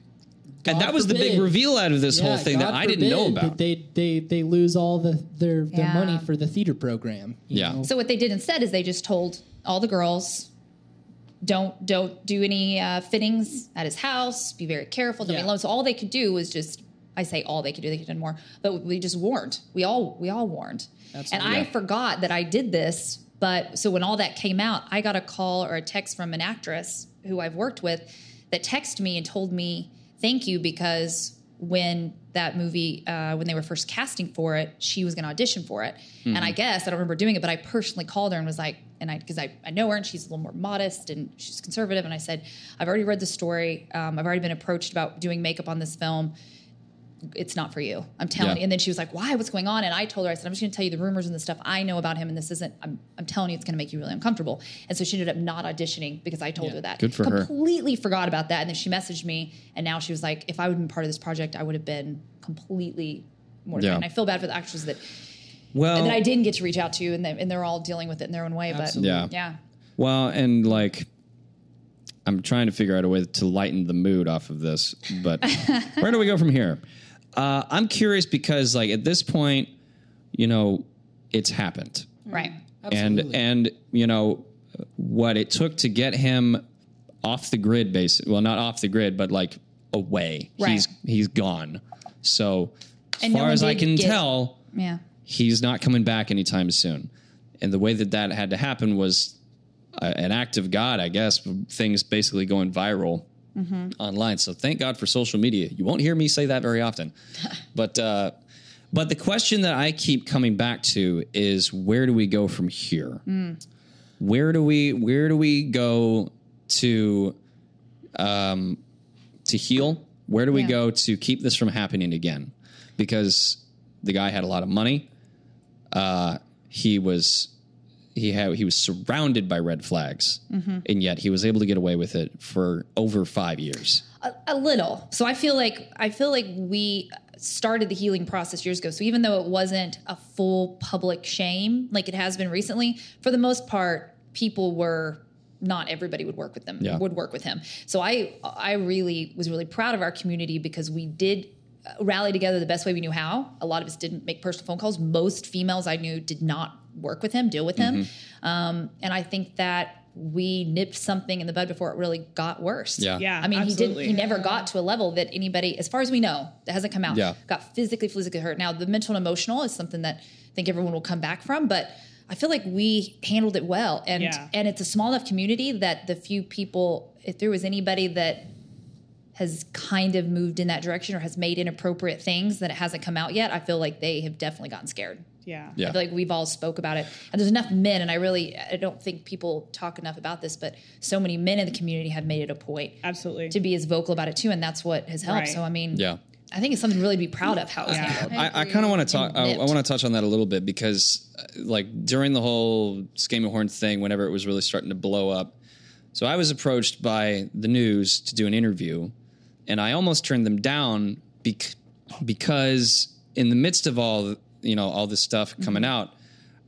Speaker 1: and
Speaker 3: God
Speaker 1: that was the big
Speaker 3: forbid-
Speaker 1: reveal out of this
Speaker 3: Yeah,
Speaker 1: whole thing that
Speaker 3: God
Speaker 1: I didn't know
Speaker 3: forbid that
Speaker 1: about.
Speaker 3: They they they lose all the their their
Speaker 4: Yeah.
Speaker 3: money for the theater program. you
Speaker 1: Yeah.
Speaker 3: know?
Speaker 4: So what they did instead is they just told all the girls, don't don't do any uh, fittings at his house. Be very careful. Don't be
Speaker 3: Yeah.
Speaker 4: alone. So all they could do was just. I say all they could do. They could have done more, but we just warned. We all we all warned. And I forgot that I did this. But so when all that came out, I got a call or a text from an actress who I've worked with that texted me and told me thank you because when that movie uh, when they were first casting for it, she was going to audition for it. And I guess I don't remember doing it, but I personally called her and was like, and I because I, I know her and she's a little more modest and she's conservative. And I said, I've already read the story. Um, I've already been approached about doing makeup on this film it's not for you. I'm telling
Speaker 1: Yeah.
Speaker 4: you. And then she was like, why? What's going on? And I told her, I said, I'm just going to tell you the rumors and the stuff I know about him. And this isn't, I'm, I'm telling you, it's going to make you really uncomfortable. And so she ended up not auditioning because I told her that.
Speaker 1: Good for her.
Speaker 4: Completely forgot about that. And then she messaged me. And now she was like, if I would have been part of this project, I would have been completely mortified.
Speaker 1: Yeah.
Speaker 4: And I feel bad for the actors that,
Speaker 1: well,
Speaker 4: that I didn't get to reach out to. And, they, and they're all dealing with it in their own way.
Speaker 3: Absolutely.
Speaker 1: Yeah.
Speaker 4: But yeah.
Speaker 1: Well, and like, I'm trying to figure out a way to lighten the mood off of this,
Speaker 4: *laughs*
Speaker 1: but where do we go from here? Uh, I'm curious because, like, at this point, you know, it's happened,
Speaker 4: Right.
Speaker 1: Mm. and and you know what it took to get him off the grid, base. Well, not off the grid, but like away.
Speaker 4: Right.
Speaker 1: He's he's gone. So, as
Speaker 4: And no
Speaker 1: far
Speaker 4: one
Speaker 1: as I
Speaker 4: did
Speaker 1: can
Speaker 4: get-
Speaker 1: tell,
Speaker 4: Yeah.
Speaker 1: he's not coming back anytime soon. And the way that that had to happen was uh, an act of God, I guess. Things basically going viral online. So thank God for social media. You won't hear me say that very often. but uh, but the question that I keep coming back to is where do we go from here? Where do we where do we go to um, to heal? Where do we
Speaker 4: Yeah.
Speaker 1: go to keep this from happening again? Because the guy had a lot of money. Uh, he was he had he was surrounded by red flags,
Speaker 4: Mm-hmm.
Speaker 1: and yet he was able to get away with it for over five years.
Speaker 4: a, a little. So I feel like I feel like we started the healing process years ago. So even though it wasn't a full public shame like it has been recently, for the most part, people were not everybody would work with them
Speaker 1: Yeah.
Speaker 4: would work with him. So I I really was really proud of our community because we did uh, rally together the best way we knew how. A lot of us didn't make personal phone calls. Most females I knew did not work with him, deal with him.
Speaker 1: Mm-hmm.
Speaker 4: Um, and I think that we nipped something in the bud before it really got worse.
Speaker 1: Yeah.
Speaker 5: Yeah,
Speaker 4: I mean,
Speaker 5: absolutely.
Speaker 4: he did. He never got to a level that anybody, as far as we know, that hasn't come out.
Speaker 1: Yeah.
Speaker 4: Got physically, physically hurt. Now, the mental and emotional is something that I think everyone will come back from, but I feel like we handled it well, and
Speaker 5: Yeah.
Speaker 4: and it's a small enough community that the few people, if there was anybody that has kind of moved in that direction or has made inappropriate things that it hasn't come out yet, I feel like they have definitely gotten scared.
Speaker 5: yeah.
Speaker 1: Yeah.
Speaker 4: I feel like we've all spoke about it. And there's enough men, and I really I don't think people talk enough about this, but so many men in the community have made it a point
Speaker 5: Absolutely.
Speaker 4: to be as vocal about it too, and that's what has helped.
Speaker 5: Right.
Speaker 4: So I mean,
Speaker 1: Yeah.
Speaker 4: I think it's something really to be proud of how it's handled.
Speaker 1: I, I kind of want to talk. I, I
Speaker 4: nipped.
Speaker 1: want to touch on that a little bit because, uh, like, during the whole Scam of Horns thing, whenever it was really starting to blow up, so I was approached by the news to do an interview, and I almost turned them down bec- because, in the midst of all you know, all this stuff coming
Speaker 4: Mm-hmm.
Speaker 1: out,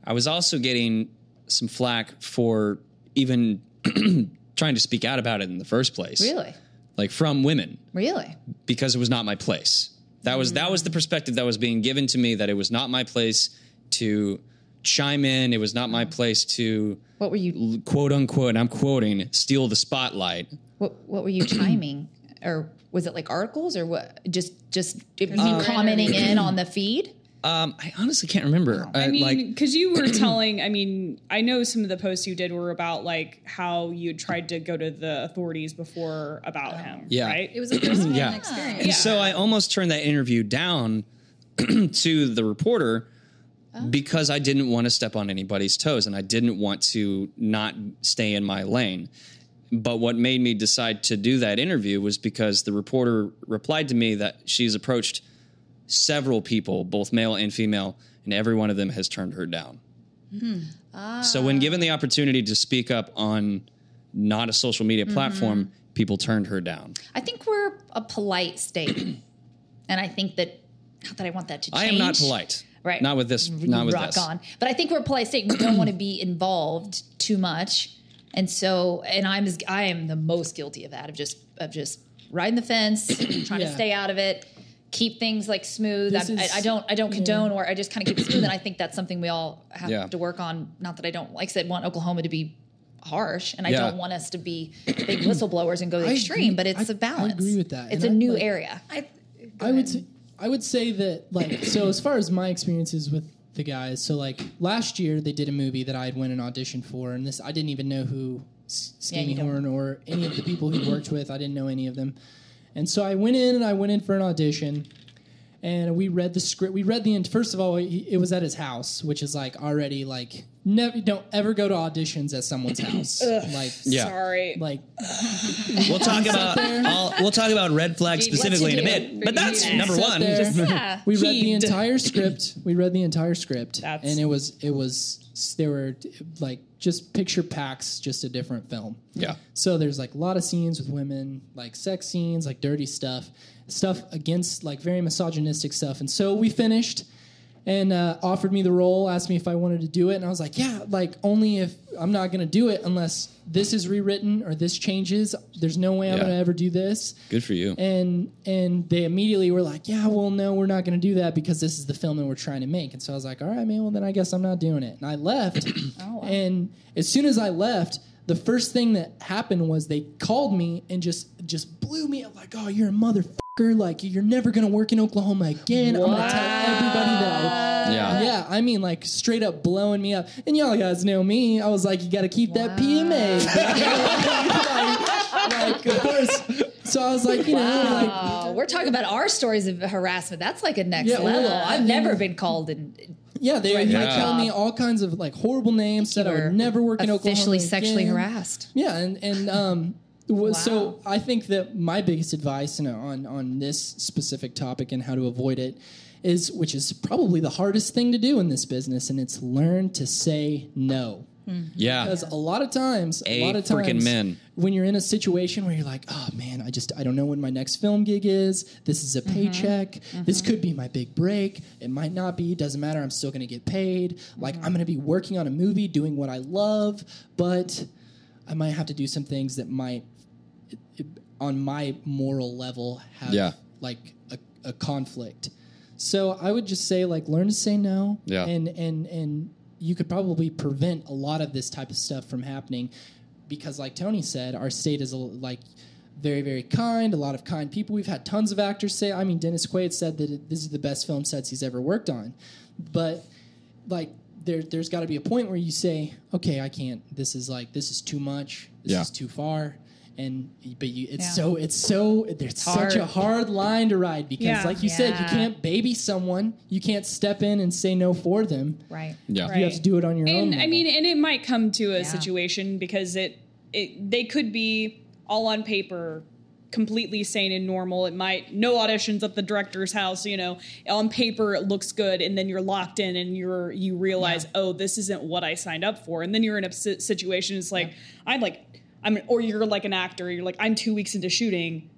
Speaker 1: I was also getting some flack for even *clears throat* trying to speak out about it in the first place,
Speaker 4: Really,
Speaker 1: like from women
Speaker 4: really,
Speaker 1: because it was not my place. That was that was the perspective that was being given to me that it was not my place to chime in. It was not my place to
Speaker 4: what were you
Speaker 1: l- quote unquote. And I'm quoting steal the spotlight.
Speaker 4: what, what were *clears throat* you chiming, or was it like articles, or what? Just just you commenting *clears throat* in on the feed.
Speaker 1: Um, I honestly can't remember.
Speaker 5: I
Speaker 1: Uh,
Speaker 5: mean,
Speaker 1: like
Speaker 5: because you
Speaker 1: *clears throat*
Speaker 5: were telling, I mean, I know some of the posts you did were about like how you had tried to go to the authorities before about him.
Speaker 1: Yeah.
Speaker 5: Right?
Speaker 7: It was a first
Speaker 1: Yeah.
Speaker 7: yeah. experience.
Speaker 1: and so I almost turned that interview down *clears throat* to the reporter because I didn't want to step on anybody's toes and I didn't want to not stay in my lane. But what made me decide to do that interview was because the reporter replied to me that she's approached several people, both male and female, and every one of them has turned her down. So, when given the opportunity to speak up on not a social media platform, people turned her down.
Speaker 4: I think we're a polite state, and I think that not that I want that to change.
Speaker 1: I am not polite.
Speaker 4: Right.
Speaker 1: Not with this. Not with
Speaker 4: rock
Speaker 1: this.
Speaker 4: on. But I think we're plastic. We don't want to be involved too much, and so and I'm as I am the most guilty of that of just of just riding the fence, *clears throat* trying to
Speaker 3: Yeah.
Speaker 4: stay out of it, keep things like smooth.
Speaker 3: This
Speaker 4: I'm, I,
Speaker 3: is-
Speaker 4: I don't I don't condone or I just kind of keep it smooth, and I think that's something we all have
Speaker 1: Yeah.
Speaker 4: to work on. Not that I don't like I said want Oklahoma to be harsh, and I
Speaker 1: Yeah.
Speaker 4: don't want us to be big whistleblowers and go to the
Speaker 3: I
Speaker 4: extreme,
Speaker 3: agree-
Speaker 4: but it's
Speaker 3: I-
Speaker 4: a balance.
Speaker 3: I agree with that,
Speaker 4: It's
Speaker 3: and
Speaker 4: a
Speaker 3: I-
Speaker 4: new
Speaker 3: like-
Speaker 4: area.
Speaker 7: I,
Speaker 3: I would say, I would say that like so as far as my experiences with the guys so like last year they did a movie that I had went an audition for and this I didn't even know who S-
Speaker 4: Yeah,
Speaker 3: Skinny
Speaker 4: you don't.
Speaker 3: Horn or any of the people he worked with I didn't know any of them and so I went in and I went in for an audition and we read the script we read the end first of all he- it was at his house which is like already like never don't ever go to auditions at someone's house like
Speaker 1: Yeah.
Speaker 5: Sorry.
Speaker 3: like
Speaker 9: We'll
Speaker 4: *laughs*
Speaker 9: talk about all, we'll talk about red flags specifically in a bit. But that's
Speaker 5: Yeah.
Speaker 9: number
Speaker 3: Sat
Speaker 9: one.
Speaker 3: there.
Speaker 4: Yeah.
Speaker 3: *laughs* We read the
Speaker 5: Heed.
Speaker 3: entire script. We read the entire script,
Speaker 5: That's-
Speaker 3: and it was it was there were like just picture packs, just a different film.
Speaker 1: Yeah.
Speaker 3: So there's like a lot of scenes with women, like sex scenes, like dirty stuff, stuff against like very misogynistic stuff. And so we finished and uh, offered me the role, asked me if I wanted to do it, and I was like, yeah, like only if I'm not gonna do it unless this is rewritten or this changes. There's no way I'm
Speaker 1: Yeah.
Speaker 3: gonna ever do this
Speaker 1: Good for you.
Speaker 3: and and they immediately were like, "Yeah, well, no, we're not going to do that because this is the film that we're trying to make." And so I was like, "All right, man, well then I guess I'm not doing it." And I left. And as soon as I left, the first thing that happened was they called me and just just blew me up like, "Oh, you're a motherfucker! Like you're never going to work in Oklahoma again. I'm going to tell everybody that."
Speaker 1: Yeah.
Speaker 3: Yeah, I mean, like straight up blowing me up. And y'all guys know me. I was like, you got to keep that PMA. *laughs* like, of course. So I was like, you know, like,
Speaker 4: Oh, we're talking about our stories of harassment. That's like a next
Speaker 3: Yeah, well,
Speaker 4: level.
Speaker 3: I
Speaker 4: I've
Speaker 3: mean-
Speaker 4: never been called and
Speaker 3: yeah, they were
Speaker 4: Yeah.
Speaker 3: telling me all kinds of like horrible names. Said I
Speaker 4: were
Speaker 3: would never work in Oklahoma.
Speaker 4: officially sexually
Speaker 3: again.
Speaker 4: harassed.
Speaker 3: Yeah, and and um, w- so I think that my biggest advice you know, on on this specific topic and how to avoid it is, which is probably the hardest thing to do in this business, and it's learn to say no.
Speaker 1: Yeah.
Speaker 3: Because a lot of times, a,
Speaker 1: A
Speaker 3: lot of
Speaker 1: freaking
Speaker 3: times,
Speaker 1: men.
Speaker 3: when you're in a situation where you're like, oh man, I just I don't know when my next film gig is. This is a
Speaker 1: Mm-hmm.
Speaker 3: paycheck. This could be my big break. It might not be. Doesn't matter. I'm still gonna get paid. Like
Speaker 1: Mm-hmm.
Speaker 3: I'm gonna be working on a movie, doing what I love, but I might have to do some things that might, it- it- on my moral level, have
Speaker 1: Yeah.
Speaker 3: like a, a conflict. So I would just say like learn to say no.
Speaker 1: Yeah.
Speaker 3: And and and you could probably prevent a lot of this type of stuff from happening because like Tony said, our state is a, l- like very very kind, a lot of kind people. We've had tons of actors say, I mean Dennis Quaid said that it, this is the best film sets he's ever worked on. But like there there's got to be a point where you say, okay, I can't. This is like this is too much. This
Speaker 1: Yeah.
Speaker 3: is too far. And but you, it's
Speaker 4: Yeah.
Speaker 3: so it's so there's such a hard line to ride because
Speaker 5: Yeah.
Speaker 3: like you said, you
Speaker 4: Yeah.
Speaker 3: can't baby someone. You can't step in and say no for them.
Speaker 4: Right.
Speaker 1: Yeah.
Speaker 5: Right.
Speaker 3: You have to do it on your own.
Speaker 5: and I
Speaker 3: level.
Speaker 5: mean, and it might come to a situation because it, it they could be all on paper, completely sane and normal. It might no auditions at the director's house. You know, on paper it looks good, and then you're locked in, and you're you realize, oh, this isn't what I signed up for, and then you're in a si- situation. It's like I'm like. I'm, or you're like an actor. You're like, I'm two weeks into shooting.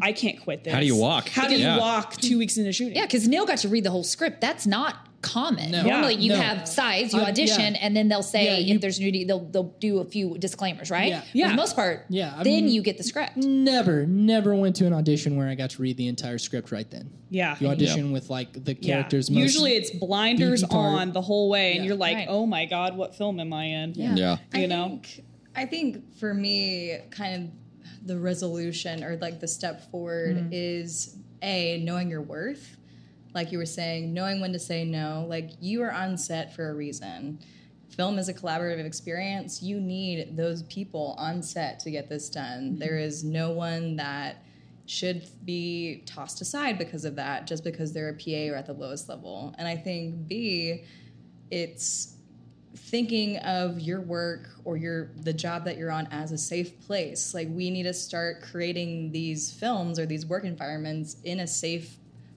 Speaker 5: I can't quit this.
Speaker 1: How do you walk?
Speaker 5: How do you
Speaker 1: Yeah.
Speaker 5: walk two weeks into shooting?
Speaker 4: Yeah, because Neil got to read the whole script. That's not common.
Speaker 3: No.
Speaker 4: Normally,
Speaker 3: Yeah.
Speaker 4: you
Speaker 3: No.
Speaker 4: have sides, you
Speaker 3: Uh,
Speaker 4: audition,
Speaker 3: yeah.
Speaker 4: and then they'll say
Speaker 3: Yeah, you-
Speaker 4: if there's nudity, they'll they'll do a few disclaimers, right?
Speaker 3: Yeah.
Speaker 5: Yeah.
Speaker 4: For the most part.
Speaker 3: Yeah, I
Speaker 4: then
Speaker 3: mean-
Speaker 4: you get the script.
Speaker 3: never, never went to an audition where I got to reed the entire script right then.
Speaker 5: Yeah.
Speaker 3: You audition with like the
Speaker 5: Yeah.
Speaker 3: characters. Most,
Speaker 5: Usually it's blinders
Speaker 3: beefy part.
Speaker 5: on the whole way, and
Speaker 3: Yeah.
Speaker 5: you're like,
Speaker 4: Right.
Speaker 5: oh my god, what film am I in?
Speaker 4: Yeah.
Speaker 1: Yeah.
Speaker 5: You know?
Speaker 7: think, I think for me, kind of the resolution or like the step forward
Speaker 5: Mm-hmm.
Speaker 7: is a knowing your worth. Like you were saying, knowing when to say no. Like you are on set for a reason. Film is a collaborative experience. You need those people on set to get this done.
Speaker 5: Mm-hmm.
Speaker 7: There is no one that should be tossed aside because of that, just because they're a PA or at the lowest level. And I think B, it's thinking of your work or your the job that you're on as a safe place like we need to start creating these films or these work environments in a safe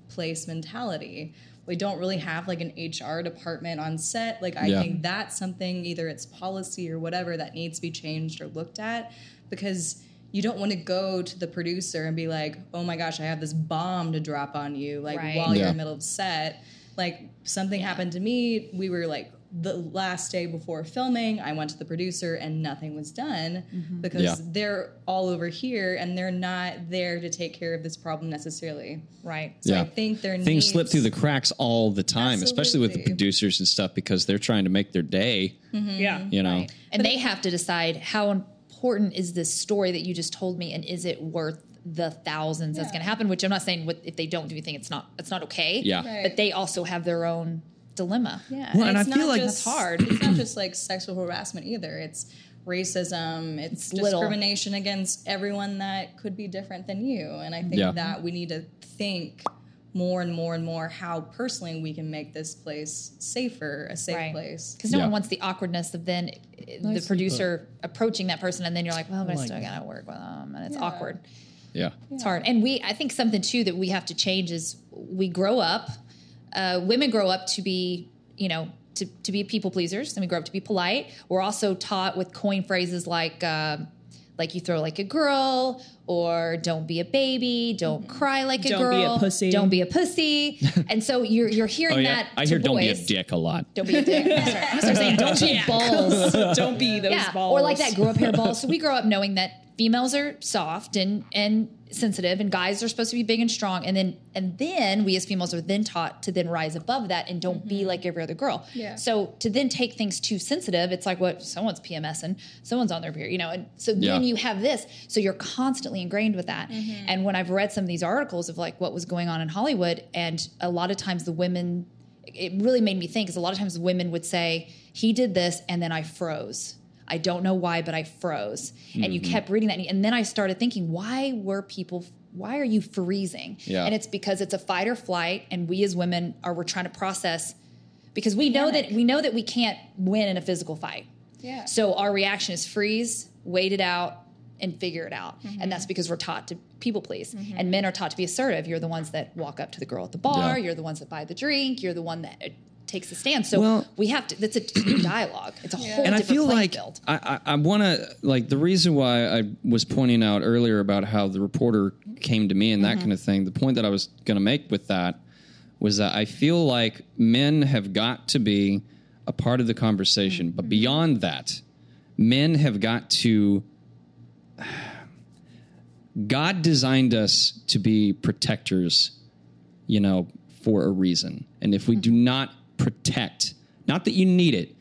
Speaker 7: place mentality we don't really have like an hr department on set like i
Speaker 1: Yeah.
Speaker 7: think that's something either it's policy or whatever that needs to be changed or looked at because you don't want to go to the producer and be like oh my gosh i have this bomb to drop on you like
Speaker 4: Right.
Speaker 7: while you're
Speaker 1: Yeah.
Speaker 7: in the middle of set Like something happened to me. We were like the last day before filming, I went to the producer and nothing was done because
Speaker 1: Yeah.
Speaker 7: they're all over here and they're not there to take care of this problem necessarily.
Speaker 4: Right.
Speaker 7: So
Speaker 1: Yeah.
Speaker 7: I think their
Speaker 1: Things
Speaker 7: needs,
Speaker 1: slip through the cracks all the time, especially with the
Speaker 7: Absolutely.
Speaker 1: producers and stuff because they're trying to make their day.
Speaker 5: Yeah. *laughs*
Speaker 4: Mm-hmm.
Speaker 1: You know,
Speaker 4: And they have to decide how important is this story that you just told me, and is it worth the thousands that's going to happen? Which I'm not saying what, if they don't do anything, it's not it's not okay.
Speaker 1: Yeah.
Speaker 7: Right.
Speaker 4: But they also have their own dilemma.
Speaker 7: Yeah,
Speaker 1: Well, and
Speaker 7: it's
Speaker 1: I feel
Speaker 7: not
Speaker 1: like-
Speaker 7: just,
Speaker 1: That's
Speaker 7: hard. It's not just like sexual harassment either. It's racism. It's,
Speaker 4: little.
Speaker 7: discrimination against everyone that could be different than you. And I think
Speaker 1: Yeah.
Speaker 7: that we need to think more and more and more how personally we can make this place safer, a safe
Speaker 4: Right.
Speaker 7: place.
Speaker 4: Because no
Speaker 1: Yeah.
Speaker 4: one wants the awkwardness of then uh, the producer approaching that person, and then you're like,
Speaker 1: Oh
Speaker 4: well, but I still got to work with them, and it's awkward.
Speaker 1: yeah.
Speaker 4: It's hard. And we, I think something too that we have to change is we grow up, uh, women grow up to be, you know, to, to be people pleasers and we grow up to be polite. We're also taught with coin phrases like, um like you throw like a girl or don't be a baby, don't cry like a
Speaker 5: Mm-hmm. Don't
Speaker 4: girl.
Speaker 5: be a pussy.
Speaker 4: Don't be a
Speaker 5: *laughs*
Speaker 4: pussy. and so you're, you're hearing
Speaker 1: Oh, yeah.
Speaker 4: that.
Speaker 1: I
Speaker 4: to
Speaker 1: hear don't be a
Speaker 4: boys.
Speaker 1: dick a lot.
Speaker 4: Don't be a dick. I'm sorry. I'm gonna start saying don't be balls
Speaker 5: Don't be those
Speaker 4: yeah,
Speaker 5: balls.
Speaker 4: or like that grow up hair ball.
Speaker 5: *laughs*
Speaker 4: So we grow up knowing that females are soft and and sensitive, and guys are supposed to be big and strong. And then and then we as females are then taught to then rise above that and don't be like every other girl.
Speaker 5: Mm-hmm. Yeah.
Speaker 4: So to then take things too sensitive, it's like what someone's PMSing, someone's on their period, you know. And so
Speaker 1: Yeah.
Speaker 4: then you have this. So you're constantly ingrained with that.
Speaker 5: Mm-hmm.
Speaker 4: And when I've read some of these articles of like what was going on in Hollywood, and a lot of times the women. It really made me think because a lot of times women would say, He did this, and then I froze. I don't know why, but I froze. And you kept reading that. And then I started thinking, why were people, why are you freezing?
Speaker 1: Yeah.
Speaker 4: And it's because it's a fight or flight. And we as women are, we're trying to process because we know that we know that we can't win in a physical fight.
Speaker 5: Yeah.
Speaker 4: So our reaction is freeze, wait it out, and figure it out. And that's because we're taught to people please. And men are taught to be assertive. You're the ones that walk up to the girl at the bar.
Speaker 1: Yeah.
Speaker 4: You're the ones that buy the drink. You're the one that uh, takes the stand. So
Speaker 1: Well-
Speaker 4: we have to. That's a
Speaker 1: *clears throat*
Speaker 4: new dialogue. It's a whole.
Speaker 1: and I
Speaker 4: different
Speaker 1: feel
Speaker 4: playing
Speaker 1: like
Speaker 4: field.
Speaker 1: I, I, I want to like the reason why I was pointing out earlier about how the reporter came to me and that
Speaker 4: Mm-hmm.
Speaker 1: kind of thing. The point that I was going to make with that was that I feel like men have got to be a part of the conversation,
Speaker 4: Mm-hmm.
Speaker 1: but beyond that, men have got to. God designed us to be protectors you know, for a reason. And if we do
Speaker 4: Mm-hmm.
Speaker 1: not protect, not that you need it,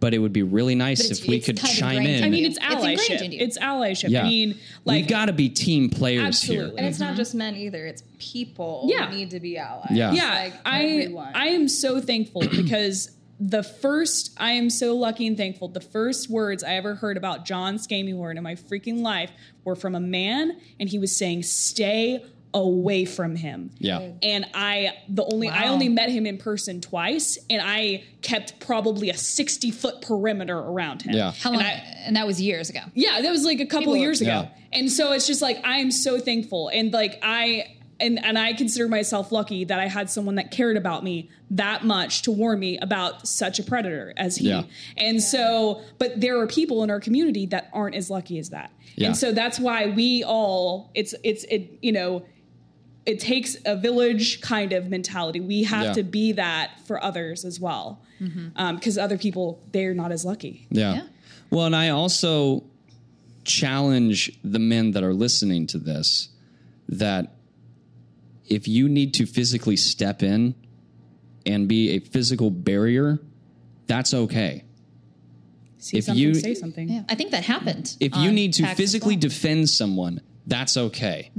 Speaker 1: but it would be really nice
Speaker 4: it's-
Speaker 1: if we
Speaker 4: it's
Speaker 1: could
Speaker 4: kind of
Speaker 1: chime
Speaker 4: ingrained.
Speaker 1: in.
Speaker 5: I mean, it's
Speaker 4: It's ingrained
Speaker 5: allyship.
Speaker 4: in you.
Speaker 5: It's allyship.
Speaker 1: yeah.
Speaker 5: I mean,
Speaker 1: we've
Speaker 5: like
Speaker 1: got to be team players
Speaker 5: Absolutely.
Speaker 7: And
Speaker 1: here.
Speaker 7: it's not just men either. It's people
Speaker 5: Yeah.
Speaker 7: need to be allies.
Speaker 1: Mm-hmm. Yeah.
Speaker 5: yeah
Speaker 7: Like
Speaker 5: i
Speaker 7: everyone.
Speaker 5: i am
Speaker 1: *clears throat*
Speaker 5: so thankful because the first i am so lucky and thankful the first words i ever heard about john scammyhorn in my freaking life were from a man and he was saying stay away from him
Speaker 1: Yeah.
Speaker 5: and I the only I
Speaker 4: Wow.
Speaker 5: only met him in person twice, and I kept probably a sixty foot perimeter around him.
Speaker 1: Yeah.
Speaker 4: How long? And, that was years ago.
Speaker 5: Yeah, that was like a couple
Speaker 4: People-
Speaker 5: years ago.
Speaker 1: Yeah.
Speaker 5: And so it's just like I am so thankful and like I and and I consider myself lucky that I had someone that cared about me that much to warn me about such a predator as he.
Speaker 1: Yeah.
Speaker 5: And so but there are people in our community that aren't as lucky as that.
Speaker 1: Yeah.
Speaker 5: And so that's why we all it's it's it you know it takes a village kind of mentality. We have
Speaker 1: Yeah.
Speaker 5: to be that for others as well. Um, cuz other people they're not as lucky.
Speaker 1: Yeah.
Speaker 4: Yeah.
Speaker 1: Well, and I also challenge the men that are listening to this that if you need to physically step in and be a physical barrier, that's okay.
Speaker 5: See
Speaker 1: If
Speaker 5: something
Speaker 1: you-
Speaker 5: say something.
Speaker 4: Yeah. I think that happened.
Speaker 1: If you
Speaker 4: on
Speaker 1: need to
Speaker 4: Pax as
Speaker 1: physically
Speaker 4: well.
Speaker 1: defend someone, that's okay.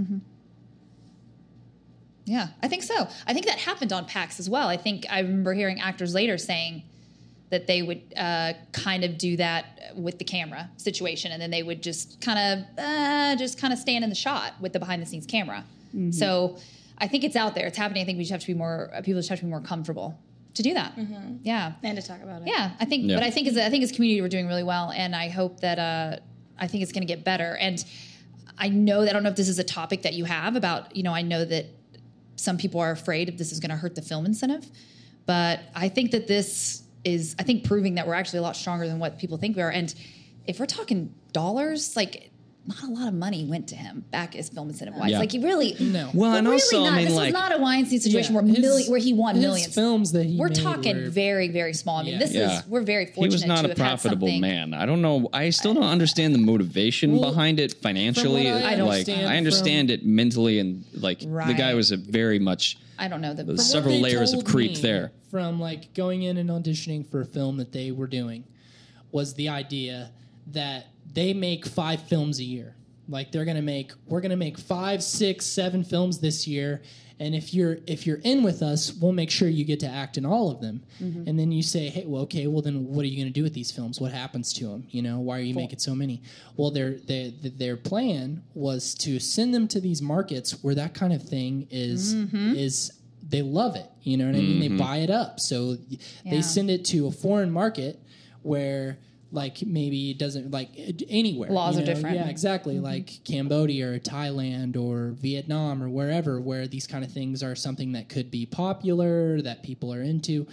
Speaker 4: Yeah, I think so. I think that happened on PAX as well. I think I remember hearing actors later saying that they would uh, kind of do that with the camera situation, and then they would just kind of uh, just kind of stand in the shot with the behind the scenes camera. So I think it's out there. It's happening. I think we just have to be more. uh, People just have to be more comfortable to do that. Yeah.
Speaker 7: And to talk about it.
Speaker 4: Yeah, I think.
Speaker 1: Yeah.
Speaker 4: But I think as a, I think as a community we're doing really well, and I hope that uh, I think it's going to get better. And I know that I don't know if this is a topic that you have about. You know, I know that some people are afraid if this is going to hurt the film incentive, but I think that this is I think proving that we're actually a lot stronger than what people think we are. And if we're talking dollars, like not a lot of money went to him back as film and cinema wise.
Speaker 1: Yeah.
Speaker 4: Like he really
Speaker 3: No.
Speaker 1: Well, and
Speaker 4: really
Speaker 1: also, I
Speaker 4: not,
Speaker 1: mean,
Speaker 4: this
Speaker 1: like-
Speaker 4: was not a Weinstein situation
Speaker 3: Yeah,
Speaker 4: where
Speaker 3: his-
Speaker 4: million where he won
Speaker 3: his
Speaker 4: millions.
Speaker 3: films that he
Speaker 4: we're
Speaker 3: made
Speaker 4: talking
Speaker 3: were-
Speaker 4: very very small. I mean,
Speaker 3: Yeah.
Speaker 4: this
Speaker 1: Yeah.
Speaker 4: is we're very
Speaker 1: He
Speaker 4: fortunate.
Speaker 1: was not
Speaker 4: to
Speaker 1: a
Speaker 4: have had
Speaker 1: profitable
Speaker 4: something-
Speaker 1: man. I don't know. I still don't understand the motivation behind it financially.
Speaker 3: from what I
Speaker 1: like
Speaker 3: understand
Speaker 1: I understand it mentally and like the guy
Speaker 4: Right.
Speaker 1: was a very much
Speaker 4: I don't know the
Speaker 1: Those-
Speaker 3: From
Speaker 1: several
Speaker 3: what they
Speaker 1: layers of
Speaker 3: told
Speaker 1: creep
Speaker 3: me
Speaker 1: there.
Speaker 3: From like going in and auditioning for a film that they were doing was the idea that they make five films a year. Like they're gonna make we're gonna make five, six, seven films this year. And if you're if you're in with us, we'll make sure you get to act in all of them. And then you say, hey, well, okay, well then, what are you going to do with these films? What happens to them? You know, why are you making so many? Well, their their their plan was to send them to these markets where that kind of thing is is they love it. You know what I mean? They buy it up. So y-
Speaker 4: Yeah.
Speaker 3: they send it to a foreign market where like maybe it doesn't like it- anywhere
Speaker 4: Laws
Speaker 3: you
Speaker 4: are
Speaker 3: know?
Speaker 4: different. Mm-hmm.
Speaker 3: yeah exactly like cambodia or thailand or vietnam or wherever where these kind of things are something that could be popular that people are into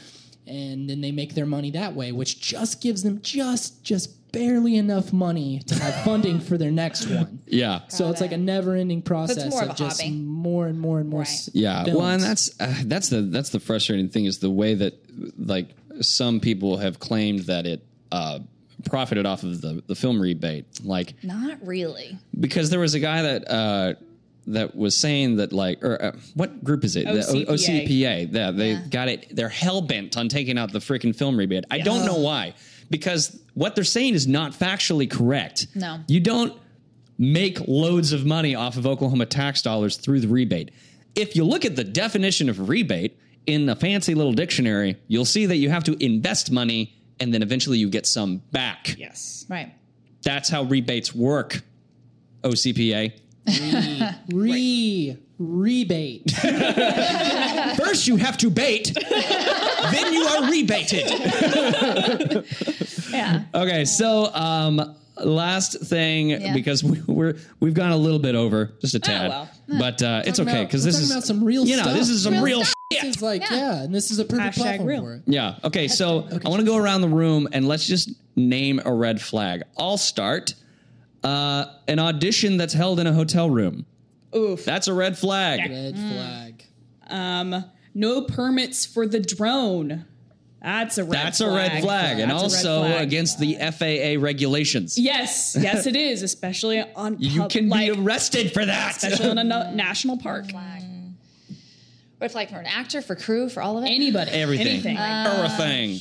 Speaker 3: and then they make their money that way which just gives them just just barely enough money to
Speaker 4: *laughs*
Speaker 3: have funding for their next one
Speaker 1: yeah.
Speaker 3: so it's like a never-ending process
Speaker 4: more
Speaker 3: of,
Speaker 4: of a
Speaker 3: just
Speaker 4: hobby.
Speaker 3: more and more and more
Speaker 4: Right.
Speaker 3: s-
Speaker 1: Yeah, well, and
Speaker 3: films.
Speaker 1: that's uh, that's the that's the frustrating thing is the way that like some people have claimed that it uh, profited off of the the film rebate, like
Speaker 4: Not really.
Speaker 1: because there was a guy that uh, that was saying that like or uh, what group is it? The o-
Speaker 5: OCPA.
Speaker 1: OCPA. Yeah, they got it. They're hell bent on taking out the freaking film rebate. I don't know why because what they're saying is not factually correct.
Speaker 4: No.
Speaker 1: you don't make loads of money off of Oklahoma tax dollars through the rebate. If you look at the definition of rebate in a fancy little dictionary, you'll see that you have to invest money and then eventually you get some back.
Speaker 5: Yes.
Speaker 4: Right.
Speaker 1: That's how rebates work. OCPA.
Speaker 3: re rebate
Speaker 1: First, you have to bait, then you are rebated. *laughs*
Speaker 4: Yeah.
Speaker 1: Okay, so um, last thing because we, we're we've gone a little bit over just a tad,
Speaker 7: well.
Speaker 1: but uh, it's okay
Speaker 3: about-
Speaker 1: because
Speaker 3: we're
Speaker 1: this
Speaker 3: talking
Speaker 1: is
Speaker 3: about some real
Speaker 1: you know
Speaker 3: stuff.
Speaker 1: this is some real.
Speaker 4: Real
Speaker 3: this is like yeah. and this is a perfect
Speaker 5: Hashtag
Speaker 3: platform
Speaker 5: real.
Speaker 3: for it
Speaker 1: yeah. Okay, so I want to go around the room and let's just name a red flag. I'll start. Uh, an audition that's held in a hotel room.
Speaker 5: Oof.
Speaker 1: That's a red flag.
Speaker 3: red
Speaker 5: Mm.
Speaker 3: flag
Speaker 5: Um, no permits for the drone. That's a red
Speaker 1: That's
Speaker 5: flag.
Speaker 1: a red flag, and
Speaker 5: That's a red
Speaker 1: also
Speaker 5: flag.
Speaker 1: against the FAA regulations.
Speaker 5: Yes, yes, it is, especially on
Speaker 1: *laughs* You
Speaker 5: pub-
Speaker 1: can
Speaker 5: like,
Speaker 1: be arrested for that.
Speaker 5: especially in a na- national park.
Speaker 4: Red flag for an actor, for crew, for all of it.
Speaker 5: Anybody,
Speaker 1: *laughs* Everything.
Speaker 5: anything.
Speaker 4: uh,
Speaker 1: Everything.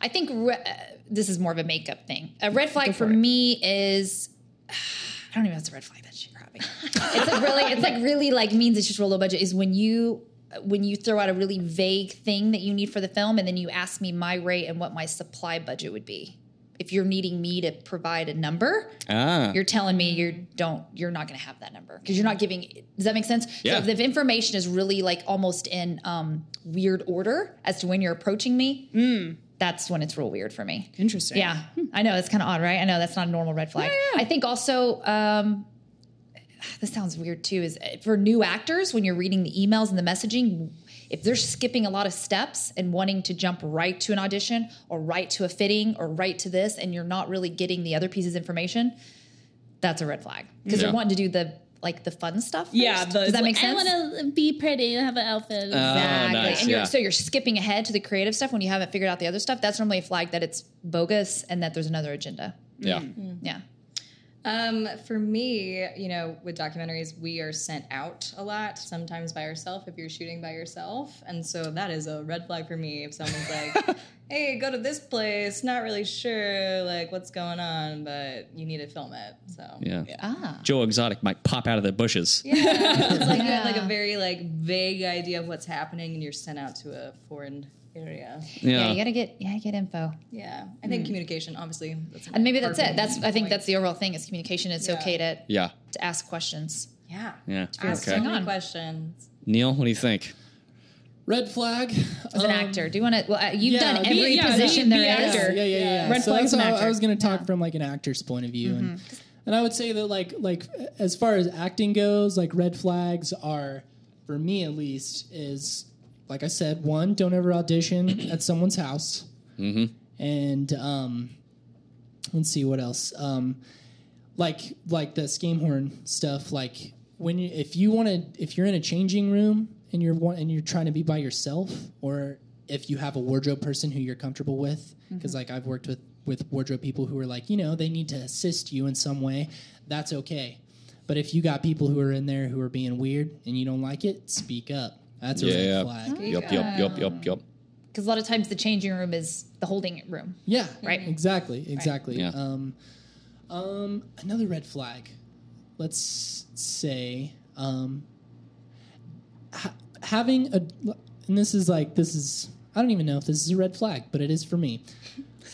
Speaker 4: I think re- uh, this is more of a makeup thing. A red flag for, me is *sighs* I don't even know if it's a red flag that shit crappy. it's like really, it's like really like means it's just real low budget is when you when you throw out a really vague thing that you need for the film and then you ask me my rate and what my supply budget would be. If you're needing me to provide a number,
Speaker 1: Ah.
Speaker 4: you're telling me you don't you're not going to have that number because you're not giving does that make sense
Speaker 1: Yeah.
Speaker 4: so if the information is really like almost in um, weird order as to when you're approaching me that's when it's real weird for me
Speaker 5: Interesting.
Speaker 4: yeah i know it's kind of odd right i know that's not a normal red flag i think also um, this sounds weird too is uh, for new actors when you're reading the emails and the messaging if they're skipping a lot of steps and wanting to jump right to an audition or right to a fitting or right to this and you're not really getting the other pieces of information that's a red flag because
Speaker 1: Yeah.
Speaker 4: they're wanting to do the like the fun stuff
Speaker 5: Yeah,
Speaker 4: first.
Speaker 5: the-
Speaker 4: does that
Speaker 5: like,
Speaker 4: make sense
Speaker 10: to be pretty and have an outfit.
Speaker 4: Exactly.
Speaker 1: ah, Oh, nice,
Speaker 4: and you're,
Speaker 1: yeah.
Speaker 4: So you're skipping ahead to the creative stuff when you haven't figured out the other stuff. That's normally a flag that it's bogus and that there's another agenda.
Speaker 1: Yeah.
Speaker 5: Mm.
Speaker 7: Mm.
Speaker 4: Yeah.
Speaker 7: Um, for me, you know, with documentaries, we are sent out a lot, sometimes by yourself if you're shooting by yourself. And so that is a red flag for me if someone's
Speaker 1: *laughs*
Speaker 7: like, hey, go to this place, not really sure like what's going on, but you need to film it. So
Speaker 1: Yeah.
Speaker 4: Ah.
Speaker 1: Joe Exotic might pop out of the bushes.
Speaker 7: it's *laughs* like you have like a very like vague idea of what's happening and you're sent out to a foreign area.
Speaker 4: Yeah.
Speaker 1: Yeah.
Speaker 4: you gotta get yeah, you gotta get info.
Speaker 7: Yeah. I
Speaker 1: Hmm.
Speaker 7: think communication, obviously. That's
Speaker 4: And maybe that's
Speaker 7: hard
Speaker 4: it. That's I think
Speaker 7: point.
Speaker 4: that's the overall thing is communication. It's
Speaker 7: Yeah.
Speaker 4: okay to
Speaker 1: Yeah.
Speaker 4: to ask questions.
Speaker 7: Yeah.
Speaker 1: Yeah.
Speaker 7: Ask
Speaker 1: Okay.
Speaker 7: so many
Speaker 4: on?
Speaker 7: questions.
Speaker 1: Neil, what do you think?
Speaker 3: red flag
Speaker 4: As
Speaker 3: um,
Speaker 4: an actor, do you want to? Well, uh, you've
Speaker 3: yeah,
Speaker 4: done
Speaker 3: be-
Speaker 4: every
Speaker 5: yeah, be-
Speaker 4: position there is.
Speaker 5: be actor.
Speaker 3: Yeah, yeah, yeah. yeah.
Speaker 5: Red
Speaker 3: so
Speaker 5: flag is
Speaker 3: that's
Speaker 5: an
Speaker 3: how
Speaker 5: actor. Mm-hmm.
Speaker 3: I was going to talk from like an actor's point of view, and and I would say that like like as far as acting goes, like red flags are for me at least is like I said, one don't ever audition at someone's
Speaker 1: Mm-hmm.
Speaker 3: house, and um, let's see what else. Um, like like the scheme horn stuff like when you if you want to if you're in a changing room and you're one and you're trying to be by yourself or if you have a wardrobe person who you're comfortable with because like i've worked with with wardrobe people who are like you know they need to assist you in some way that's okay but if you got people who are in there who are being weird and you don't like it speak up that's a red
Speaker 8: Yeah.
Speaker 3: flag
Speaker 8: Yup, yup, yup, yup, yup.
Speaker 4: Because a lot of times the changing room is the holding room.
Speaker 3: Yeah.
Speaker 4: Right.
Speaker 3: Exactly. Exactly.
Speaker 8: Yeah.
Speaker 3: Um, um, another red flag. Let's say um, ha- having a, and this is like this is I don't even know if this is a red flag, but it is for me.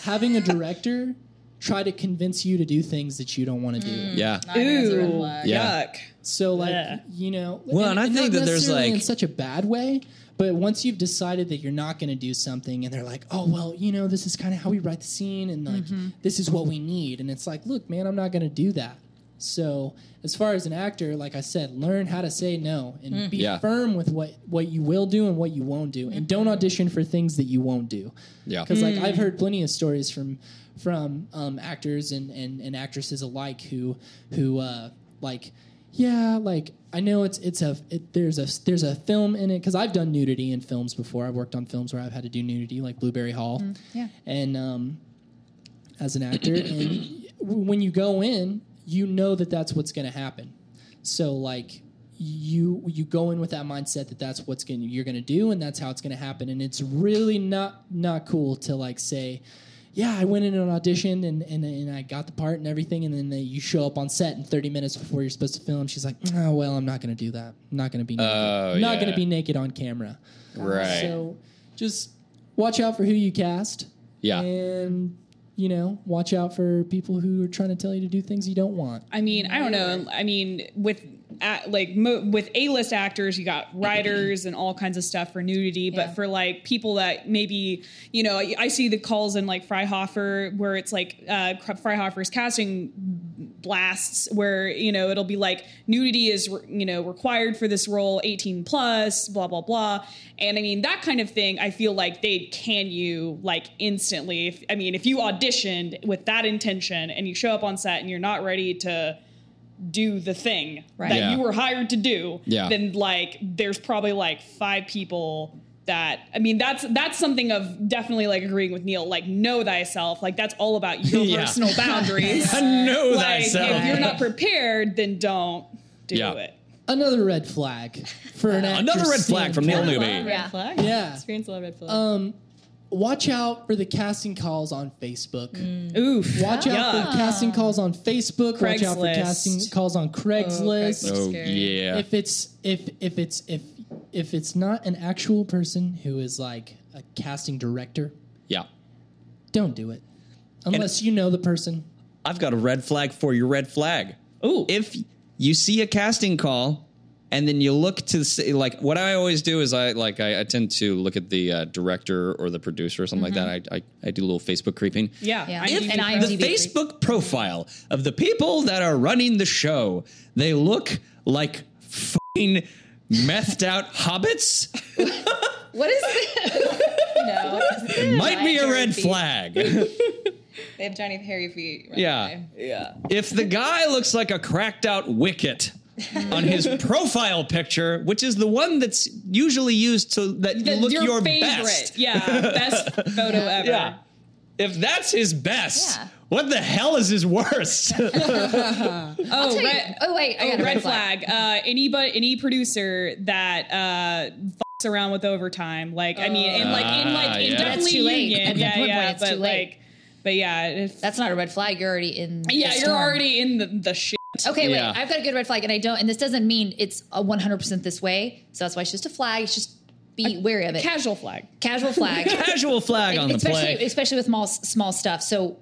Speaker 3: having
Speaker 4: *laughs*
Speaker 3: a director try to convince you to do things that you don't want to do.
Speaker 4: Mm.
Speaker 8: Yeah.
Speaker 5: Ooh,
Speaker 8: Yeah.
Speaker 5: yuck.
Speaker 3: So like
Speaker 5: Yeah.
Speaker 3: you know,
Speaker 9: Well, and I think
Speaker 3: not
Speaker 9: that there's,
Speaker 3: necessarily in
Speaker 9: like-
Speaker 3: such a bad way. But once you've decided that you're not going to do something, and they're like, "Oh well, you know, this is kind of how we write the scene, and like this is what we need," and it's like, "Look, man, I'm not going to do that." So as far as an actor, like I said, learn how to say no and be
Speaker 8: Yeah.
Speaker 3: firm with what what you will do and what you won't do, and don't audition for things that you won't do
Speaker 8: Yeah.
Speaker 3: because like I've heard plenty of stories from from um, actors and, and, and actresses alike who who uh, like yeah like I know it's it's a it, there's a there's a film in it because I've done nudity in films before I've worked on films where I've had to do nudity like Blueberry Hall
Speaker 4: yeah.
Speaker 3: and um, as an actor and w- when you go in you know that that's what's going to happen so like you you go in with that mindset that that's what's going to you're going to do and that's how it's going to happen and it's really not not cool to like say yeah i went in an audition and, and and i got the part and everything and then they, you show up on set in 30 minutes before you're supposed to film she's like oh well i'm not going to do that i'm not going to be naked.
Speaker 8: Oh,
Speaker 3: I'm not
Speaker 8: yeah.
Speaker 3: going to be naked on camera
Speaker 8: Right.
Speaker 3: so just watch out for who you cast
Speaker 8: yeah.
Speaker 3: and you know watch out for people who are trying to tell you to do things you don't want
Speaker 5: I mean, I don't know. I mean, with a like mo- with A list actors, you got writers and all kinds of stuff for nudity.
Speaker 4: Yeah.
Speaker 5: But for like people that maybe you know, I, I see the calls in like Freihoffer where it's like uh, Cr- Freihoffer's casting blasts where you know it'll be like nudity is re- you know required for this role, eighteen plus, blah blah blah. And I mean that kind of thing. I feel like they can you like instantly. If, I mean, if you auditioned with that intention and you show up on set and you're not ready to do the thing
Speaker 4: Right.
Speaker 5: that
Speaker 8: Yeah.
Speaker 5: you were hired to do,
Speaker 8: Yeah.
Speaker 5: then like there's probably like five people that I mean that's that's something of definitely like agreeing with Neil, like know thyself. Like that's all
Speaker 8: *laughs*
Speaker 5: about your
Speaker 9: Yeah.
Speaker 5: personal boundaries.
Speaker 9: know
Speaker 5: like if you're not prepared, then don't do
Speaker 8: Yeah.
Speaker 5: it.
Speaker 3: another red flag for an actor
Speaker 9: Another red flag from Neil Newby.
Speaker 4: Yeah.
Speaker 7: flag.
Speaker 3: Yeah.
Speaker 7: Experience a lot of red flags.
Speaker 3: um watch out for the casting calls on facebook
Speaker 5: Mm. Oof.
Speaker 3: watch out for casting calls on facebook watch out for
Speaker 5: Craigslist.
Speaker 3: casting calls on craigslist
Speaker 7: Craigslist.
Speaker 8: Oh,
Speaker 7: Scary.
Speaker 8: yeah.
Speaker 3: if it's if if it's if if it's not an actual person who is like a casting director
Speaker 8: Yeah.
Speaker 3: don't do it unless you know the person
Speaker 9: I've got a red flag for your red flag.
Speaker 5: Ooh.
Speaker 9: If you see a casting call and then you look to see, like what I always do is I like I, I tend to look at the uh, director or the producer or something like that. I, I I do a little Facebook creeping.
Speaker 5: Yeah.
Speaker 4: Yeah.
Speaker 5: I'm
Speaker 4: If
Speaker 5: even
Speaker 4: an
Speaker 5: proud.
Speaker 4: IMDb
Speaker 9: the
Speaker 4: creep.
Speaker 9: Facebook profile of the people that are running the show. They look like fucking methed out hobbits.
Speaker 4: What is this?
Speaker 7: *laughs* no,
Speaker 9: Might be a
Speaker 7: Hairy
Speaker 9: red
Speaker 7: feet.
Speaker 9: flag.
Speaker 7: they have Johnny Harry feet. right
Speaker 9: Yeah.
Speaker 7: away.
Speaker 5: Yeah.
Speaker 9: If the guy looks like a cracked out wicket on
Speaker 4: *laughs*
Speaker 9: his profile picture, which is the one that's usually used to that you
Speaker 5: The-
Speaker 9: look
Speaker 5: your,
Speaker 9: your,
Speaker 5: favorite.
Speaker 9: best.
Speaker 5: Yeah. *laughs* Best photo ever.
Speaker 9: Yeah. If that's his best,
Speaker 4: Yeah.
Speaker 9: what the hell is his
Speaker 4: *laughs*
Speaker 9: worst?
Speaker 5: Oh,
Speaker 4: Tell you-
Speaker 5: red,
Speaker 4: oh wait, I
Speaker 5: oh,
Speaker 4: got
Speaker 5: red,
Speaker 4: a red flag.
Speaker 5: flag. Uh, anybody, any producer that uh, fucks around with overtime, like I mean, and like in
Speaker 9: Ah,
Speaker 5: like
Speaker 9: yeah.
Speaker 5: in
Speaker 9: That's
Speaker 5: definitely
Speaker 4: too late.
Speaker 5: union,
Speaker 4: At that
Speaker 5: yeah,
Speaker 4: point,
Speaker 5: yeah,
Speaker 4: it's too
Speaker 5: but
Speaker 4: late.
Speaker 5: like, but yeah, if,
Speaker 4: That's not a red flag. You're already in. the
Speaker 5: yeah, you're
Speaker 4: storm.
Speaker 5: already in the, the shit.
Speaker 4: Okay, wait.
Speaker 9: Yeah.
Speaker 4: I've got a good red flag, and I don't. And this doesn't mean it's a 100 percent this way. So that's why it's just a flag. It's just be wary of it.
Speaker 5: Casual flag.
Speaker 4: Casual flag.
Speaker 9: Casual flag on the
Speaker 4: especially
Speaker 9: play.
Speaker 4: especially with small small stuff. So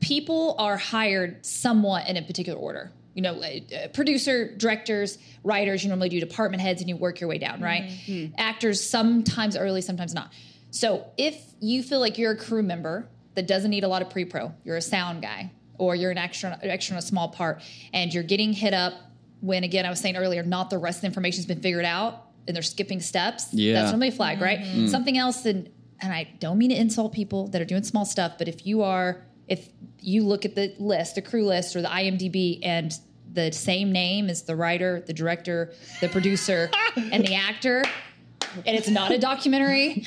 Speaker 4: people are hired somewhat in a particular order. You know, uh, uh, producer, directors, writers. You normally do department heads, and you work your way down, right? Actors sometimes early, sometimes not. So if you feel like you're a crew member that doesn't need a lot of pre-pro, you're a sound guy, or you're an extra extra in a small part, and you're getting hit up when again I was saying earlier, not the rest of the information's been figured out, and they're skipping steps.
Speaker 8: Yeah.
Speaker 4: that's normally a flag, right? Something else, and and I don't mean to insult people that are doing small stuff, but if you are if you look at the list, the crew list or the IMDb, and the same name is the writer, the director, the producer, and the actor, and it's not
Speaker 1: *laughs*
Speaker 4: a documentary.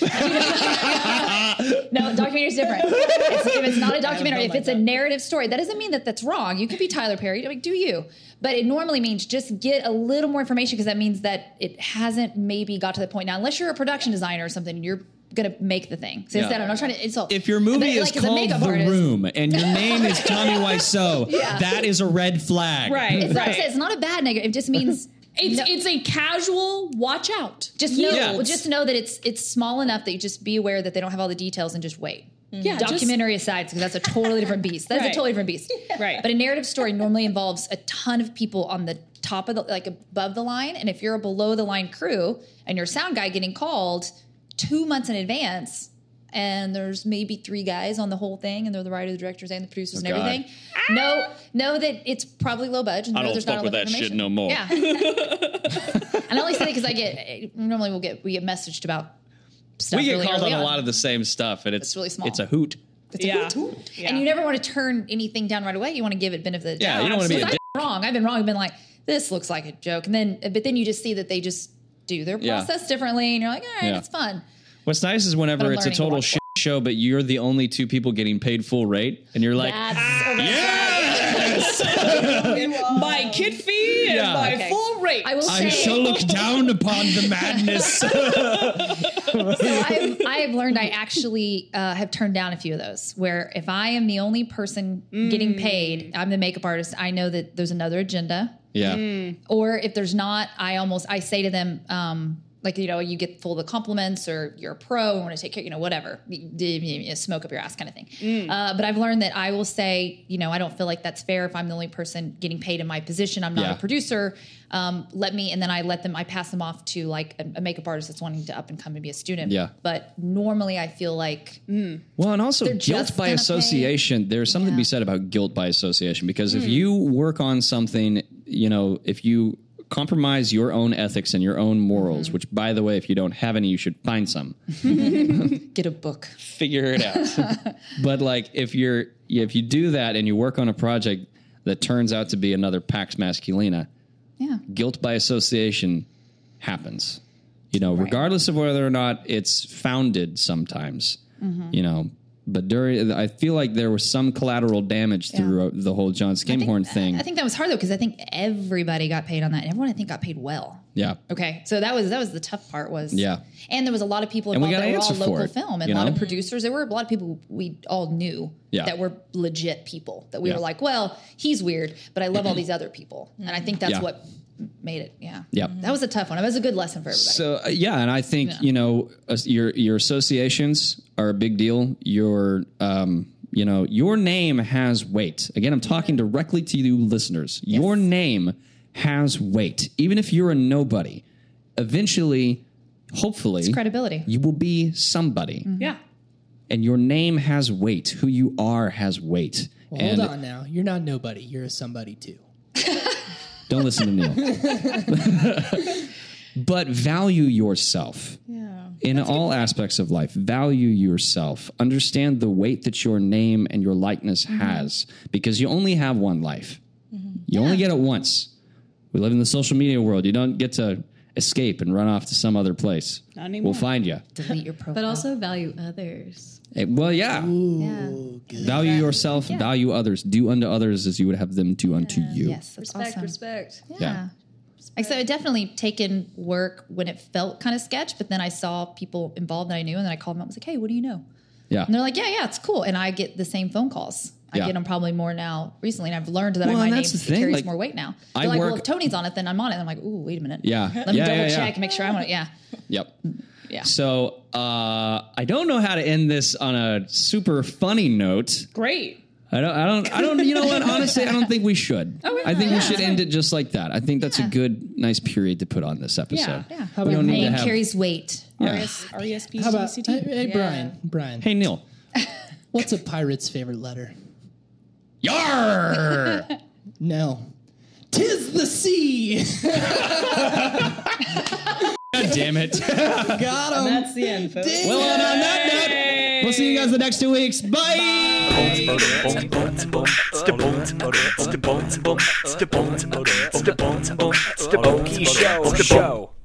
Speaker 4: no, documentary is different. It's, if it's not a documentary,
Speaker 1: Oh
Speaker 4: if it's a narrative story, that doesn't mean that that's wrong. You could be Tyler Perry. Like, do you? But it normally means just get a little more information because that means that it hasn't maybe got to the point now. Unless you're a production designer or something, you're gonna make the thing. So instead, I'm not trying to insult.
Speaker 1: If your movie is
Speaker 4: Like, like, as a
Speaker 1: called
Speaker 4: makeup
Speaker 1: The
Speaker 4: artist.
Speaker 1: Room and your name is
Speaker 4: *laughs*
Speaker 1: Tommy Wiseau, that is a red flag.
Speaker 5: Right.
Speaker 4: It's not,
Speaker 5: right.
Speaker 4: it's not a bad negative. It just means
Speaker 1: *laughs*
Speaker 5: It's
Speaker 4: No.
Speaker 5: it's a casual watch out.
Speaker 4: just know
Speaker 1: Yeah.
Speaker 4: well, just know that it's it's small enough that you just be aware that they don't have all the details and just wait.
Speaker 5: Mm-hmm. yeah, just-
Speaker 4: Documentary aside, because that's a totally different beast. That's a
Speaker 5: Right.
Speaker 4: totally different
Speaker 5: *laughs*
Speaker 4: beast.
Speaker 5: Right.
Speaker 4: But a narrative story normally involves a ton of people on the top of the like above the line, and if you're a below the line crew and your sound guy getting called two months in advance. And there's maybe three guys on the whole thing, and they're the writer, the directors, and the producers,
Speaker 11: Oh,
Speaker 4: and
Speaker 11: God.
Speaker 4: everything. No, know that it's probably low budget.
Speaker 11: I
Speaker 4: know
Speaker 11: don't
Speaker 4: there's
Speaker 11: fuck
Speaker 4: not a lot
Speaker 11: with that
Speaker 4: of
Speaker 11: shit
Speaker 4: information.
Speaker 11: no more.
Speaker 4: Yeah, *laughs* and I only say that because I get normally we'll get we get messaged about stuff.
Speaker 11: We get
Speaker 4: really
Speaker 11: called on a
Speaker 4: early
Speaker 11: lot of the same stuff, and it's,
Speaker 4: It's really small.
Speaker 11: It's a hoot.
Speaker 5: yeah.
Speaker 4: and you never want to turn anything down right away. You want to give it benefit of the
Speaker 11: Yeah,
Speaker 4: doubt.
Speaker 11: you don't wanna be a
Speaker 4: Because I've been wrong. I've been wrong. I've been like this looks like a joke, and then but then you just see that they just do their
Speaker 11: Yeah.
Speaker 4: process differently, and you're like, all right,
Speaker 11: Yeah.
Speaker 4: it's fun.
Speaker 11: What's nice is
Speaker 4: But
Speaker 11: whenever
Speaker 4: I'm
Speaker 11: it's a
Speaker 4: learning to
Speaker 11: total
Speaker 4: watch
Speaker 11: shit show, but you're the only two people getting paid full rate, and you're like,
Speaker 4: That's
Speaker 1: "Ah,
Speaker 5: By kid fee and
Speaker 11: Yeah.
Speaker 5: by
Speaker 4: Okay.
Speaker 5: full rate.
Speaker 4: I will say.
Speaker 1: I shall look down upon the
Speaker 4: *laughs*
Speaker 1: madness.
Speaker 4: so I've, I have learned I actually uh, have turned down a few of those where if I am the only person getting paid, I'm the makeup artist, I know that there's another agenda.
Speaker 11: yeah,
Speaker 4: or if there's not i almost i say to them um like you know you get full of the compliments or you're a pro and want to take care you know whatever You- you- you smoke up your ass kind of thing uh, but i've learned that i will say you know i don't feel like that's fair if i'm the only person getting paid in my position i'm not
Speaker 11: Yeah.
Speaker 4: a producer um, let me and then i let them i pass them off to like a, a makeup artist that's wanting to up and come and be a student
Speaker 11: Yeah.
Speaker 4: but normally i feel like mm,
Speaker 1: Well, and also
Speaker 4: just
Speaker 1: guilt by
Speaker 4: gonna pay.
Speaker 1: association. There's something to be said about guilt by association because
Speaker 4: Hmm.
Speaker 1: if you work on something, you know, if you compromise your own ethics and your own morals,
Speaker 4: Mm-hmm.
Speaker 1: which by the way, if you don't have any, you should find some.
Speaker 4: get a book
Speaker 1: Figure it out.
Speaker 4: *laughs*
Speaker 1: but like if you're if you do that and you work on a project that turns out to be another Pax Masculina,
Speaker 4: yeah
Speaker 1: guilt by association happens. You know, regardless of whether or not it's founded sometimes,
Speaker 4: Mm-hmm.
Speaker 1: you know, but during, I feel like there was some collateral damage through the whole John Skimhorn thing.
Speaker 11: Mm.
Speaker 4: i think that was hard though because i think everybody got paid on that and everyone i think got paid well
Speaker 1: yeah.
Speaker 4: Okay, so that was that was the tough part was
Speaker 1: Yeah.
Speaker 4: and there was a lot of people
Speaker 1: And we got
Speaker 4: involved that
Speaker 1: an
Speaker 4: were all
Speaker 1: answer for
Speaker 4: local
Speaker 1: it,
Speaker 4: film and
Speaker 1: you
Speaker 4: a lot of
Speaker 1: know?
Speaker 4: producers. There were a lot of people we all knew
Speaker 1: Yeah.
Speaker 4: that were legit people that we
Speaker 1: Yeah.
Speaker 4: were like, well, he's weird, but I love
Speaker 1: *clears throat*
Speaker 4: all these other people, and I think that's
Speaker 1: Yeah.
Speaker 4: what made it. Yeah,
Speaker 1: Yeah.
Speaker 4: that was a tough one. That was a good lesson for everybody.
Speaker 1: So uh, yeah, and I think you know as- your your associations are a big deal. Your um, you know your name has weight. Again, I'm talking directly to you, listeners. Your name has weight, even if you're a nobody. Eventually, hopefully,
Speaker 4: Credibility.
Speaker 1: you will be somebody,
Speaker 5: yeah.
Speaker 1: and your name has weight. Who you are has weight. and
Speaker 3: Hold on now. You're not nobody. You're a somebody too.
Speaker 1: don't listen to Neil. but value yourself.
Speaker 12: Yeah.
Speaker 1: in all aspects of life value yourself understand the weight that your name and your likeness has because you only have one life you only get it once we live in the social media world you don't get to escape and run off to some other place
Speaker 5: Not anymore.
Speaker 1: we'll find you
Speaker 4: Delete your profile,
Speaker 7: But also value others.
Speaker 1: well yeah
Speaker 4: yeah.
Speaker 1: value yourself value others do unto others as you would have them do unto you
Speaker 4: yes, that's
Speaker 12: Respect,
Speaker 4: awesome.
Speaker 12: respect.
Speaker 4: Yeah. Like, so I definitely taken work when it felt kind of sketch, but then I saw people involved that I knew, and then I called them up and was like, hey, what do you know?
Speaker 1: yeah
Speaker 4: And they're like, yeah, yeah, it's cool. And I get the same phone calls. I
Speaker 1: Yeah.
Speaker 4: get them probably more now recently, and I've learned that
Speaker 1: Well,
Speaker 4: my
Speaker 1: and
Speaker 4: name
Speaker 1: that's the thing,
Speaker 4: carries
Speaker 1: like,
Speaker 4: more weight now.
Speaker 1: I
Speaker 4: They're like, well,
Speaker 1: work-
Speaker 4: if Tony's on it, then I'm on it. And I'm like, ooh, wait a minute.
Speaker 1: Yeah.
Speaker 4: Let me
Speaker 1: Yeah,
Speaker 4: double
Speaker 1: yeah, yeah.
Speaker 4: check, make sure I'm on it. Yeah.
Speaker 1: Yep.
Speaker 4: Yeah.
Speaker 1: So uh, I don't know how to end this on a super funny note.
Speaker 5: Great.
Speaker 1: I don't. I don't. I don't. You know what? Honestly, I don't think we should.
Speaker 5: *laughs* Oh, yeah.
Speaker 1: I think we should end it just like that. I think that's a good, nice period to put on this episode.
Speaker 5: Yeah.
Speaker 3: How
Speaker 1: We don't
Speaker 3: about
Speaker 1: need to
Speaker 4: Name
Speaker 1: have.
Speaker 4: carries weight.
Speaker 1: yeah.
Speaker 5: RESP
Speaker 3: How about hey, hey, Brian? Brian,
Speaker 1: Hey
Speaker 5: *laughs*
Speaker 1: Neil.
Speaker 3: what's a pirate's favorite letter?
Speaker 1: Yar.
Speaker 3: No. Tis the sea.
Speaker 1: *laughs*
Speaker 3: *laughs*
Speaker 1: God damn it.
Speaker 3: Got him.
Speaker 12: That's the end, folks.
Speaker 1: well, and on that note, we'll see you guys the next two weeks. Bye.
Speaker 2: Okey show.